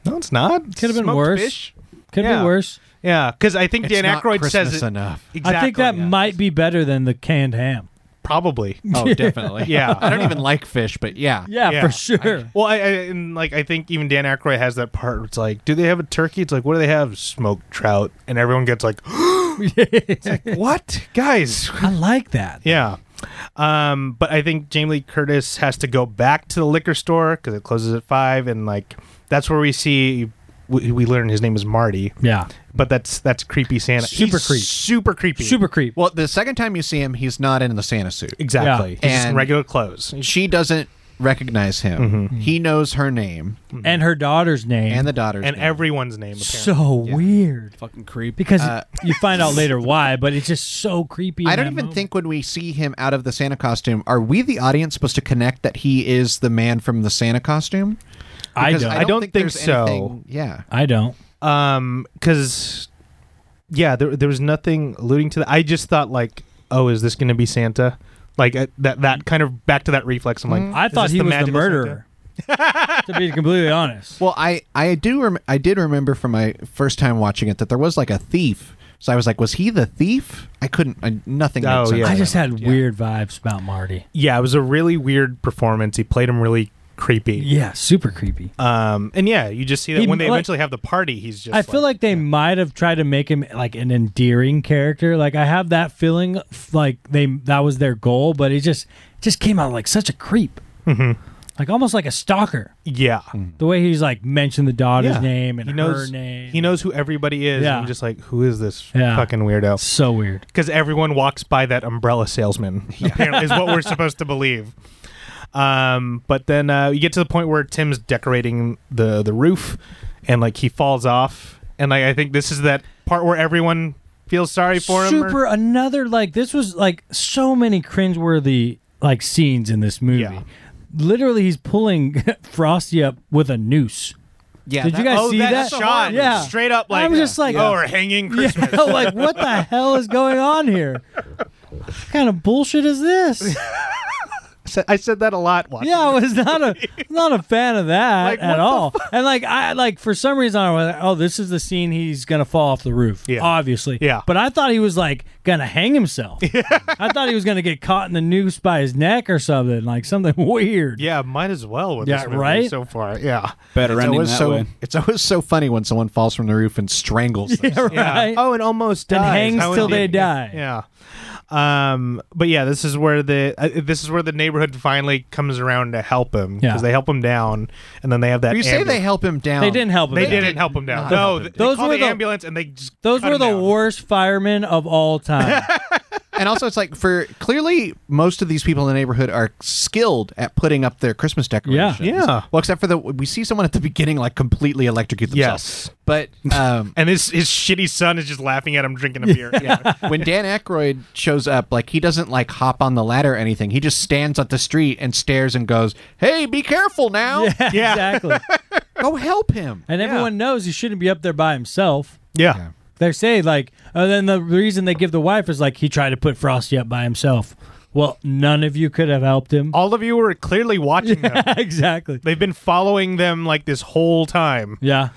S1: "No, it's not.
S3: Could have been
S1: Smoked
S3: worse.
S1: fish."
S3: Could
S1: yeah.
S3: be worse.
S1: Yeah, because I think
S2: It's
S1: Dan
S2: not
S1: Aykroyd
S2: Christmas
S1: says it.
S2: enough.
S1: Exactly.
S3: I think that
S1: yeah.
S3: might be better than the canned ham.
S1: probably.
S2: Oh, definitely.
S1: Yeah.
S2: I don't even like fish, but yeah.
S3: Yeah,
S1: Yeah.
S3: for sure.
S1: Well, I, I and like I think even Dan Aykroyd has that part. Where it's like, do they have a turkey? It's like, what do they have? Smoked trout, and everyone gets like, It's like, what, guys?
S3: I, like that.
S1: Yeah. Um, but I think Jamie Lee Curtis has to go back to the liquor store because it closes at five, and like that's where we see we, we learn his name is Marty.
S3: Yeah.
S1: But that's that's creepy Santa.
S3: Super
S1: He's
S3: creep.
S1: Super creepy.
S3: Super creep.
S2: Well, the second time you see him, he's not in the Santa suit.
S1: Exactly.
S2: Yeah.
S1: He's just in
S2: And-
S1: regular clothes.
S2: She doesn't recognize
S1: Mm-hmm.
S2: him. He knows her name
S3: and her daughter's name.
S2: and the daughter's
S1: And
S2: name.
S1: everyone's name. Apparently.
S3: so weird.
S4: Fucking creep.
S3: Because
S2: Uh,
S3: you find out later why, but it's just so creepy.
S2: I
S3: in
S2: don't
S3: that
S2: even
S3: moment.
S2: think when we see him out of the Santa costume, are we the audience supposed to connect that he is the man from the Santa costume?
S3: I
S2: Because
S3: don't.
S1: I don't think
S2: there's
S1: so.
S2: anything- yeah.
S3: I don't.
S1: um because yeah there, there was nothing alluding to that i just thought like oh is this gonna be santa like I, that that kind of back to that reflex i'm like
S3: I
S1: is
S3: thought
S1: this
S3: he was the
S1: magical Santa?
S3: murderer. to be completely honest.
S2: Well, I I do rem- I did remember from my first time watching it that there was like a thief. So I was like, was he the thief? I couldn't. I, nothing. made
S1: Oh,
S2: sense
S1: yeah.
S2: in
S3: I
S2: my
S3: just had
S2: mind. Yeah.
S3: weird vibes about Marty.
S1: yeah it was a really weird performance he played him really creepy
S3: Yeah, super creepy.
S1: um and yeah you just see that
S3: He-
S1: when they
S3: like-
S1: eventually have the party he's just
S3: I feel like they might have tried to make him like an endearing character. Like I have that feeling, f- like they that was their goal, but it just just came out like such a creep,
S1: Mm-hmm.
S3: like almost like a stalker.
S1: yeah
S3: The way he's like mentioned the daughter's
S1: Yeah.
S3: name and
S1: he knows
S3: her name,
S1: he knows who everybody is
S3: Yeah.
S1: and i'm just like who is this
S3: Yeah.
S1: fucking weirdo
S3: so weird.
S1: because everyone walks by that umbrella salesman. Apparently, is what we're supposed to believe. Um, but then uh, you get to the point where Tim's decorating the the roof, and like he falls off, and like I think this is that part where everyone feels sorry for him. or-
S3: Super another like this was like so many cringeworthy like scenes in this movie.
S1: Yeah.
S3: Literally, he's pulling Frosty up with a noose.
S2: Yeah.
S3: Did you
S2: that-
S3: guys
S1: oh,
S3: see
S1: that,
S3: that?
S1: shot!
S3: Yeah.
S1: straight up like
S3: I'm just like- uh,
S1: oh, we're hanging Christmas.
S3: Yeah, like what the hell is going on here? What kind of bullshit is this?
S1: I said that a lot. Watching.
S3: Yeah, I was not a not a fan of that
S1: Like, what
S3: at
S1: the
S3: all. And like I like for some reason I was like, oh, this is the scene he's gonna fall off the roof.
S1: Yeah.
S3: Obviously.
S1: Yeah.
S3: But I thought he was like gonna hang himself. I thought he was gonna get caught in the noose by his neck or something, like something weird.
S1: yeah, might as well with
S3: Yeah,
S1: this movie
S3: right?
S1: so far. Yeah,
S4: Better
S2: It's
S4: ending
S2: always
S4: that
S2: so
S4: way.
S2: it's always so funny when someone falls from the roof and strangles. them.
S3: Yeah, right.
S1: Oh, and almost
S3: And
S1: dies.
S3: hangs
S1: How
S3: till they
S1: indeed.
S3: die.
S1: Yeah. Um. But yeah, this is where the uh, this is where the neighborhood finally comes around to help him because
S3: Yeah.
S1: they help him down, and then they have that.
S2: You say they
S1: ambulance.
S2: help him down.
S3: They didn't help him.
S1: They
S3: out.
S1: didn't help him down.
S2: not
S1: No,
S2: help him
S1: those
S3: Those
S1: were
S3: were
S1: the
S3: the-
S1: ambulance, and they just
S3: Those
S1: cut
S3: were
S1: him
S3: the
S1: down.
S3: worst firemen of all time.
S2: and also it's like for clearly most of these people in the neighborhood are skilled at putting up their Christmas decorations.
S1: Yeah.
S2: Well, except for the we see someone at the beginning like completely electrocute themselves.
S1: Yes.
S2: But um,
S1: And his his shitty son is just laughing at him drinking a beer. Yeah.
S2: when Dan Aykroyd shows up, like he doesn't like hop on the ladder or anything. He just stands at the street and stares and goes, "Hey, be careful now!
S1: Yeah.
S3: exactly.
S2: Go help him!"
S3: And everyone knows he shouldn't be up there by himself.
S1: Yeah.
S3: They say like, oh, then the reason they give the wife is like he tried to put Frosty up by himself. Well, none of you could have helped him.
S1: All of you were clearly watching them.
S3: exactly.
S1: They've been following them like this whole time.
S3: Yeah.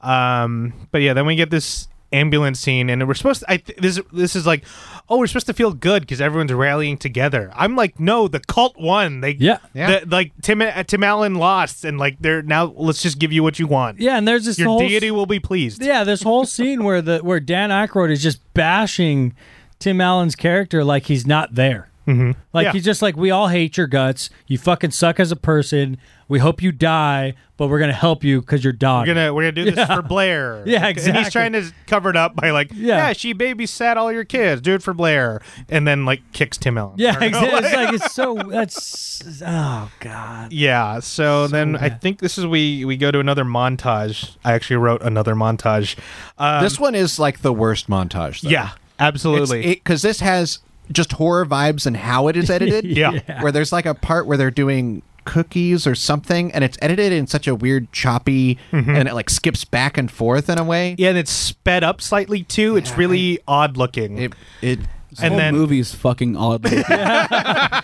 S1: Um, but yeah, then we get this ambulance scene, and we're supposed. To, I th- this this is like, oh, we're supposed to feel good because everyone's rallying together. I'm like, no, the cult won. They
S3: Yeah.
S2: Yeah.
S1: the- like Tim uh, Tim Allen lost, and like they're now let's just give you what you want.
S3: Yeah, and there's this
S1: Your
S3: whole
S1: deity will be pleased.
S3: Yeah, this whole scene where the where Dan Aykroyd is just bashing Tim Allen's character like he's not there. Mm-hmm. Like
S1: Yeah.
S3: he's just like, we all hate your guts. You fucking suck as a person. We hope you die, but we're gonna help you because you're dying.
S1: We're gonna we're gonna do this for Blair.
S3: Yeah,
S1: And
S3: exactly.
S1: he's trying to cover it up by like,
S3: Yeah.
S1: yeah. she babysat all your kids. Do it for Blair, and then like kicks Tim Allen.
S3: yeah,
S1: Or-
S3: exactly. it's like it's so that's oh god.
S1: Yeah, so, then I
S3: bad.
S1: think this is we we go to another montage. I actually wrote another montage. Um,
S2: this one is like the worst montage. Though.
S1: yeah, absolutely.
S2: because this has just horror vibes and how it is edited.
S1: Yeah.
S2: where there's like a part where they're doing cookies or something, and it's edited in such a weird choppy, and it like skips back and forth in a way.
S1: Mm-hmm. yeah, and it's sped up slightly too. it's really odd looking.
S2: It it
S4: The
S1: and
S4: whole
S1: then
S4: movie's fucking odd. yeah.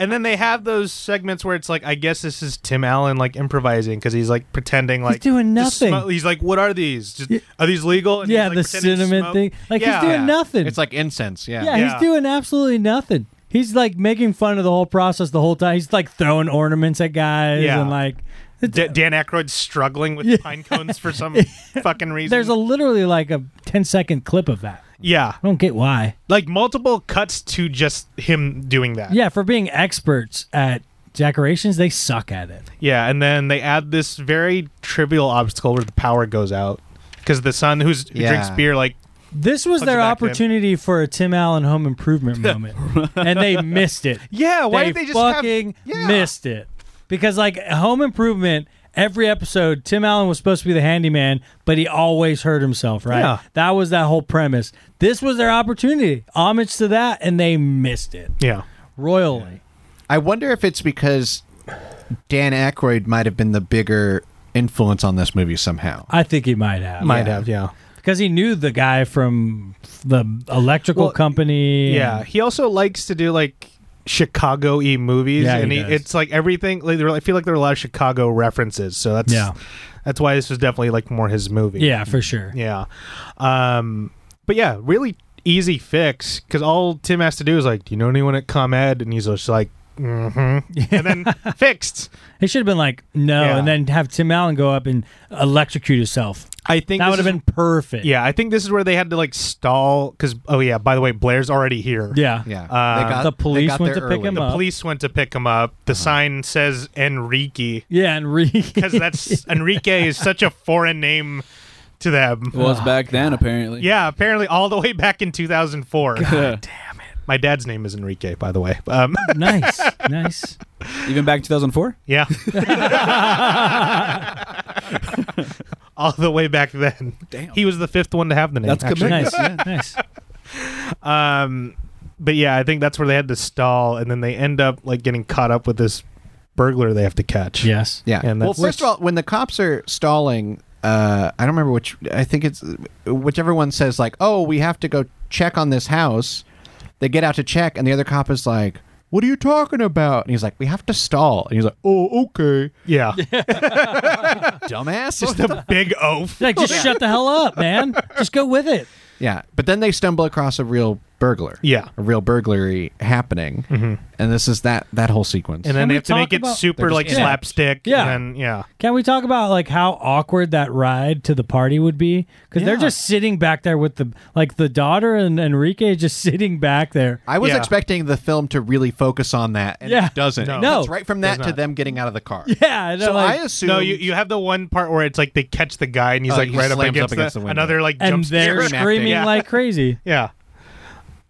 S1: and then they have those segments where it's like I guess this is Tim Allen like improvising because he's like pretending like
S3: doing
S1: to smo-
S3: nothing.
S1: he's like, what are these? Just, Are these legal? And he's,
S3: Yeah, the
S1: like, pretending to
S3: cinnamon
S1: smoke.
S3: thing. Like, he's
S1: yeah.
S3: doing nothing.
S2: It's like incense. Yeah.
S3: Yeah,
S1: Yeah.
S3: he's doing absolutely nothing. He's like making fun of the whole process the whole time. He's like throwing ornaments at guys
S1: Yeah.
S3: and like
S1: Da- Dan Aykroyd's struggling with pine cones for some fucking reason.
S3: there's a literally like a 10 second clip of that.
S1: yeah,
S3: I don't get why.
S1: like multiple cuts to just him doing that.
S3: Yeah, for being experts at decorations, they suck at it.
S1: Yeah, and then they add this very trivial obstacle where the power goes out because the son who's, who
S2: Yeah.
S1: drinks beer like
S3: This was
S1: Punch
S3: their
S1: it back in.
S3: opportunity for a Tim Allen home improvement moment, and they missed it.
S1: yeah, why did they just have-
S3: fucking
S1: Yeah.
S3: missed it? Because like home improvement, every episode, Tim Allen was supposed to be the handyman, but he always hurt himself. Right?
S1: Yeah.
S3: That was that whole premise. This was their opportunity, homage to that, and they missed it
S1: yeah
S3: royally.
S2: I wonder if it's because Dan Aykroyd might have been the bigger influence on this movie somehow.
S3: I think he might have.
S1: might
S2: Yeah.
S1: have yeah
S3: because he knew the guy from the electrical
S1: Well,
S3: company.
S1: yeah he also likes to do like Chicago e movies
S3: Yeah, he
S1: and he,
S3: does.
S1: it's like everything like there were- I feel like there are a lot of Chicago references so that's
S3: Yeah.
S1: that's why this was definitely like more his movie
S3: yeah, for sure.
S1: yeah um but yeah really easy fix because all Tim has to do is like do you know anyone at ComEd and he's just like mm-hmm and then fixed
S3: It should have been like no,
S1: Yeah.
S3: and then have Tim Allen go up and electrocute himself.
S1: I think
S3: That
S1: this
S3: would have
S1: is-
S3: been perfect.
S1: Yeah, I think this is where they had to like stall because oh yeah, by the way, Blair's already here.
S3: yeah,
S2: yeah.
S1: Uh,
S3: the police
S2: got
S3: went
S2: there
S3: to pick him
S1: the
S3: up.
S1: police went to pick him up. The sign says Enrique
S3: yeah. And
S1: because that's Enrique is such a foreign name to them.
S4: was back then apparently.
S1: yeah, apparently all the way back in 2004.
S4: Yeah.
S1: My dad's name is Enrique, by the way. Um,
S3: nice, nice.
S4: Even back in 2004.
S1: yeah, all the way back then.
S4: Damn.
S1: He was the fifth one to have the name.
S4: That's
S1: actually.
S3: nice, yeah, nice.
S1: Um, but yeah, I think that's where they had to stall, and then they end up like getting caught up with this burglar they have to catch.
S3: Yes.
S2: Yeah.
S1: And
S2: well,
S1: that's-
S2: first of all, when the cops are stalling, uh, I don't remember which. I think it's whichever one says like, "Oh, we have to go check on this house." They get out to check, and the other cop is like, "What are you talking about?" And he's like, "We have to stall." And he's like, "Oh, okay,
S1: Yeah,
S2: dumbass."
S1: just a big oaf.
S3: Like, just shut the hell up, man. Just go with it.
S2: yeah. But then they stumble across a real burglar.
S1: Yeah. Mm-hmm.
S2: A real burglary happening, and this is that that whole sequence.
S1: And then
S3: we
S1: they have to
S3: talk
S1: make it
S3: about-
S2: They're
S1: super
S2: just
S1: like
S2: in it.
S1: slapstick.
S3: Yeah.
S1: And then, yeah.
S3: Can we talk about like how awkward that ride to the party would be? Because they're
S2: Yeah.
S3: just sitting back there with the like the daughter and Enrique just sitting back there.
S2: I was
S1: Yeah.
S2: expecting the film to really focus on that, and
S3: Yeah.
S2: it doesn't.
S1: No.
S2: It
S3: No.
S2: cuts right from that
S1: Does
S2: to
S1: not.
S2: them getting out of the car.
S3: Yeah, and they're
S2: So
S3: like,
S2: I assume
S1: No, you, you have the one part where it's like they catch the guy and he's
S2: Oh,
S1: like
S2: he
S1: right up
S2: slams
S1: against,
S2: up against
S1: the,
S2: the window.
S1: another like
S3: and
S1: jump
S3: they're
S1: scare.
S2: screaming at
S3: screaming
S1: them.
S3: like crazy.
S1: Yeah.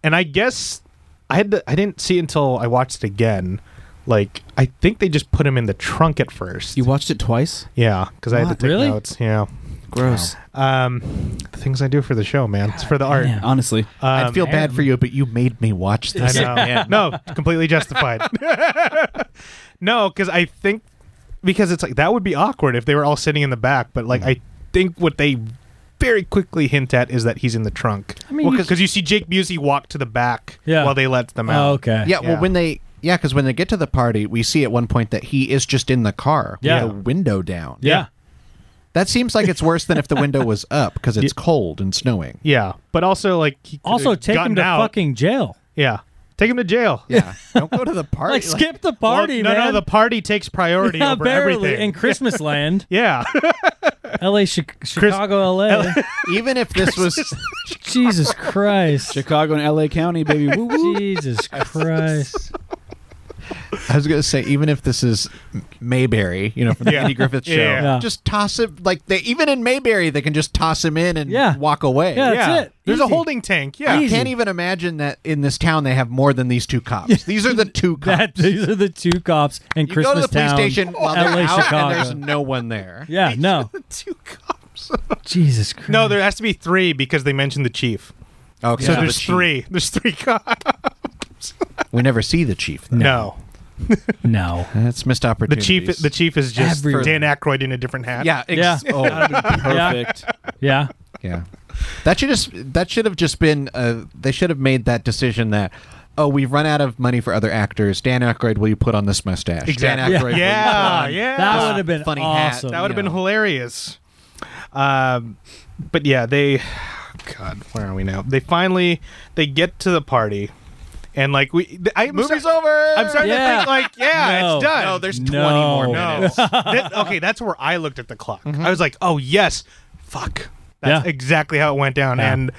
S1: And I guess I had to, I didn't see it until I watched it again. Like I think they just put him in the trunk at first.
S4: You watched it twice?
S1: yeah, because I had to
S3: What?
S1: take
S3: Really?
S1: notes. Yeah.
S4: Gross.
S1: Um, the things I do for the show, man. it's for the art.
S3: damn.
S4: Honestly.
S1: Um,
S2: I feel bad
S3: man.
S2: for you, but you made me watch
S1: I
S2: this.
S1: know.
S2: again.
S1: No, completely justified. no, because I think because it's like that would be awkward if they were all sitting in the back. But like
S3: Mm-hmm.
S1: I think what they very quickly hint at is that he's in the trunk.
S3: I mean, you
S1: because you see Jake Busey walk to the back
S3: Yeah.
S1: while they let them out.
S3: Oh, okay.
S2: Yeah, well,
S1: Yeah.
S2: when they yeah, because when they get to the party, we see at one point that he is just in the car
S3: Yeah.
S2: with the window down.
S3: Yeah.
S2: that seems like it's worse than if the window was up because it's cold and snowing.
S1: Yeah, but also like he could've
S3: Also, take him
S1: gotten
S3: to
S1: out.
S3: fucking jail.
S1: yeah, take him to jail.
S2: Yeah, don't go to the party.
S3: Like, skip the party,
S1: Well, no,
S3: man.
S1: no, the party takes priority
S3: Yeah,
S1: over
S3: barely.
S1: everything.
S3: In Christmas land,
S1: yeah,
S3: L.A., Chi- Chicago, L.A.
S2: even if this was
S3: Jesus Christ.
S4: Chicago and LA County, baby. Woo woo.
S3: Jesus Christ.
S2: I was gonna say, even if this is M- Mayberry, you know, from the
S1: Yeah.
S2: Andy Griffith show,
S1: Yeah.
S3: Yeah.
S2: just toss it like they even in Mayberry they can just toss him in and
S3: Yeah.
S2: walk away.
S3: Yeah. That's
S1: yeah.
S3: it.
S1: There's a
S3: Easy.
S1: holding tank. Yeah,
S2: I can't even imagine that in this town they have more than these two cops. These are the two
S3: That,
S2: cops.
S3: these are the two cops in
S2: you
S3: Christmas
S2: go to the police
S3: Town,
S2: station while they're
S3: L.A.,
S2: out
S3: Chicago.
S2: and there's no one there.
S3: yeah, no.
S1: two cops.
S3: Jesus Christ.
S1: No, there has to be three because they mentioned the chief.
S2: Okay,
S1: So
S2: the
S1: there's
S2: chief.
S1: three. There's three cops.
S2: We never see the chief. Though.
S1: No,
S3: No.
S2: That's missed
S1: the
S2: opportunities.
S1: chief. The chief is just
S3: Everywhere.
S1: Dan Aykroyd in a different hat.
S2: Yeah. Ex-
S3: Yeah.
S2: Oh,
S4: Perfect.
S3: Yeah.
S2: yeah. That should just. That should have just been. Uh, they should have made that decision that. Oh, we've run out of money for other actors. Dan Aykroyd, will you put on this mustache?
S1: exactly.
S2: Dan
S1: Yeah,
S2: Aykroyd, will you
S1: yeah. yeah.
S3: That would have been
S2: funny hat.
S3: awesome.
S1: That would have
S2: Yeah.
S1: been hilarious. Um, but yeah, they. God, where are we now? They finally they get to the party, and like we, th- I'm
S2: Movie's
S1: start-
S2: over.
S1: I'm starting to
S3: Yeah.
S1: think like, yeah,
S3: No.
S1: it's done.
S2: No, there's
S3: No.
S2: 20 more
S1: No.
S2: minutes. Mm-hmm.
S1: That- okay, that's where I looked at the clock. I was like, oh yes, fuck. That's
S3: Yeah.
S1: exactly how it went down.
S3: Yeah.
S1: And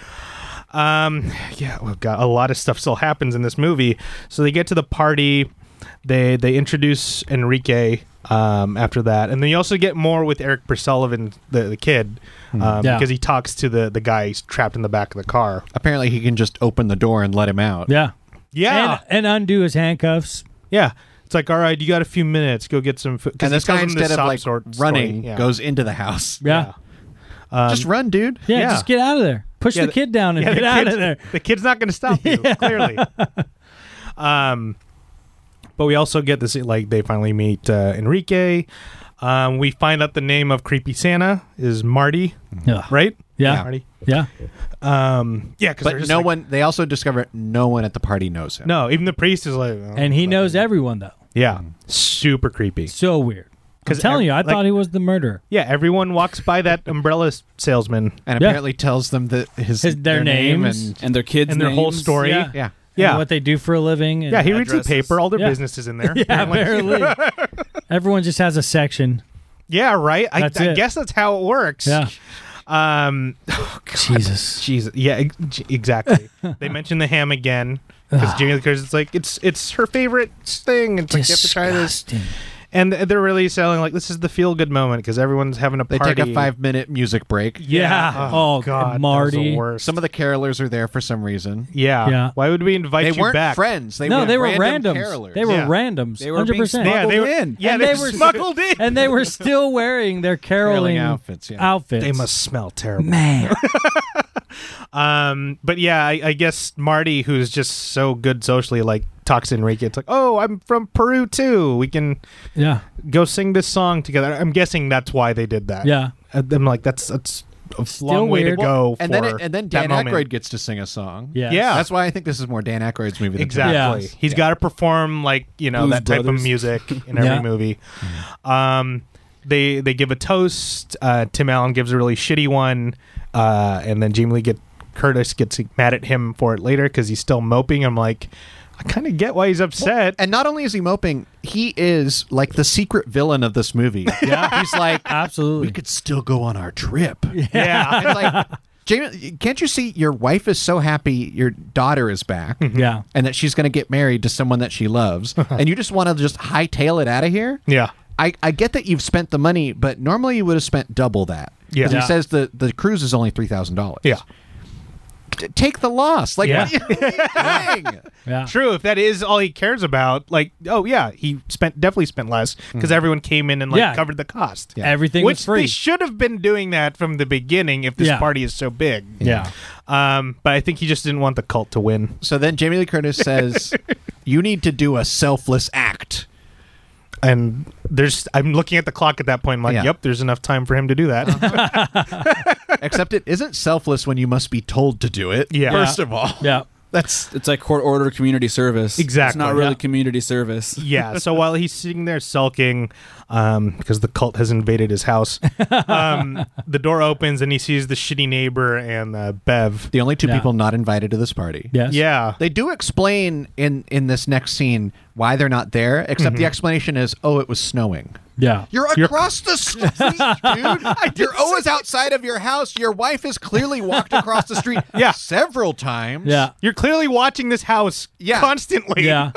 S1: um, yeah, well, God, a lot of stuff still happens in this movie. So they get to the party. They they introduce Enrique um, after that, and then you also get more with Eric Persullivan, the, the kid,
S2: Hmm.
S1: um,
S3: Yeah.
S1: because he talks to the the guy who's trapped in the back of the car.
S2: Apparently, he can just open the door and let him out.
S3: Yeah.
S1: Yeah,
S3: And, and undo his handcuffs.
S1: yeah. It's like, all right, you got a few minutes. Go get some food. 'Cause
S2: And
S1: he
S2: this guy,
S1: tells him the
S2: instead of
S1: sob
S2: like
S1: sort- story.
S2: running,
S1: Yeah.
S2: goes into the house.
S3: Yeah.
S2: just run, dude.
S3: Yeah.
S1: Yeah.
S3: Just get out of there. Push
S1: Yeah,
S3: the
S1: the-
S3: kid down and
S1: Yeah,
S3: get
S1: the
S3: out
S1: kid's-
S3: of there.
S1: The kid's not going to stop you, clearly. Um, but we also get this like they finally meet uh, Enrique. Um, we find out the name of creepy Santa is Marty,
S3: Yeah.
S1: right? Oh,
S3: Yeah.
S1: Marty.
S3: Yeah.
S1: Um, yeah, because
S2: But no one. They also discover no one at the party knows him.
S1: No, even the priest is like, oh,
S3: And he knows everyone, though.
S2: Hmm.
S1: yeah, super creepy.
S3: So weird. I'm
S1: 'Cause
S3: telling
S1: ev-
S3: you, I
S1: like-
S3: thought he was the murderer.
S1: Yeah, everyone walks by that umbrella s- salesman
S2: and
S3: Yeah.
S2: apparently tells them that his,
S3: His- their
S2: name
S3: names.
S2: and
S4: And their kids
S1: and their whole
S4: names.
S1: story.
S3: Yeah.
S2: yeah.
S1: Yeah.
S3: And what they do for a living. And
S1: Yeah, he reads the
S4: Addresses.
S1: paper. All their
S3: Yeah.
S1: businesses in there.
S3: Yeah,
S1: apparently.
S3: barely. Everyone just has a section.
S1: yeah, right. I,
S3: That's
S1: I
S3: it.
S1: guess that's how it works.
S3: Yeah.
S1: Um,
S3: Jesus.
S1: Jesus. Yeah, ex- j- exactly. they mention the ham again because Jamie Lee Curtis is like, it's it's her favorite thing. It's like you have to try this,
S3: Disgusting.
S1: and th- they're really selling like this is the feel good moment because everyone's having a
S2: They
S1: party.
S2: take a five-minute music break.
S3: Yeah. Oh,
S1: God,
S3: Marty.
S1: that was the worst.
S2: Some of the carolers are there for some reason.
S1: yeah.
S3: Yeah.
S1: Why would we invite
S2: They
S1: you
S2: weren't
S1: back?
S2: friends. They
S3: no,
S2: were
S3: they were
S2: random
S3: randoms.
S2: carolers.
S3: They were
S1: Yeah.
S3: randoms.
S4: They were being
S3: 100%.
S1: Yeah, they
S4: smuggled
S1: were.
S4: in.
S1: Yeah,
S3: And
S1: they,
S3: they
S1: were
S3: were-
S1: smuggled in.
S3: and they were still wearing their
S2: Caroling
S3: caroling,
S2: outfits, yeah.
S3: outfits.
S1: they must smell terrible.
S3: man.
S1: Um, but yeah, I, I guess Marty, who's just so good socially, like talks to Enrique. It's like, oh, I'm from Peru too. We can
S3: yeah,
S1: go sing this song together. I'm guessing that's why they did that.
S3: yeah,
S1: And I'm like, that's that's a
S3: Still
S1: long way to
S3: weird.
S1: go.
S2: and
S1: for
S2: then it, and then
S1: that
S2: Dan Aykroyd
S1: moment.
S2: gets to sing a song.
S3: yeah,
S1: Yeah.
S2: That's why I think this is more Dan Aykroyd's movie. Than
S1: exactly.
S3: Yeah.
S1: He's got to perform like you know
S4: Blues
S1: that type
S4: Brothers.
S1: of music in
S3: Yeah. Mm-hmm.
S1: every movie. Um, they they give a toast. Uh, Tim Allen gives a really shitty one, uh, and then Jamie Lee get, Curtis gets mad at him for it later because he's still moping. I'm like, I kind of get why he's upset.
S2: And not only is he moping, he is like the secret villain of this movie. Yeah, he's like,
S3: absolutely.
S2: we could still go on our trip.
S1: yeah.
S2: It's like, Jamie, can't you see your wife is so happy your daughter is back
S3: yeah,
S2: and that she's going to get married to someone that she loves, and you just want to just hightail it out of here?
S1: yeah.
S2: I, I get that you've spent the money, but normally you would have spent double that. 'Cause
S1: Yeah.
S2: He
S1: Yeah.
S2: says the, the cruise is only $3,000.
S1: Yeah.
S2: t- take the loss. Like,
S3: Yeah.
S2: what, are you, what are you doing?
S3: Yeah.
S1: True. If that is all he cares about, like, oh yeah, he spent definitely spent less because everyone came in and like
S3: Mm-hmm. Yeah.
S1: covered the cost.
S2: Yeah.
S3: Everything
S1: Which
S3: was free.
S1: they should have been doing that from the beginning if this
S3: Yeah.
S1: party is so big.
S3: yeah.
S1: Um, but I think he just didn't want the cult to win.
S2: So then Jamie Lee Curtis says, "You need to do a selfless act."
S1: And there's, I'm looking at the clock at that point. I'm like,
S2: Yeah.
S1: yep, there's enough time for him to do that.
S3: Uh-huh.
S2: Except it isn't selfless when you must be told to do it.
S1: Yeah.
S2: First of all,
S3: Yeah.
S2: that's
S4: It's like court order community service. It's
S1: Exactly.
S4: not really
S3: Yeah.
S4: community service.
S1: yeah. So while he's sitting there sulking, um, because the cult has invaded his house, um, the door opens and he sees the shitty neighbor and uh, Bev.
S2: the only two
S3: Yeah.
S2: people not invited to this party.
S3: Yes.
S1: Yeah.
S2: They do explain in in this next scene why they're not there, except the explanation is, "Oh, it was snowing."
S3: Yeah.
S2: You're across the street, dude. You're always outside of your house. Your wife has clearly walked across the street
S1: Yeah.
S2: several times.
S3: Yeah.
S1: You're clearly watching this house
S2: Yeah.
S1: constantly.
S3: Yeah.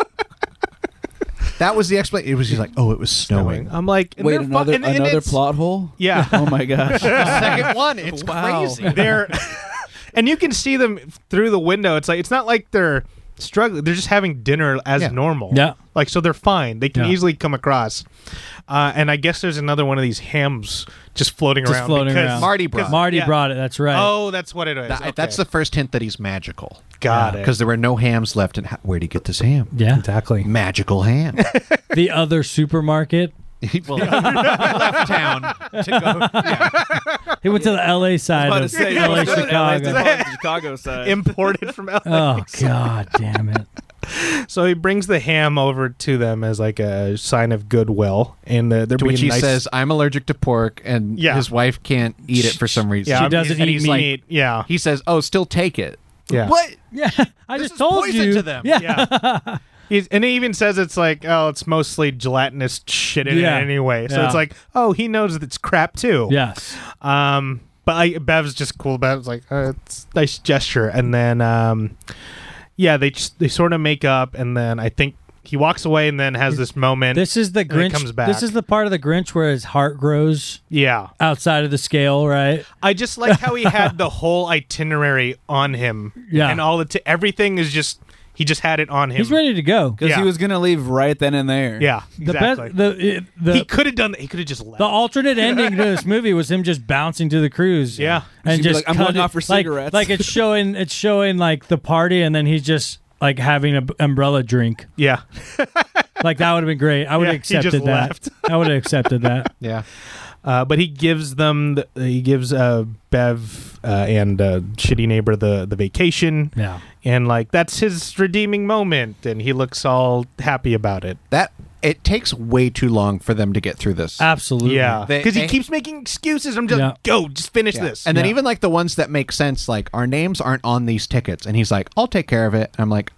S2: That was the explanation. It was just like, "Oh, it was snowing."
S1: Going. I'm like, and
S4: Wait,
S1: they're fu-
S4: another
S1: and- and
S4: another
S1: it's-
S4: plot hole?
S1: Yeah.
S4: Oh my gosh.
S2: Second one, it's crazy.
S1: They're and you can see them through the window. It's like it's not like they're struggling. They're just having dinner as
S2: Yeah.
S1: normal.
S3: Yeah.
S1: Like so they're fine. They can
S3: Yeah.
S1: easily come across. Uh, and I guess there's another one of these hams just floating
S3: Just
S1: around.
S3: floating
S1: because-
S3: around.
S2: Marty brought.
S3: Marty
S1: Yeah.
S3: brought it. That's right.
S1: Oh, that's what it is.
S2: That-
S1: Okay.
S2: That's the first hint that he's magical.
S1: got it.
S2: Because there were no hams left. And how, where'd he get this ham?
S3: Yeah.
S1: Exactly.
S2: Magical ham.
S3: The other supermarket.
S2: he well, he left town to go. Yeah.
S3: He went to the LA side
S4: about
S3: of
S4: to say,
S3: LA
S4: yeah,
S3: Chicago.
S4: LA, Chicago side.
S1: Imported from LA.
S3: Oh god damn it.
S1: So he brings the ham over to them as like a sign of goodwill, and uh, they're
S2: To
S1: being
S2: which he
S1: nice.
S2: says, I'm allergic to pork, and
S1: Yeah.
S2: his wife can't eat it for some reason.
S1: yeah,
S3: she
S1: I'm-
S3: doesn't
S1: and
S3: eat
S1: he's
S3: meat.
S1: like- yeah,
S2: He says, Oh, still take it.
S1: yeah.
S2: What?
S3: Yeah. I
S2: This
S3: just
S2: is
S3: told
S2: poison
S3: you.
S2: to them.
S3: Yeah.
S1: yeah. He's, and he even says it's like, oh, it's mostly gelatinous shit in
S3: Yeah.
S1: it anyway. So
S3: Yeah.
S1: it's like, oh, he knows that it's crap too.
S3: Yes.
S1: Um, but I, Bev's just cool about it. It's like, uh, it's a nice gesture. And then, um, yeah, they just, they sort of make up. And then I think he walks away and then has this moment.
S3: This is the
S1: it
S3: Grinch.
S1: comes back.
S3: This is the part of the Grinch where his heart grows
S1: yeah.
S3: outside of the scale, right?
S1: I just like how he had the whole itinerary on him.
S3: Yeah.
S1: And all the, t- everything is just, he just had it on him.
S3: He's ready to go.
S4: Because
S1: Yeah.
S4: he was going to leave right then and there.
S1: Yeah.
S3: The
S1: Exactly.
S3: best the it- the
S1: he could have done that. He could have just left.
S3: the alternate ending to this movie was him just bouncing to the cruise.
S1: Yeah.
S3: And
S4: She'd be
S3: just
S4: like, "I'm
S3: cut
S4: going
S3: it-
S4: out for
S3: like-
S4: cigarettes."
S3: Like it's showing it's showing like the party and then he's just like having an umbrella drink.
S1: yeah.
S3: Like that would have been great. I would
S1: Yeah,
S3: have
S1: he
S3: accepted
S1: just
S3: that.
S1: left.
S3: I would have accepted that.
S2: Yeah.
S1: Uh, but he gives them, the, he gives uh, Bev uh, and uh, shitty neighbor the the vacation,
S3: Yeah.
S1: and like that's his redeeming moment, and he looks all happy about it.
S2: That it takes way too long for them to get through this.
S3: Uh, Absolutely.
S1: Yeah,
S2: They-
S1: because he
S2: they-
S1: keeps making excuses. I'm just
S3: Yeah.
S1: go, just finish
S2: Yeah.
S1: this.
S2: And then
S3: Yeah.
S2: even like the ones that make sense, like our names aren't on these tickets, and he's like, "I'll take care of it." And I'm like,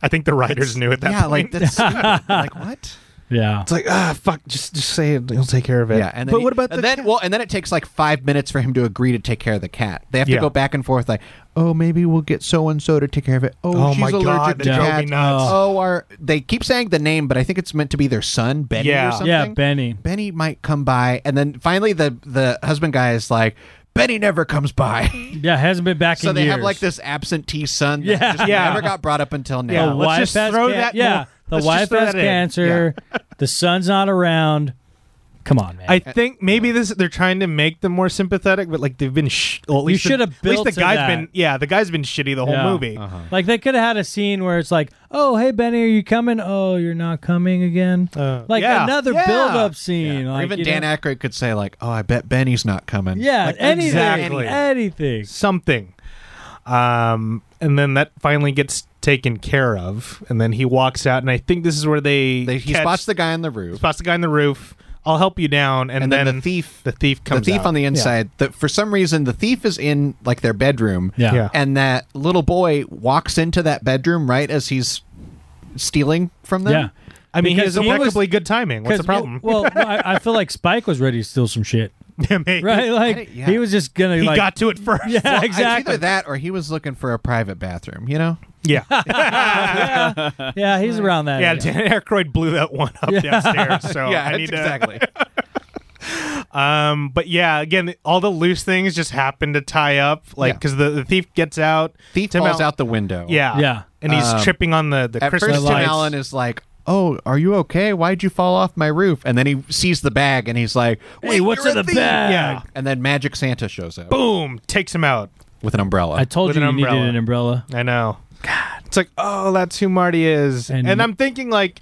S1: I think the writers knew at that
S2: "Yeah,
S1: point.
S2: like that's stupid. like what?"
S3: Yeah.
S1: it's like ah, fuck, just just say it. He'll take care of it.
S2: Yeah, and then
S1: but
S2: he-
S1: what about
S2: and
S1: the
S2: then? Well, and then it takes like five minutes for him to agree to take care of the cat. They have to
S1: Yeah.
S2: go back and forth, like, "Oh, maybe we'll get so and so to take care of it." Oh,
S1: Oh
S2: she's
S1: my
S2: allergic
S1: God,
S2: to
S1: that drove me
S2: cats.
S1: nuts.
S2: Oh, our they keep saying the name, but I think it's meant to be their son, Benny
S1: Yeah.
S2: or something.
S3: Yeah, Benny.
S2: Benny might come by, and then finally the the husband guy is like, "Benny never comes by."
S3: Yeah, hasn't been back
S2: So
S3: in
S2: they
S3: years.
S2: have like this absentee son that
S3: Yeah.
S2: just
S1: Yeah.
S2: never got brought up until
S1: Yeah,
S2: now.
S3: the
S1: let's
S3: wife
S1: just
S3: has
S1: throw
S3: can-
S1: that-
S3: Yeah,
S1: well,
S3: the
S1: let's just
S3: wife
S1: throw
S3: has
S1: that in.
S3: cancer. the son's not around. Come on, man.
S1: I think maybe this they're trying to make them more sympathetic, but like they've been sh- well, at least the-
S3: should have
S1: at least
S3: built
S1: the
S3: to
S1: guy's
S3: that.
S1: been yeah the guy's been shitty the whole
S3: Yeah.
S1: movie.
S3: like they could have had a scene where it's like, "Oh, hey Benny, are you coming? Oh, you're not coming again."
S1: Uh,
S3: like
S1: yeah.
S3: another
S1: Yeah.
S3: build-up scene.
S2: Or
S3: Like,
S2: even
S3: you know-
S2: Dan Aykroyd could say like, "Oh, I bet Benny's not coming."
S3: Yeah,
S2: Like,
S3: anything,
S1: exactly.
S3: anything.
S1: something. Um, and then that finally gets taken care of, and then he walks out, and I think this is where they,
S2: they, he
S1: catch-
S2: spots the guy on the roof,
S1: spots the guy on the roof. I'll help you down, and,
S2: and then, the thief,
S1: the thief
S2: the
S1: comes.
S2: thief
S1: out.
S2: on the
S1: Yeah.
S2: inside. The, for some reason, the thief is in like their bedroom.
S3: Yeah.
S1: Yeah.
S2: and that little boy walks into that bedroom right as he's stealing from them.
S3: Yeah.
S1: I mean, he
S3: Because
S1: has
S3: he was-
S1: impeccably good timing. What's the
S3: 'Cause,
S1: problem?
S3: Well, well, I, I feel like Spike was ready to steal some shit,
S1: Yeah, maybe.
S3: right? Like
S2: didn't- yeah.
S3: he was just gonna
S1: He
S3: like
S1: got to it first.
S3: yeah,
S2: Well, it's
S3: exactly.
S2: Either that, or he was looking for a private bathroom. You know,
S1: yeah,
S3: Yeah, he's around that.
S1: yeah.
S3: age.
S1: Oh, Dan Aykroyd blew that one up downstairs. So I need to,
S2: exactly.
S1: Um, but yeah, again, all the loose things just happen to tie up, like
S2: Yeah.
S1: because the, the thief gets out,
S2: Thief
S1: Tim
S2: falls
S1: Al-
S2: out the window.
S1: yeah,
S3: Yeah.
S1: and he's
S2: Um,
S1: tripping on the the
S2: At
S1: Christmas
S2: first, Tim
S1: lights.
S2: Allen is like, "Oh, are you okay? Why'd you fall off my roof?" And then he sees the bag, and he's like,
S3: Hey,
S2: "Wait,
S3: what's
S2: you're
S3: in
S2: a
S3: the
S2: thief!"
S3: bag?
S1: Yeah.
S2: And then Magic Santa shows up
S1: boom, takes him out.
S2: with an umbrella.
S3: I told
S1: With
S3: you you
S1: an
S3: needed
S1: umbrella.
S3: an umbrella.
S1: I know. God, it's like, oh, that's who Marty is,
S3: And-
S1: and, I'm thinking like.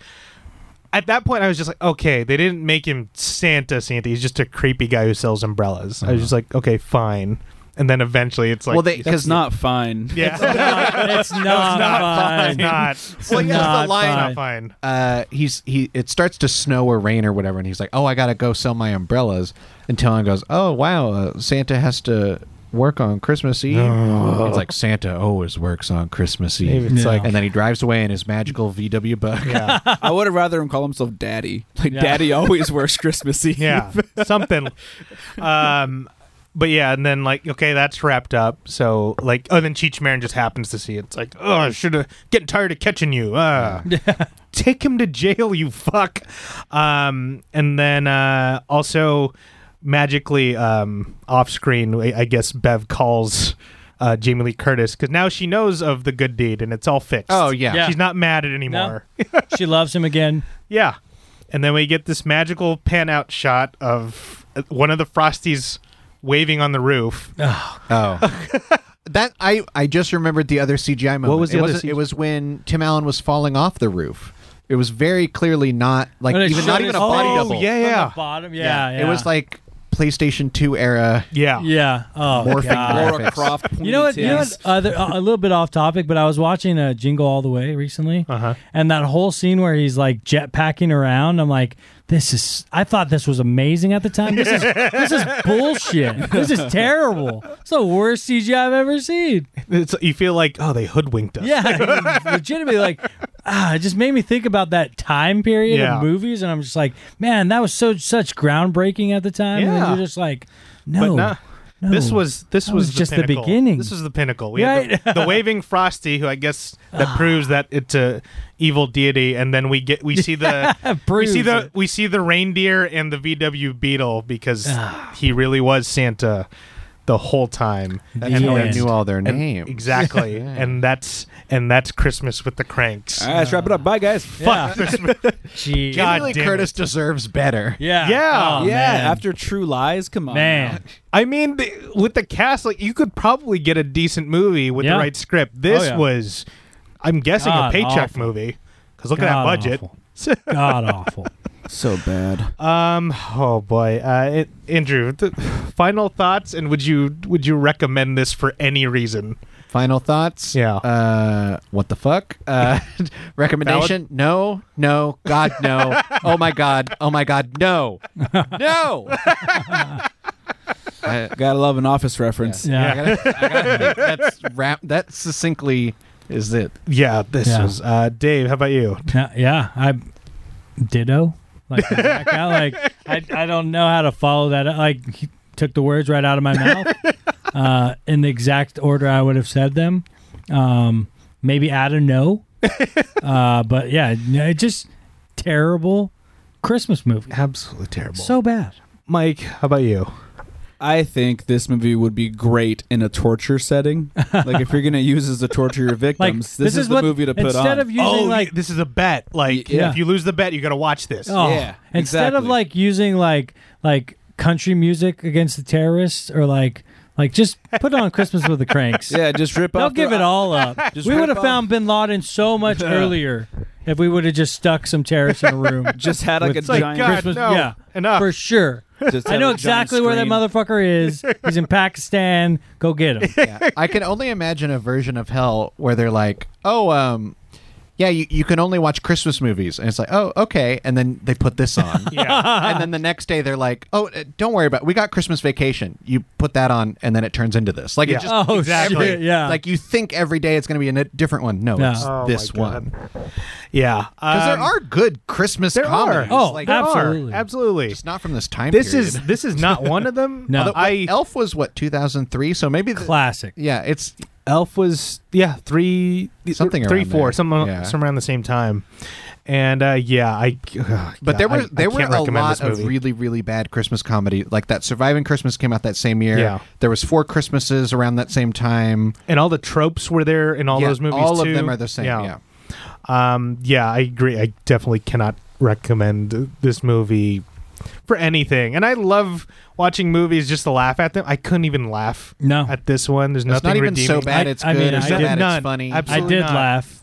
S1: At that point, I was just like, okay, they didn't make him Santa. Santa, he's just a creepy guy who sells umbrellas. I was just like, okay, fine. And then eventually, it's like,
S2: well, they
S4: That's not fine.
S1: yeah,
S3: it's not, fine.
S1: it's not.
S2: well, yeah,
S3: not
S2: the line.
S1: Not
S3: fine.
S1: fine.
S2: Uh, he's he. It starts to snow or rain or whatever, and he's like, "Oh, I gotta go sell my umbrellas." And Talon goes, "Oh, wow, uh, Santa has to work on Christmas Eve." It's like Santa always works on Christmas Eve.
S1: It's
S3: No.
S1: like,
S2: And then he drives away in his magical VW bug.
S1: yeah,
S4: I would have rather him call himself Daddy. Like
S3: Yeah.
S4: Daddy always wears Christmas Eve.
S1: yeah, something. Um, but yeah, and then like, okay, that's wrapped up. So like, oh, then Cheech Marin just happens to see it. It's like, oh, I should have getting tired of catching you. Uh. Take him to jail, you fuck. Um, and then uh, also magically um, off screen, I, I guess Bev calls. Uh, Jamie Lee Curtis, because now she knows of the good deed and it's all fixed.
S2: Oh yeah.
S3: Yeah.
S1: she's not mad at it anymore.
S3: she loves him again.
S1: Yeah. And then we get this magical pan out shot of uh, one of the Frosties waving on the roof.
S3: Uh,
S2: Oh. That I, I just remembered the other CGI moment.
S1: was the
S2: it,
S1: other
S2: wasn't-
S1: CGI?
S2: it was when Tim Allen was falling off the roof. It was very clearly not like
S3: And it
S2: even not
S3: showed
S2: even
S3: his
S2: a body
S1: oh,
S2: double.
S1: yeah,
S3: From
S1: yeah.
S3: the bottom. Yeah, yeah.
S2: It was like PlayStation 2 era.
S1: Yeah.
S3: yeah. Oh,
S2: Morphing
S3: God.
S4: Laura Croft.
S3: You know what? You know what
S4: pointy tits.
S3: other, a a little bit off topic, but I was watching uh, Jingle All the Way recently,
S1: Uh-huh.
S3: and that whole scene where he's like jetpacking around. I'm like, this is. I thought this was amazing at the time. This is this is bullshit. This is terrible. It's the worst CGI I've ever seen.
S1: It's, you feel like, oh, they hoodwinked us.
S3: Yeah, legitimately, like, ah, it just made me think about that time period
S1: Yeah.
S3: of movies, and I'm just like, man, that was so such groundbreaking at the time. And then
S1: Yeah.
S3: you're just like,
S1: But
S3: no,
S1: nah,
S3: no,
S1: This was this
S3: That
S1: was,
S3: was just the
S1: pinnacle.
S3: beginning.
S1: This was the pinnacle. We had the, the waving frosty, who I guess
S3: Ah.
S1: that proves that it's a evil deity, and then we get we see the we
S3: proves
S1: see the
S3: it.
S1: we see the reindeer and the VW Beetle because
S3: Ah.
S1: he really was Santa the whole time.
S2: That's
S3: The
S2: how I
S3: end.
S2: knew all their
S1: And-
S2: names.
S1: Exactly. and that's and that's Christmas with the cranks.
S4: All right, let's wrap it up. Bye, guys.
S1: Fuck Christmas.
S3: Jeez.
S1: God
S2: Jamie Lee
S1: damn
S2: Curtis deserves better.
S3: yeah,
S1: Yeah.
S3: Oh,
S4: yeah,
S3: man.
S4: after True Lies, come on.
S3: man,
S1: I mean, the, with the cast, like you could probably get a decent movie with
S3: Yeah.
S1: the right script. This
S3: Oh, yeah.
S1: was, I'm guessing,
S3: God
S1: a paycheck
S3: awful.
S1: movie. Because look
S3: God
S1: at that
S3: awful.
S1: budget.
S3: god awful.
S4: So bad.
S2: Uh,
S1: um. Oh boy. Uh. It, Andrew, th- final thoughts, and would you would you recommend this for any reason?
S2: Final thoughts?
S1: Yeah.
S2: Uh, what the fuck? Uh, recommendation? No, no, God, no. oh my God, oh my God, no, no. I-
S4: Gotta love an office reference.
S3: Yeah.
S2: I gotta, I gotta think that's wrap. That succinctly is it.
S1: Yeah. This
S3: Yeah.
S1: was. Uh. Dave, how about you?
S3: yeah, yeah, I ditto. Like, exact- I, like I, I don't know how to follow that. up. Like, he took the words right out of my mouth uh, in the exact order I would have said them. Um, maybe add a no, uh, but yeah, no, it just terrible Christmas movie.
S1: Absolutely terrible.
S3: So bad.
S1: Mike, how about you?
S4: I think this movie would be great in a torture setting. like if you're gonna use as a torture your victims,
S3: Like
S4: this,
S3: this
S4: is,
S3: is
S4: the
S3: what-
S4: movie to put
S3: instead
S4: on.
S3: of using
S1: oh,
S3: like
S1: this is a bet. Like,
S4: Yeah.
S1: if you lose the bet, you got to watch this.
S3: Oh,
S4: Yeah,
S3: instead of
S4: exactly.
S3: like using like like country music against the terrorists or like like just put on Christmas with the Cranks.
S4: yeah, just rip
S3: They'll
S4: off.
S3: give
S4: their-
S3: it all up.
S4: Just
S3: we
S4: rip
S3: would have
S4: off-
S3: found Bin Laden so much earlier if we would have just stuck some terrorists in a room.
S4: Just had like
S3: With-
S4: a
S3: It's
S1: It's like,
S4: giant.
S1: God,
S3: Christmas-
S1: no.
S3: yeah.
S1: Enough.
S3: for sure.
S4: just
S3: I
S4: had
S3: know
S4: a giant
S3: exactly where that
S4: screen.
S3: motherfucker is. He's in Pakistan. Go get him.
S2: Yeah. I can only imagine a version of hell where they're like, oh, um, yeah, you, you can only watch Christmas movies, and it's like, oh, okay, and then they put this on.
S1: yeah.
S2: And then the next day they're like, "Oh, uh, don't worry about. It. We got Christmas Vacation. You put that on, and then it turns into this. Like
S1: Yeah.
S2: it just
S3: Oh
S1: Exactly.
S3: shit! Yeah,
S2: like you think every day it's going to be a n- different one. No,
S3: No.
S2: it's
S1: Oh, my
S2: this
S1: God.
S2: one.
S1: Yeah.
S2: Because
S1: Um,
S2: there are good Christmas
S1: There
S2: comedies.
S1: are.
S3: Oh,
S2: like,
S1: There are.
S3: Absolutely.
S1: Absolutely.
S2: just not from this time.
S1: this
S2: period.
S1: is this is not one of them.
S3: No.
S1: Although I
S2: Elf was what 2003, so maybe the,
S3: classic.
S2: yeah, it's
S1: Elf was yeah three
S2: Something
S1: three
S2: around
S1: four
S2: there.
S1: something
S2: Yeah.
S1: somewhere around the same time, and uh, yeah I ugh,
S2: But
S1: God,
S2: there were
S1: I- I
S2: there were
S1: can't
S2: a
S1: recommend
S2: lot
S1: this
S2: of
S1: movie.
S2: really really bad Christmas comedy like that. Surviving Christmas came out that same year.
S1: Yeah.
S2: there was four Christmases around that same time.
S1: and all the tropes were there in all
S2: Yeah,
S1: those movies.
S2: all
S1: too.
S2: of them are the same. Yeah,
S1: Um, yeah, I agree. I definitely cannot recommend this movie for anything. And I love watching movies just to laugh at them. I couldn't even laugh
S3: No,
S1: at this one. There's
S2: it's
S1: nothing
S2: not even
S1: redeeming.
S2: so bad.
S3: I-
S2: it's
S3: I
S2: good.
S3: mean,
S2: or
S3: I
S2: so
S3: did
S2: bad.
S1: none.
S2: It's funny.
S1: Absolutely.
S3: I did
S1: not.
S3: laugh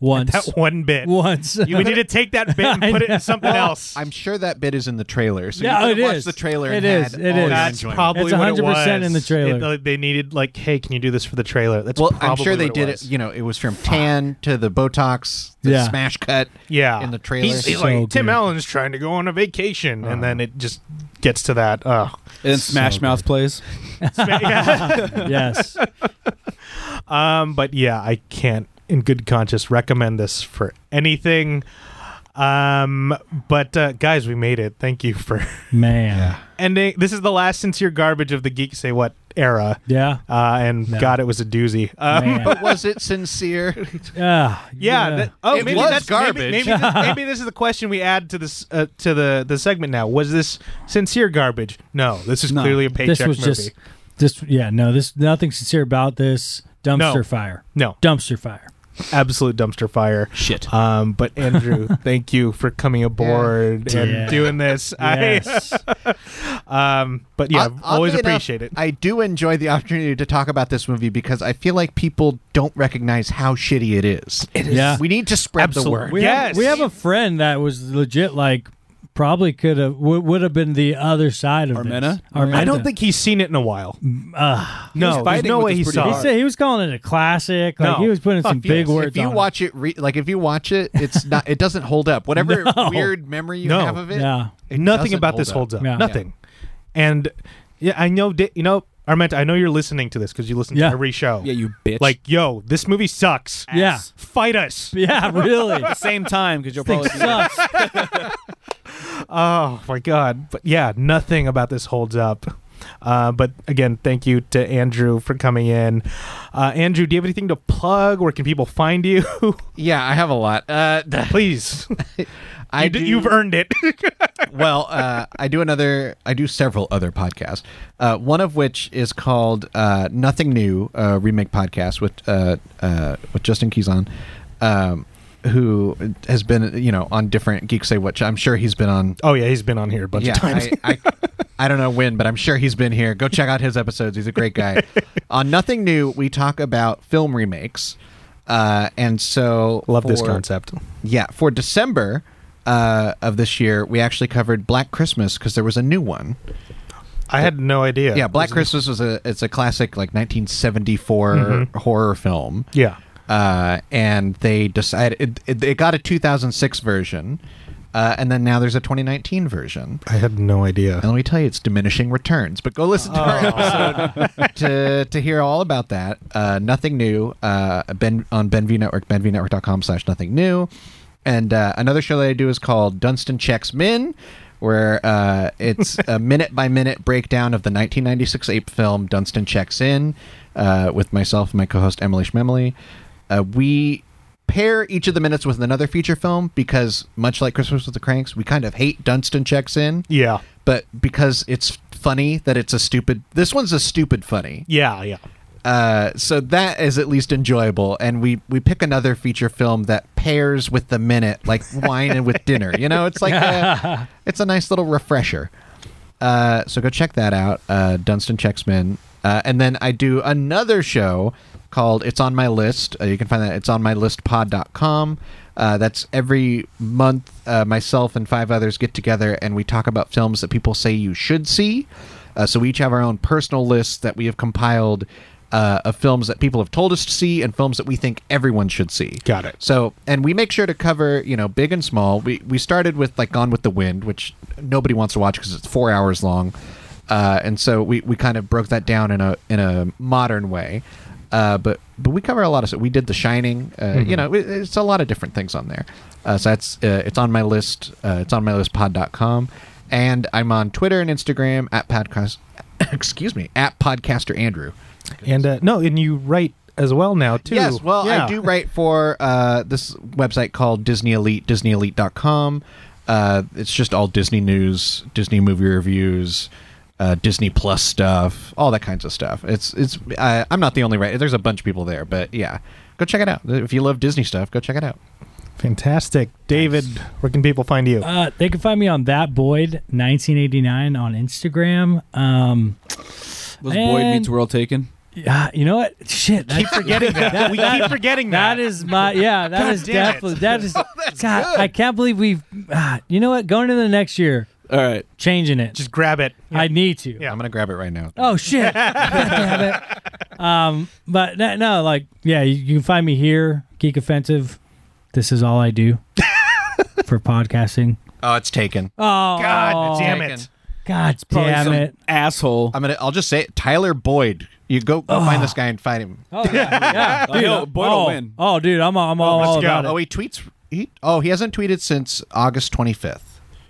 S3: once.
S1: That one bit.
S3: once.
S1: You need to take that bit and
S3: I
S1: put it
S3: know.
S1: in something
S2: Well,
S1: else.
S2: I'm sure that bit is in the trailer. So
S3: Yeah,
S2: you
S3: it
S2: could've watched
S3: is.
S2: the trailer. and
S3: It is.
S2: had
S3: It
S2: all
S3: is.
S2: your
S1: That's
S2: enjoyment.
S1: probably
S3: It's
S1: what it
S3: 100%
S1: was.
S3: in the trailer.
S1: It- they needed like, hey, can you do this for the trailer? That's
S2: Well, I'm
S1: probably
S2: sure they
S1: what
S2: did
S1: was.
S2: it. You know, it was from tan to the Botox, the
S3: Yeah.
S2: smash cut.
S1: yeah
S2: in the trailer. Oh.
S1: He's, he's
S3: So
S1: like Tim
S3: good.
S1: Allen's trying to go on a vacation, and then it just gets to that. Oh,
S4: And then Smash Mouth plays.
S3: yes.
S1: Um, but yeah, I can't in good conscience recommend this for anything. Um, but uh, guys, we made it. Thank you for
S3: Man. Yeah.
S1: ending. This is the last sincere garbage of the geek say what era. Uh, and
S3: No.
S1: God, it was a doozy. Um,
S3: Man.
S2: Was it sincere?
S3: Ah,
S1: yeah. that- oh,
S2: It
S1: maybe
S2: was
S1: that's maybe-
S2: garbage.
S1: Maybe, this, maybe this is the question we add to this uh, to the the segment now. Was this sincere garbage? No, this is
S4: No.
S1: clearly a paycheck
S3: this was
S1: movie.
S3: just this. Yeah, no, this nothing sincere about this dumpster
S1: No.
S3: fire.
S1: no,
S3: Dumpster fire.
S1: absolute dumpster fire.
S4: Shit.
S1: Um, but Andrew, thank you for coming aboard and
S3: Yeah.
S1: doing this.
S3: Yes.
S1: I um, but yeah,
S2: Odd-
S1: always
S2: Uh, oddly enough,
S1: appreciate it.
S2: I do enjoy the opportunity to talk about this movie because I feel like people don't recognize how shitty it is. It
S3: is- Yeah.
S2: We need to spread
S1: Absolute-
S2: the word.
S3: We
S1: Yes.
S3: have, we have a friend that was legit like probably could have w- would have been the other side of
S4: Armenta?
S3: this. Armenta.
S1: I don't think he's seen it in a while.
S3: Uh,
S1: No, there's
S4: fighting
S1: no
S4: with
S1: way
S4: us
S1: he
S4: pretty
S1: saw
S3: he
S4: hard.
S1: it.
S3: said he was calling it a classic. Like
S1: No.
S3: he was putting some
S2: Fuck yes.
S3: big words.
S2: If you
S3: on
S2: watch it, re- like if you watch it, it's not. It doesn't hold up. Whatever
S3: No.
S2: weird memory you
S1: No.
S2: have of
S3: it.
S2: it,
S3: yeah,
S2: it
S1: Nothing
S2: doesn't
S1: about
S2: hold
S1: this holds up.
S3: Yeah.
S1: Nothing. And yeah, I know. Di- you know, Armenta, I know you're listening to this because you listen
S3: Yeah.
S1: to every show.
S4: Yeah, you bitch.
S1: like, yo, this movie sucks.
S3: yeah,
S1: Fight us.
S3: yeah, really.
S4: same time because you'll
S3: Thing
S4: probably be
S3: sucks.
S1: Oh my god. But yeah, nothing about this holds up. Uh, but again, thank you to Andrew for coming in. Uh, Andrew, do you have anything to plug? Where can people find you?
S2: Yeah, I have a lot. Uh,
S1: Please,
S2: I
S1: you
S2: do,
S1: d- you've earned it.
S2: well, uh, I do another. I do several other podcasts. Uh, one of which is called uh, "Nothing New" uh, remake podcast with uh, uh, with Justin Keyson, um, who has been you know on different Geek Say What. I'm sure he's been on
S1: oh yeah, he's been on here a bunch
S2: yeah,
S1: of times.
S2: I, I, I don't know when, but I'm sure he's been here. Go check out his episodes. He's a great guy. On Nothing New, we talk about film remakes. Uh, and so
S1: Love this
S2: for-
S1: concept.
S2: yeah, for December uh, of this year, we actually covered Black Christmas because there was a new one.
S1: I had no idea.
S2: Yeah, Black
S1: There's-
S2: Christmas was a it's a classic like 1974 horror film.
S1: Yeah,
S2: Uh, and they decided it, it, it got a 2006 version, uh, and then now there's a 2019 version.
S1: I had no idea.
S2: And let me tell you, it's diminishing returns. But go listen to our episode to, to hear all about that. Uh, nothing new. Uh, ben on Benview Network, benvnetwork.com slash nothing new. And uh, another show that I do is called Dunstan Checks Min, where uh, it's a minute by minute breakdown of the 1996 ape film Dunstan Checks In uh, with myself and my co host Emily Schmemily. Uh, we pair each of the minutes with another feature film because, much like Christmas with the Cranks, we kind of hate Dunstan Checks In
S1: Yeah,
S2: but because it's funny that it's a stupid this one's a stupid funny
S1: yeah, yeah.
S2: uh, so that is at least enjoyable and we we pick another feature film that pairs with the minute like wine and with dinner you know it's like a, it's a nice little refresher uh, so go check that out uh, dunstan checksman uh, and then i do another show called it's on my list uh, you can find that at it's on my list pod.com uh, that's every month uh, myself and five others get together and we talk about films that people say you should see uh, so we each have our own personal lists that we have compiled uh, of films that people have told us to see and films that we think everyone should see.
S1: Got it.
S2: So, and we make sure to cover, you know, big and small. We we started with like Gone with the Wind, which nobody wants to watch because it's four hours long, uh, and so we, we kind of broke that down in a in a modern way. Uh, but but we cover a lot of stuff. We did The Shining. Uh, You know, it, it's a lot of different things on there. Uh, so that's uh, it's on my list. Uh, it's on my list. Pod.com. And I'm on Twitter and Instagram at podcast. Excuse me, at podcaster Andrew.
S1: And uh, no, and you write as well now too.
S2: Yes, well,
S1: Yeah.
S2: I do write for uh, this website called Disney Elite, DisneyElite.com. Uh, it's just all Disney news, Disney movie reviews, uh, Disney Plus stuff, all that kinds of stuff. It's it's. Uh, I'm not the only writer. There's a bunch of people there, but yeah, go check it out. If you love Disney stuff, go check it out.
S1: Fantastic, David. Where can people find you?
S3: Uh, they can find me on that Boyd 1989 on Instagram. Um,
S4: Was Boyd
S3: And-
S4: Meets World taken?
S3: yeah, you know what? Shit, that,
S1: forgetting that. we keep forgetting
S3: that is my yeah. That is
S1: damn it.
S3: definitely that is. God, I can't believe we've. ah, you know what? Going into the next year,
S4: All right.
S3: changing it.
S1: Just grab it.
S3: I need to.
S1: Yeah.
S2: I'm gonna grab it right now.
S3: Oh shit! God damn it. Um, but no, no, like yeah, you, you can find me here, Geek Offensive. This is all I do for podcasting.
S2: Oh, it's taken.
S3: Oh
S1: God damn it.
S3: God damn
S4: Some
S3: it!
S4: Asshole.
S2: I'm gonna. I'll just say it. Tyler Boyd. You go, go
S3: Ah.
S2: find this guy and fight him.
S3: Oh yeah, yeah.
S4: Like, yo, Boyd will
S3: oh,
S4: win.
S3: oh, dude, I'm I'm all,
S1: let's
S3: all
S1: go.
S3: about
S2: Oh,
S3: it.
S2: he tweets. He, oh, he hasn't tweeted since August 25th.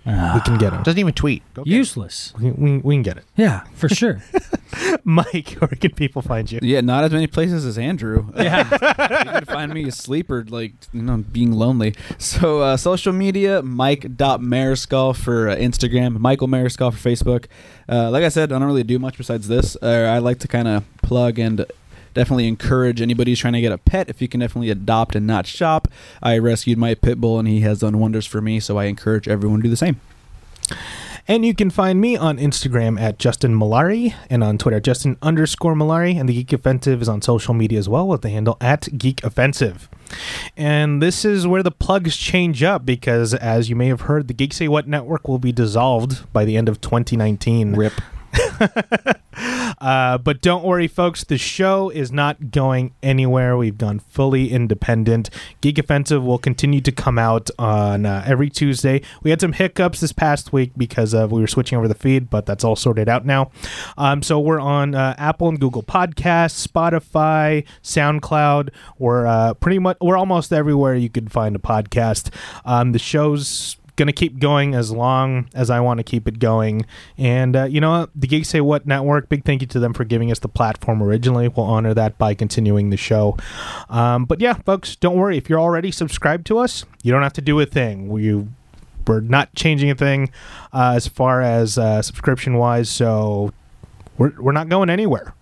S1: we can get him.
S2: Doesn't even tweet. Go get him.
S3: Useless.
S1: We, we, we can get it.
S3: Yeah, for sure.
S1: Mike, where can people find you?
S4: Yeah, not as many places as Andrew.
S3: Yeah.
S4: you can find me asleep or like you know being lonely. So uh, social media, Mike dot Mariscal for uh, Instagram, Michael Mariscal for Facebook. Uh, like I said, I don't really do much besides this. Uh, I like to kind of plug and definitely encourage anybody who's trying to get a pet if you can definitely adopt and not shop. I rescued my pit bull and he has done wonders for me, so I encourage everyone to do the same.
S1: And you can find me on Instagram at Justin Malari and on Twitter, Justin underscore Malari. And the Geek Offensive is on social media as well with the handle at Geek Offensive. And this is where the plugs change up because, as you may have heard, the Geek Say What network will be dissolved by the end of 2019.
S2: Rip.
S1: Uh, but don't worry, folks. The show is not going anywhere. We've gone fully independent. Geek Offensive will continue to come out on uh, every Tuesday. We had some hiccups this past week because of we were switching over the feed, but that's all sorted out now. Um, so we're on uh, Apple and Google Podcasts, Spotify, SoundCloud. We're uh, pretty much we're almost everywhere you could find a podcast. Um, the show's going to keep going as long as I want to keep it going. And uh, you know what? The Geek Say What Network, big thank you to them for giving us the platform originally. We'll honor that by continuing the show. Um, but yeah, folks, don't worry. If you're already subscribed to us, you don't have to do a thing. We, we're not changing a thing uh, as far as uh, subscription wise. So we're, we're not going anywhere.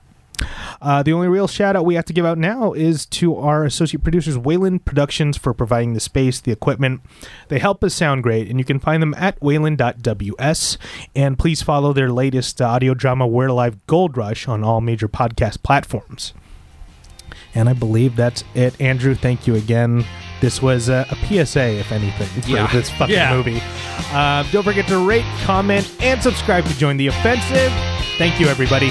S1: Uh, the only real shout out we have to give out now is to our associate producers, Wayland Productions, for providing the space, the equipment. They help us sound great, and you can find them at wayland.ws. And please follow their latest uh, audio drama, We're Alive Gold Rush, on all major podcast platforms. And I believe that's it. Andrew, thank you again. This was uh, a PSA, if anything, for
S4: Yeah.
S1: this fucking
S3: Yeah.
S1: movie. Uh, don't forget to rate, comment, and subscribe to join the offensive. Thank you, everybody.